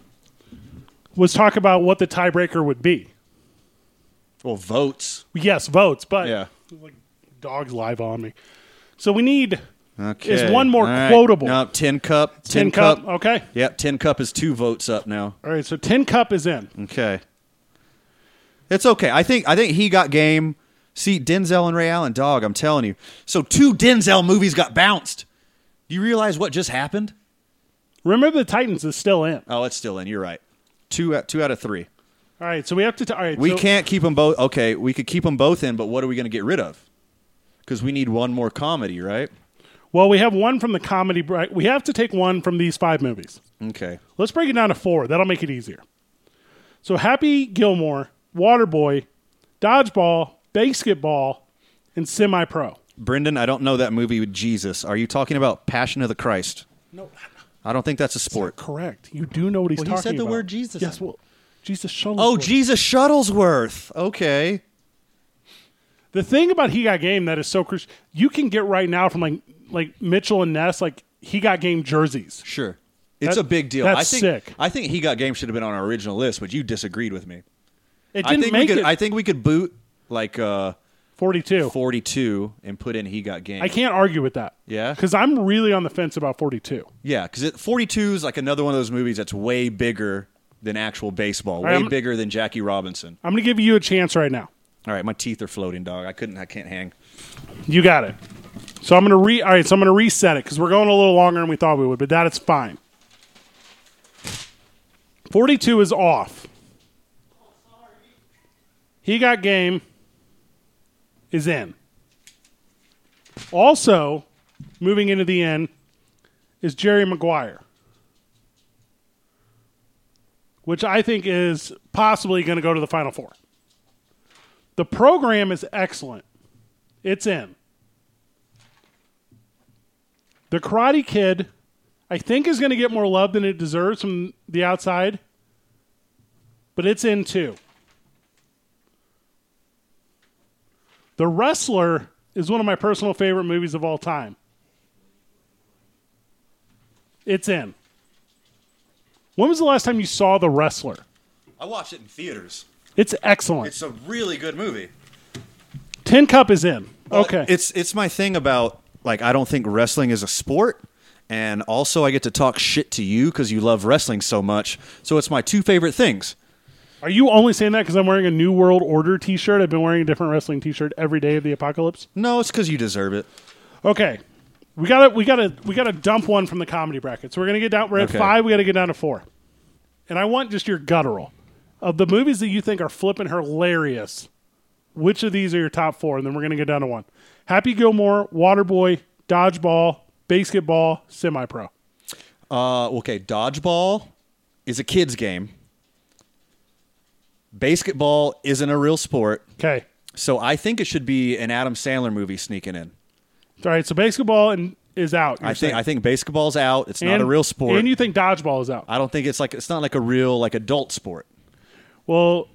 [SPEAKER 1] was talk about what the tiebreaker would be.
[SPEAKER 2] Well, votes.
[SPEAKER 1] Yes, votes, but
[SPEAKER 2] Yeah.
[SPEAKER 1] like dogs live on me. So we need
[SPEAKER 2] Okay.
[SPEAKER 1] Is one more
[SPEAKER 2] All right.
[SPEAKER 1] quotable?
[SPEAKER 2] No, Tin Cup.
[SPEAKER 1] tin, cup. uh, Okay.
[SPEAKER 2] Yep, Tin Cup is two votes up now.
[SPEAKER 1] All right. So tin cup is in.
[SPEAKER 2] Okay. It's okay. I think I think He Got Game. See, Denzel and Ray Allen, dog, I'm telling you. So two Denzel movies got bounced. Do you realize what just happened?
[SPEAKER 1] Remember the Titans is still in.
[SPEAKER 2] Oh, it's still in. You're right. Two out, two out of three.
[SPEAKER 1] All right. So we have to. T- all right.
[SPEAKER 2] We
[SPEAKER 1] so-
[SPEAKER 2] can't keep them both. Okay, we could keep them both in, but what are we going to get rid of? Because we need one more comedy, right?
[SPEAKER 1] Well, we have one from the comedy. bri- We have to take one from these five movies.
[SPEAKER 2] Okay.
[SPEAKER 1] Let's break it down to four. That'll make it easier. So Happy Gilmore, Waterboy, Dodgeball, Basketball, and Semi Pro.
[SPEAKER 2] Brendan, I don't know that movie with Jesus. Are you talking about Passion of the Christ?
[SPEAKER 1] No,
[SPEAKER 2] I don't think that's a sport.
[SPEAKER 1] correct. You do know what he's
[SPEAKER 2] Well, he
[SPEAKER 1] talking about.
[SPEAKER 2] said the word Jesus.
[SPEAKER 1] Yes. Well, Jesus. Shuttlesworth.
[SPEAKER 2] Oh, Jesus Shuttlesworth. Okay.
[SPEAKER 1] The thing about he got game that is so crucial, you can get right now from like like Mitchell and Ness like he got game jerseys.
[SPEAKER 2] Sure. It's
[SPEAKER 1] That-
[SPEAKER 2] a big deal.
[SPEAKER 1] that's
[SPEAKER 2] I think,
[SPEAKER 1] sick.
[SPEAKER 2] I think He Got Game should have been on our original list, but you disagreed with me.
[SPEAKER 1] It
[SPEAKER 2] I
[SPEAKER 1] didn't
[SPEAKER 2] think we
[SPEAKER 1] make
[SPEAKER 2] could,
[SPEAKER 1] it
[SPEAKER 2] I think we could boot like uh,
[SPEAKER 1] 42.
[SPEAKER 2] 42 and put in He Got Game.
[SPEAKER 1] I can't argue with that.
[SPEAKER 2] Yeah?
[SPEAKER 1] because I'm really on the fence about 42.
[SPEAKER 2] Yeah, because 42 is like another one of those movies that's way bigger than actual baseball, way
[SPEAKER 1] I'm-
[SPEAKER 2] bigger than Jackie Robinson.
[SPEAKER 1] I'm gonna give you a chance right now.
[SPEAKER 2] All right, my teeth are floating, dog. I couldn't, I can't hang.
[SPEAKER 1] You got it. So I'm gonna re. All right, so I'm gonna reset it because we're going a little longer than we thought we would, but that is fine. 42 is off. He got game. Is in. Also, moving into the end is Jerry Maguire, which I think is possibly going to go to the Final Four. The program is excellent. It's in. The Karate Kid, I think, is going to get more love than it deserves from the outside, but it's in too. The Wrestler is one of my personal favorite movies of all time. It's in. When was the last time you saw The Wrestler?
[SPEAKER 2] I watched it in theaters.
[SPEAKER 1] It's excellent.
[SPEAKER 2] It's a really good movie.
[SPEAKER 1] Tin Cup is in. Okay.
[SPEAKER 2] It's it's my thing about like I don't think wrestling is a sport, and also I get to talk shit to you because you love wrestling so much. So it's my two favorite things.
[SPEAKER 1] Are you only saying that because I'm wearing a New World Order t shirt? I've been wearing a different wrestling t shirt every day of the apocalypse.
[SPEAKER 2] No, it's because you deserve it.
[SPEAKER 1] Okay. We gotta we gotta we gotta dump one from the comedy bracket. So we're gonna get down we're at
[SPEAKER 2] Okay.
[SPEAKER 1] five, we gotta get down to four. And I want just your guttural. Of the movies that you think are flipping hilarious, which of these are your top four? And then we're gonna get down to one. Happy Gilmore, Waterboy, Dodgeball, Basketball, Semi Pro.
[SPEAKER 2] Uh, okay, dodgeball is a kids game. Basketball isn't a real sport,
[SPEAKER 1] Okay.
[SPEAKER 2] so I think it should be an Adam Sandler movie sneaking in.
[SPEAKER 1] All right, so basketball and is out.
[SPEAKER 2] I think I think baseball's out. It's not a real sport.
[SPEAKER 1] And you think dodgeball is out.
[SPEAKER 2] I don't think it's like it's not like a real like adult sport.
[SPEAKER 1] Well,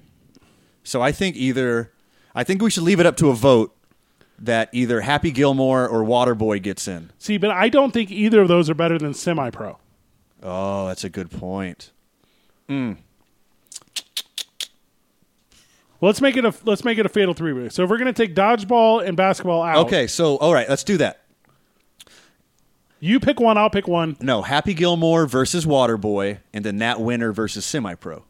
[SPEAKER 2] So I think either I think we should leave it up to a vote that either Happy Gilmore or Waterboy gets in.
[SPEAKER 1] see, but I don't think either of those are better than semi pro.
[SPEAKER 2] Oh, that's a good point.
[SPEAKER 1] Let's make it a let's make it a fatal three way. So if we're gonna take dodgeball and basketball out,
[SPEAKER 2] Oh. Okay, so all right, let's do that.
[SPEAKER 1] You pick one, I'll pick one.
[SPEAKER 2] No, Happy Gilmore versus Waterboy, and then that winner versus Semi Pro.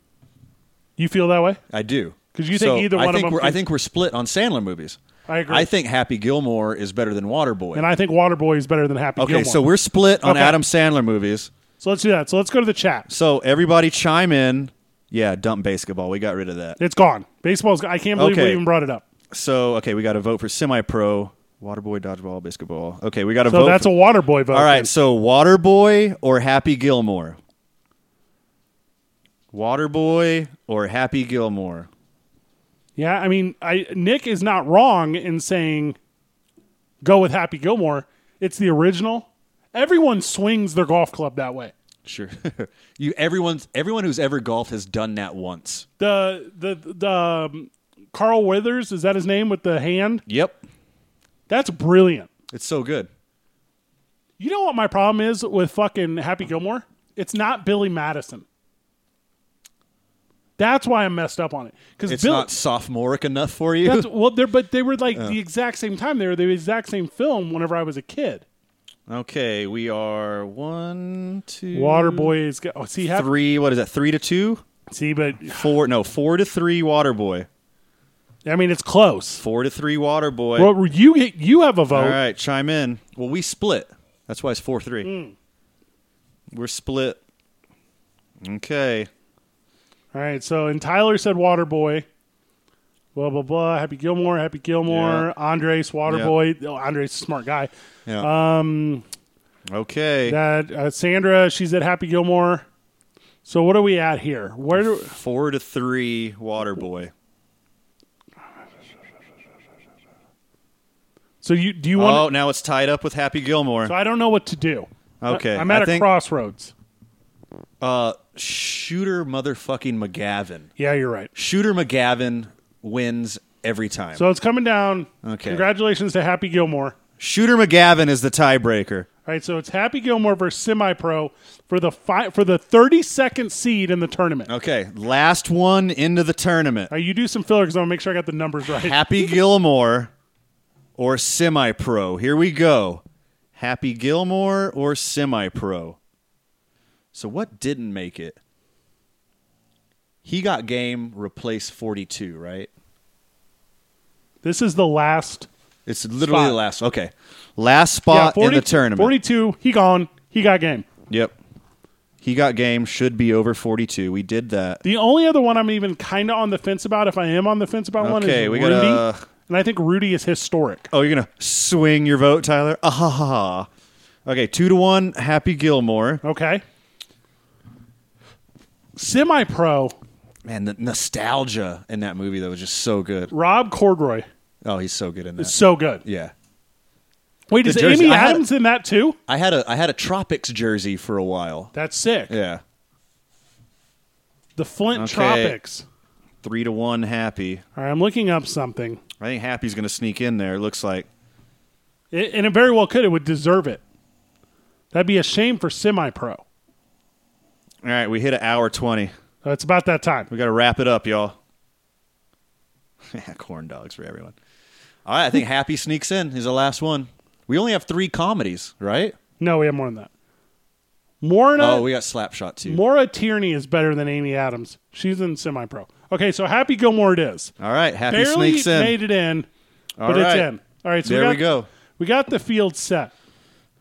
[SPEAKER 1] You feel that way?
[SPEAKER 2] I do
[SPEAKER 1] 'Cause you think
[SPEAKER 2] So
[SPEAKER 1] either
[SPEAKER 2] I
[SPEAKER 1] one of
[SPEAKER 2] think
[SPEAKER 1] them
[SPEAKER 2] we're- I
[SPEAKER 1] could-
[SPEAKER 2] think we're split on Sandler movies.
[SPEAKER 1] I agree.
[SPEAKER 2] I think Happy Gilmore is better than Waterboy.
[SPEAKER 1] and I think Waterboy is better than Happy
[SPEAKER 2] okay,
[SPEAKER 1] Gilmore.
[SPEAKER 2] so we're split on
[SPEAKER 1] Okay.
[SPEAKER 2] Adam Sandler movies.
[SPEAKER 1] so let's do that. So let's go to the chat.
[SPEAKER 2] So everybody chime in. Yeah, dump basketball. We got rid of that.
[SPEAKER 1] It's gone. Baseball's. go- I can't believe we
[SPEAKER 2] Okay.
[SPEAKER 1] even brought it up.
[SPEAKER 2] So okay, we got to vote for semi-pro, Waterboy, dodgeball, basketball. Okay, we got to
[SPEAKER 1] So
[SPEAKER 2] vote.
[SPEAKER 1] that's
[SPEAKER 2] for-
[SPEAKER 1] a Waterboy vote.
[SPEAKER 2] all
[SPEAKER 1] then.
[SPEAKER 2] right. So Waterboy or Happy Gilmore. Waterboy or Happy Gilmore.
[SPEAKER 1] Yeah, I mean, I Nick is not wrong in saying go with Happy Gilmore. It's the original. Everyone swings their golf club that way.
[SPEAKER 2] Sure. (laughs) you everyone's everyone who's ever golfed has done that once.
[SPEAKER 1] The the the um, Carl Withers is that his name with the hand?
[SPEAKER 2] Yep.
[SPEAKER 1] That's brilliant.
[SPEAKER 2] It's so good.
[SPEAKER 1] You know what my problem is with fucking Happy Gilmore? It's not Billy Madison. That's why I'm messed up on it because
[SPEAKER 2] It's
[SPEAKER 1] Bill.
[SPEAKER 2] not sophomoric enough for
[SPEAKER 1] (laughs)
[SPEAKER 2] you.
[SPEAKER 1] that's, well, they're but they were like the exact same time. They were the exact same film whenever I was a kid.
[SPEAKER 2] okay, we are one, two,
[SPEAKER 1] Waterboy is go- oh, see Happy
[SPEAKER 2] three. What is that? Three to two?
[SPEAKER 1] see, but
[SPEAKER 2] Four? No, four to three. Waterboy.
[SPEAKER 1] I mean it's close.
[SPEAKER 2] Four to three. Waterboy.
[SPEAKER 1] Well, you get you have a vote.
[SPEAKER 2] All right, chime in. Well, we split. That's why it's 4 3.
[SPEAKER 1] Hmm.
[SPEAKER 2] We're split. Okay.
[SPEAKER 1] All right, so and Tyler said Waterboy. Blah blah blah. Happy Gilmore, Happy Gilmore, Andres Waterboy. Oh, Andres is a smart guy.
[SPEAKER 2] Yeah. Um, okay.
[SPEAKER 1] That uh, Sandra, she's at Happy Gilmore. So what are we at here? Where do,
[SPEAKER 2] 4 to 3 Waterboy.
[SPEAKER 1] so you do you want?
[SPEAKER 2] Oh, now it's tied up with Happy Gilmore.
[SPEAKER 1] So I don't know what to do.
[SPEAKER 2] Okay,
[SPEAKER 1] I, am at
[SPEAKER 2] I
[SPEAKER 1] a
[SPEAKER 2] think- Shooter motherfucking McGavin.
[SPEAKER 1] Yeah, you're right.
[SPEAKER 2] Shooter McGavin wins every time.
[SPEAKER 1] So it's coming down.
[SPEAKER 2] Okay.
[SPEAKER 1] Congratulations to Happy Gilmore.
[SPEAKER 2] Shooter McGavin is the tiebreaker.
[SPEAKER 1] All right, so it's Happy Gilmore versus Semi Pro for the fi- for the 32nd seed in the tournament.
[SPEAKER 2] Okay, last one into the tournament.
[SPEAKER 1] All right, you do some filler because I want to make sure I got the numbers
[SPEAKER 2] (laughs)
[SPEAKER 1] right.
[SPEAKER 2] Happy Gilmore or semi pro? Here we go. Happy Gilmore or semi pro? So, what didn't make it? He got game, replace 42, right?
[SPEAKER 1] This is the last
[SPEAKER 2] It's literally
[SPEAKER 1] Spot.
[SPEAKER 2] the last. Okay. Last
[SPEAKER 1] yeah,
[SPEAKER 2] spot
[SPEAKER 1] 40
[SPEAKER 2] in the tournament.
[SPEAKER 1] 42. He gone. He got game.
[SPEAKER 2] Yep. He got game, should be over 42. We did that.
[SPEAKER 1] The only other one I'm even kind of on the fence about, if I am on the fence about one,
[SPEAKER 2] Okay,
[SPEAKER 1] is
[SPEAKER 2] we
[SPEAKER 1] Rudy.
[SPEAKER 2] gotta- uh,
[SPEAKER 1] And I think Rudy is historic.
[SPEAKER 2] Oh, you're going to swing your vote, Tyler? Ah ha ha ha. Okay, two to one, Happy Gilmore.
[SPEAKER 1] Okay. Semi pro,
[SPEAKER 2] Man, the nostalgia in that movie though was just so good.
[SPEAKER 1] Rob Cordroy.
[SPEAKER 2] Oh, he's so good in that.
[SPEAKER 1] So good.
[SPEAKER 2] yeah.
[SPEAKER 1] Wait,
[SPEAKER 2] The
[SPEAKER 1] is
[SPEAKER 2] jersey-
[SPEAKER 1] Amy
[SPEAKER 2] I had
[SPEAKER 1] Adams in that too?
[SPEAKER 2] I had a I had a Tropics jersey for a while.
[SPEAKER 1] That's sick.
[SPEAKER 2] Yeah.
[SPEAKER 1] The Flint
[SPEAKER 2] Okay.
[SPEAKER 1] Tropics.
[SPEAKER 2] Three to one happy.
[SPEAKER 1] All right, I'm looking up something.
[SPEAKER 2] I think Happy's gonna sneak in there, it looks like.
[SPEAKER 1] It, and it very well could. It would deserve it. That'd be a shame for semi pro.
[SPEAKER 2] All right, we hit an hour twenty.
[SPEAKER 1] It's about that time.
[SPEAKER 2] We gotta wrap it up, y'all. (laughs) Corn dogs for everyone. All right, I think Happy sneaks in. He's the last one. We only have three comedies, right?
[SPEAKER 1] No, we have more than that. Morna,
[SPEAKER 2] Oh, we got Slapshot too.
[SPEAKER 1] Maura Tierney is better than Amy Adams. She's in semi pro. Okay, so Happy Gilmore it is.
[SPEAKER 2] All right, happy
[SPEAKER 1] Barely
[SPEAKER 2] sneaks in.
[SPEAKER 1] made it in, but it's
[SPEAKER 2] right.
[SPEAKER 1] in. All right, so
[SPEAKER 2] There
[SPEAKER 1] we, got,
[SPEAKER 2] we go.
[SPEAKER 1] We got the field set.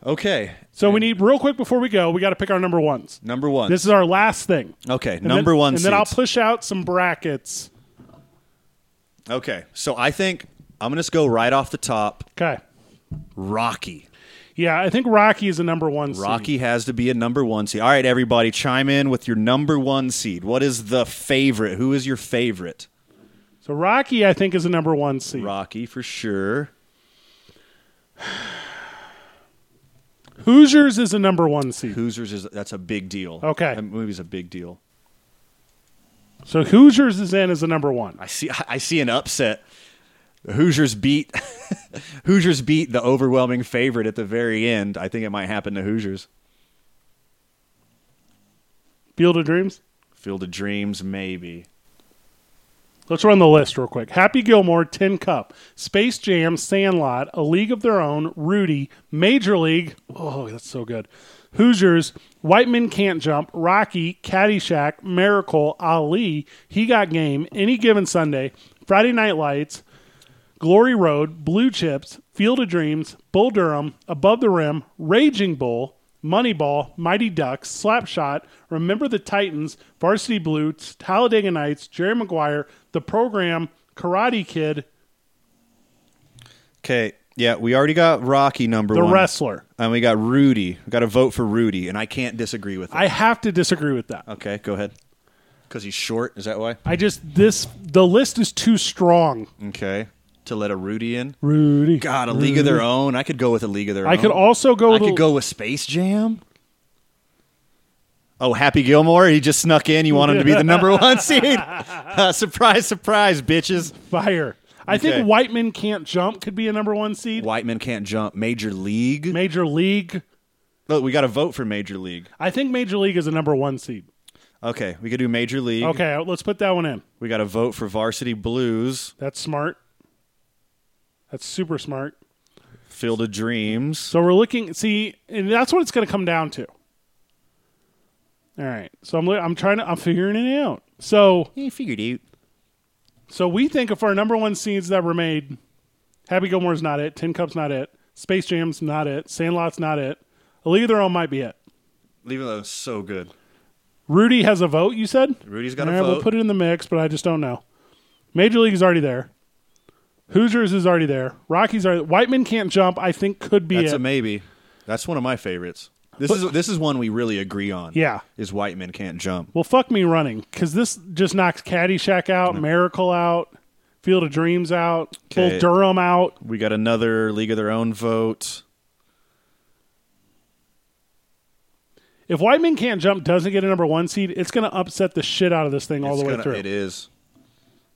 [SPEAKER 2] okay,
[SPEAKER 1] So we need real quick before we go. We got to pick our number ones.
[SPEAKER 2] number one.
[SPEAKER 1] This is our last thing.
[SPEAKER 2] okay,
[SPEAKER 1] And
[SPEAKER 2] number
[SPEAKER 1] then-
[SPEAKER 2] one.
[SPEAKER 1] And then I'll
[SPEAKER 2] seeds.
[SPEAKER 1] push out some brackets.
[SPEAKER 2] okay, so I think I'm gonna just go right off the top.
[SPEAKER 1] Okay.
[SPEAKER 2] Rocky.
[SPEAKER 1] Yeah, I think Rocky is a number one. seed.
[SPEAKER 2] Rocky has to be a number one seed. All right, everybody, chime in with your number one seed. What is the favorite? Who is your favorite?
[SPEAKER 1] So Rocky, I think, is a number one seed.
[SPEAKER 2] Rocky for sure.
[SPEAKER 1] Hoosiers is a number one seed.
[SPEAKER 2] Hoosiers is that's a big deal.
[SPEAKER 1] Okay.
[SPEAKER 2] that movie's a big deal.
[SPEAKER 1] So Hoosiers is in as a number one.
[SPEAKER 2] I see. (laughs) I see an upset. The Hoosiers beat. (laughs) Hoosiers beat the overwhelming favorite at the very end. I think it might happen to Hoosiers.
[SPEAKER 1] Field of Dreams.
[SPEAKER 2] Field of Dreams, maybe.
[SPEAKER 1] Let's run the list real quick. Happy Gilmore, Tin Cup, Space Jam, Sandlot, A League of Their Own, Rudy, Major League. Oh, that's so good. Hoosiers, White Men Can't Jump, Rocky, Caddyshack, Miracle, Ali, He Got Game, Any Given Sunday, Friday Night Lights, Glory Road, Blue Chips, Field of Dreams, Bull Durham, Above the Rim, Raging Bull, Moneyball, Mighty Ducks, Slapshot, Remember the Titans, Varsity Blues, Talladega Nights, Jerry Maguire, The Program, Karate Kid,
[SPEAKER 2] Okay. Yeah, we already got Rocky number
[SPEAKER 1] The
[SPEAKER 2] one.
[SPEAKER 1] Wrestler.
[SPEAKER 2] And we got Rudy. We got to vote for Rudy, and I can't disagree with it.
[SPEAKER 1] I have to disagree with that.
[SPEAKER 2] okay, go ahead. Because he's short. Is that why?
[SPEAKER 1] I just this the list is too strong.
[SPEAKER 2] Okay. To let a Rudy in.
[SPEAKER 1] Rudy.
[SPEAKER 2] God, a League of Their Own. I could go with a League of Their
[SPEAKER 1] Mm. I
[SPEAKER 2] Own.
[SPEAKER 1] could also go
[SPEAKER 2] I
[SPEAKER 1] with a-
[SPEAKER 2] could go with Space Jam. Oh, Happy Gilmore! He just snuck in. You want him to be
[SPEAKER 1] (laughs)
[SPEAKER 2] the number one seed? (laughs) Uh, surprise, surprise, bitches!
[SPEAKER 1] Fire. I
[SPEAKER 2] Okay.
[SPEAKER 1] think White Men Can't Jump could be a number one seed.
[SPEAKER 2] White men can't jump. Major League.
[SPEAKER 1] Major League.
[SPEAKER 2] Look, we got to vote for Major League.
[SPEAKER 1] I think Major League is a number one seed.
[SPEAKER 2] Okay, we could do Major League.
[SPEAKER 1] Okay, let's put that one in.
[SPEAKER 2] We got to vote for Varsity Blues,
[SPEAKER 1] That's smart. That's super smart.
[SPEAKER 2] Field of Dreams.
[SPEAKER 1] So we're looking. See, and that's what it's going to come down to. All right. So I'm li- I'm trying to I'm figuring it out. So
[SPEAKER 2] You figured out.
[SPEAKER 1] so we think if our number one scenes that were made, Happy Gilmore's not it, Tin Cup's not it, Space Jam's not it, Sandlot's not it, A League of Their Own might be it.
[SPEAKER 2] Leave it alone. So good.
[SPEAKER 1] Rudy has a vote. You said
[SPEAKER 2] Rudy's got
[SPEAKER 1] All
[SPEAKER 2] a
[SPEAKER 1] right,
[SPEAKER 2] vote.
[SPEAKER 1] Eh, We'll put it in the mix, but I just don't know. Major League is already there. Hoosiers is already there. Rockies are. Whiteman can't jump. I think could be
[SPEAKER 2] That's
[SPEAKER 1] it.
[SPEAKER 2] a maybe. That's one of my favorites. This is this is one we really agree on.
[SPEAKER 1] Yeah.
[SPEAKER 2] is white men can't jump.
[SPEAKER 1] Well, fuck me running because this just knocks Caddyshack out, Miracle out, Field of Dreams out,
[SPEAKER 2] Okay.
[SPEAKER 1] Bull Durham out.
[SPEAKER 2] We got another League of Their Own vote.
[SPEAKER 1] If White Men Can't Jump doesn't get a number one seed, it's going to upset the shit out of this thing all
[SPEAKER 2] It's
[SPEAKER 1] the way
[SPEAKER 2] gonna-
[SPEAKER 1] through.
[SPEAKER 2] It is.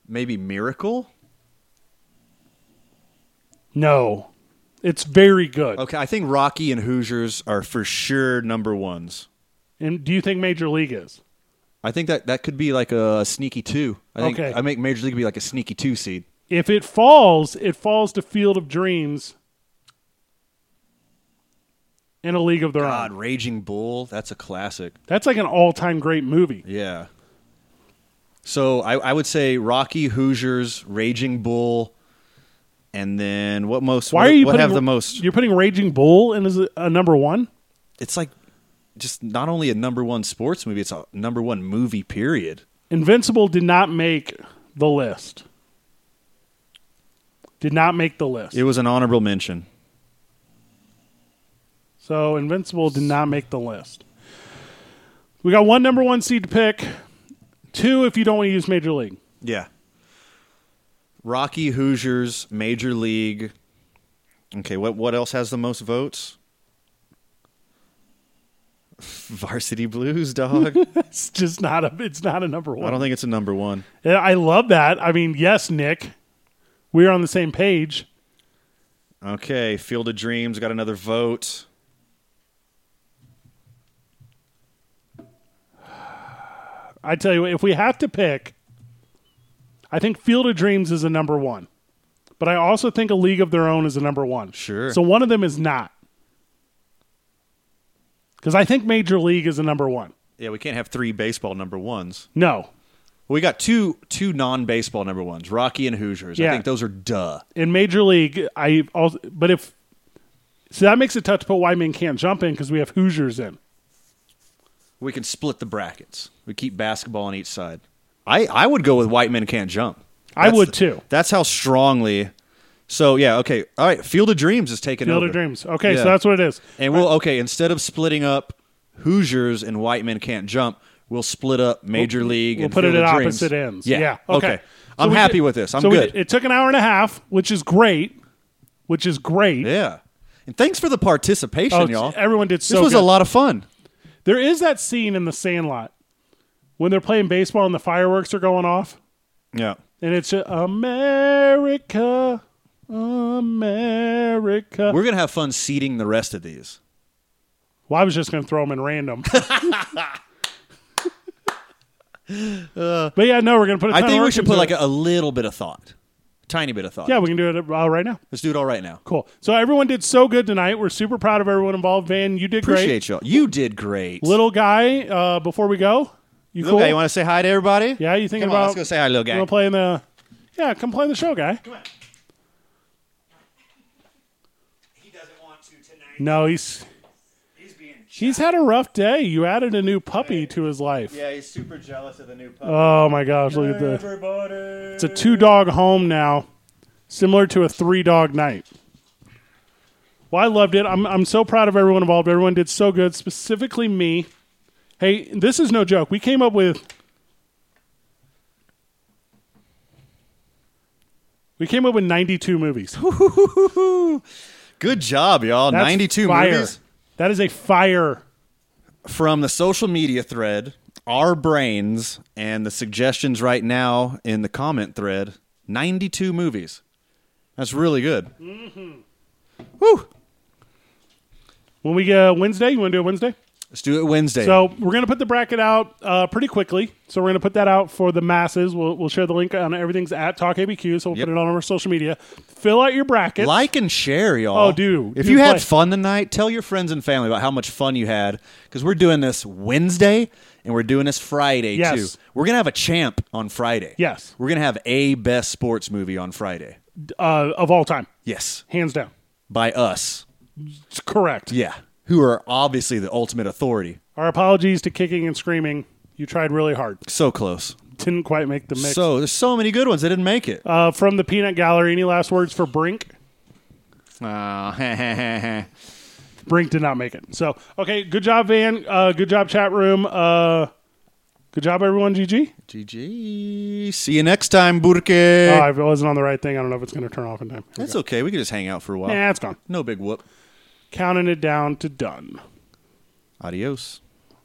[SPEAKER 2] Maybe Miracle.
[SPEAKER 1] No, it's very good.
[SPEAKER 2] Okay, I think Rocky and Hoosiers are for sure number ones.
[SPEAKER 1] And do you think Major League is?
[SPEAKER 2] I think that that could be like a sneaky two. I think
[SPEAKER 1] Okay.
[SPEAKER 2] I make Major League be like a sneaky two seed.
[SPEAKER 1] If it falls, it falls to Field of Dreams in a league of their
[SPEAKER 2] God,
[SPEAKER 1] own.
[SPEAKER 2] Raging Bull. That's a classic.
[SPEAKER 1] That's like an all-time great movie.
[SPEAKER 2] Yeah. So I, I would say Rocky Hoosiers, Raging Bull, and then what most?
[SPEAKER 1] Why
[SPEAKER 2] what,
[SPEAKER 1] are you
[SPEAKER 2] what
[SPEAKER 1] putting
[SPEAKER 2] have the most?
[SPEAKER 1] You're putting Raging Bull in as a, a number one.
[SPEAKER 2] It's like just not only a number one sports movie; it's a number one movie. Period.
[SPEAKER 1] Invincible did not make the list. Did not make the list.
[SPEAKER 2] It was an honorable mention.
[SPEAKER 1] so Invincible did not make the list. We got one number one seed to pick. Two if you don't want to use Major League. (laughs)
[SPEAKER 2] Yeah. Rocky Hoosiers, Major League. Okay, what what else has the most votes? (laughs) Varsity Blues, (laughs) dog.
[SPEAKER 1] It's just not a. It's not a number
[SPEAKER 2] I
[SPEAKER 1] one.
[SPEAKER 2] don't think it's a number one.
[SPEAKER 1] I, I love that. I mean, yes, Nick, we're on the same page.
[SPEAKER 2] Okay, Field of Dreams got another vote.
[SPEAKER 1] I tell you, if we have to pick, I think Field of Dreams is a number one, but I also think A League of Their Own is a number one.
[SPEAKER 2] Sure.
[SPEAKER 1] So one of them is not, because I think Major League is a number one.
[SPEAKER 2] Yeah, we can't have three baseball number ones.
[SPEAKER 1] No,
[SPEAKER 2] We got two two non baseball number ones, Rocky and Hoosiers.
[SPEAKER 1] Yeah.
[SPEAKER 2] I think those are duh.
[SPEAKER 1] in Major League, I also, but if so, that makes it tough to put Wyman can't jump in because we have Hoosiers in.
[SPEAKER 2] We can split the brackets. We keep basketball on each side. I, I would go with white men can't jump.
[SPEAKER 1] I would,
[SPEAKER 2] the-
[SPEAKER 1] too.
[SPEAKER 2] That's how strongly. So yeah, okay, all right. Field of Dreams is taking
[SPEAKER 1] Field
[SPEAKER 2] over.
[SPEAKER 1] of Dreams. Okay, so
[SPEAKER 2] Yeah.
[SPEAKER 1] that's what it is.
[SPEAKER 2] And we'll okay instead of splitting up Hoosiers and white men can't jump, we'll split up Major League.
[SPEAKER 1] We'll
[SPEAKER 2] and
[SPEAKER 1] put
[SPEAKER 2] Field
[SPEAKER 1] it at
[SPEAKER 2] of Dreams.
[SPEAKER 1] opposite ends. Yeah. Okay. So
[SPEAKER 2] I'm
[SPEAKER 1] we
[SPEAKER 2] happy
[SPEAKER 1] did-
[SPEAKER 2] with this. I'm
[SPEAKER 1] so we
[SPEAKER 2] good.
[SPEAKER 1] did- it took an hour and a half, which is great. Which is great.
[SPEAKER 2] yeah. And thanks for the participation,
[SPEAKER 1] Oh,
[SPEAKER 2] y'all.
[SPEAKER 1] everyone did
[SPEAKER 2] This
[SPEAKER 1] so
[SPEAKER 2] was a
[SPEAKER 1] good.
[SPEAKER 2] lot of fun.
[SPEAKER 1] There is that scene in The Sandlot when they're playing baseball and the fireworks are going off,
[SPEAKER 2] Yeah.
[SPEAKER 1] and it's just, America, America.
[SPEAKER 2] We're gonna have fun seeding the rest of
[SPEAKER 1] (laughs)
[SPEAKER 2] these.
[SPEAKER 1] Well, I was just going to throw them in
[SPEAKER 2] (laughs)
[SPEAKER 1] random. but yeah, no, we're going to put. A
[SPEAKER 2] I
[SPEAKER 1] ton of
[SPEAKER 2] think we
[SPEAKER 1] work
[SPEAKER 2] should
[SPEAKER 1] into
[SPEAKER 2] put like
[SPEAKER 1] it.
[SPEAKER 2] a, a little bit of thought, tiny bit of thought.
[SPEAKER 1] Yeah, we can do it uh, right now.
[SPEAKER 2] Let's do it all right now.
[SPEAKER 1] Cool. So everyone did so good tonight. We're super proud of everyone involved. Van, you did great.
[SPEAKER 2] Appreciate y'all. You did great.
[SPEAKER 1] Little guy, uh, before we go, you
[SPEAKER 2] Little
[SPEAKER 1] cool?
[SPEAKER 2] guy, you want to say hi to everybody?
[SPEAKER 1] yeah, you thinking
[SPEAKER 2] Come on,
[SPEAKER 1] about?
[SPEAKER 2] let's go say hi, little
[SPEAKER 1] You
[SPEAKER 2] guy.
[SPEAKER 1] want to play in the? Yeah, come play in the show, guy.
[SPEAKER 4] He doesn't want to tonight.
[SPEAKER 1] No, he's
[SPEAKER 4] He's being
[SPEAKER 1] he's had a rough day. You added a new puppy to his life.
[SPEAKER 2] yeah, he's super jealous of the new pup.
[SPEAKER 1] Oh my gosh, look at the. It's a two dog home now, similar to a three dog night. Well, I loved it. I'm, I'm so proud of everyone involved. Everyone did so good, specifically me. Hey, this is no joke. We came up with. We came up with 92 movies.
[SPEAKER 2] Good job, y'all.
[SPEAKER 1] That's
[SPEAKER 2] 92
[SPEAKER 1] fire.
[SPEAKER 2] movies
[SPEAKER 1] That is a fire.
[SPEAKER 2] from the social media thread, our brains, and the suggestions right now in the comment thread. 92 movies. That's really good. Mm-hmm. Woo!
[SPEAKER 1] When we get Wednesday, you want to do it Wednesday?
[SPEAKER 2] Let's do it Wednesday.
[SPEAKER 1] So we're gonna put the bracket out uh, pretty quickly. So we're gonna put that out for the masses. We'll, we'll share the link on everything's at Talk ABQ. So we'll
[SPEAKER 2] Yep.
[SPEAKER 1] put it on our social media. Fill out your brackets.
[SPEAKER 2] like and share, y'all.
[SPEAKER 1] Oh, do-
[SPEAKER 2] If
[SPEAKER 1] do
[SPEAKER 2] you
[SPEAKER 1] play.
[SPEAKER 2] had fun tonight, tell your friends and family about how much fun you had because we're doing this Wednesday and we're doing this Friday
[SPEAKER 1] Yes.
[SPEAKER 2] too. We're gonna have a champ on Friday.
[SPEAKER 1] Yes.
[SPEAKER 2] we're gonna have a best sports movie on Friday.
[SPEAKER 1] uh, of all time,
[SPEAKER 2] Yes,
[SPEAKER 1] hands down.
[SPEAKER 2] by us.
[SPEAKER 1] It's correct.
[SPEAKER 2] Yeah, who are obviously the ultimate authority.
[SPEAKER 1] Our apologies to kicking and screaming. You tried really hard.
[SPEAKER 2] So close.
[SPEAKER 1] Didn't quite make the mix.
[SPEAKER 2] So there's so many good ones that didn't make it. (laughs)
[SPEAKER 1] uh, from the Peanut Gallery, any last words for Brink?
[SPEAKER 2] Oh.
[SPEAKER 1] Brink did not make it. So okay, good job, Van. Uh, good job, chat room. Uh, good job, everyone. GG.
[SPEAKER 2] GG. See you next time, Burke.
[SPEAKER 1] Oh, I wasn't on the right thing. I don't know if it's gonna turn off in time. Here we
[SPEAKER 2] That's
[SPEAKER 1] go.
[SPEAKER 2] okay. We can just hang out for a while.
[SPEAKER 1] Nah, it's gone.
[SPEAKER 2] No big whoop.
[SPEAKER 1] counting it down to done.
[SPEAKER 2] Adios.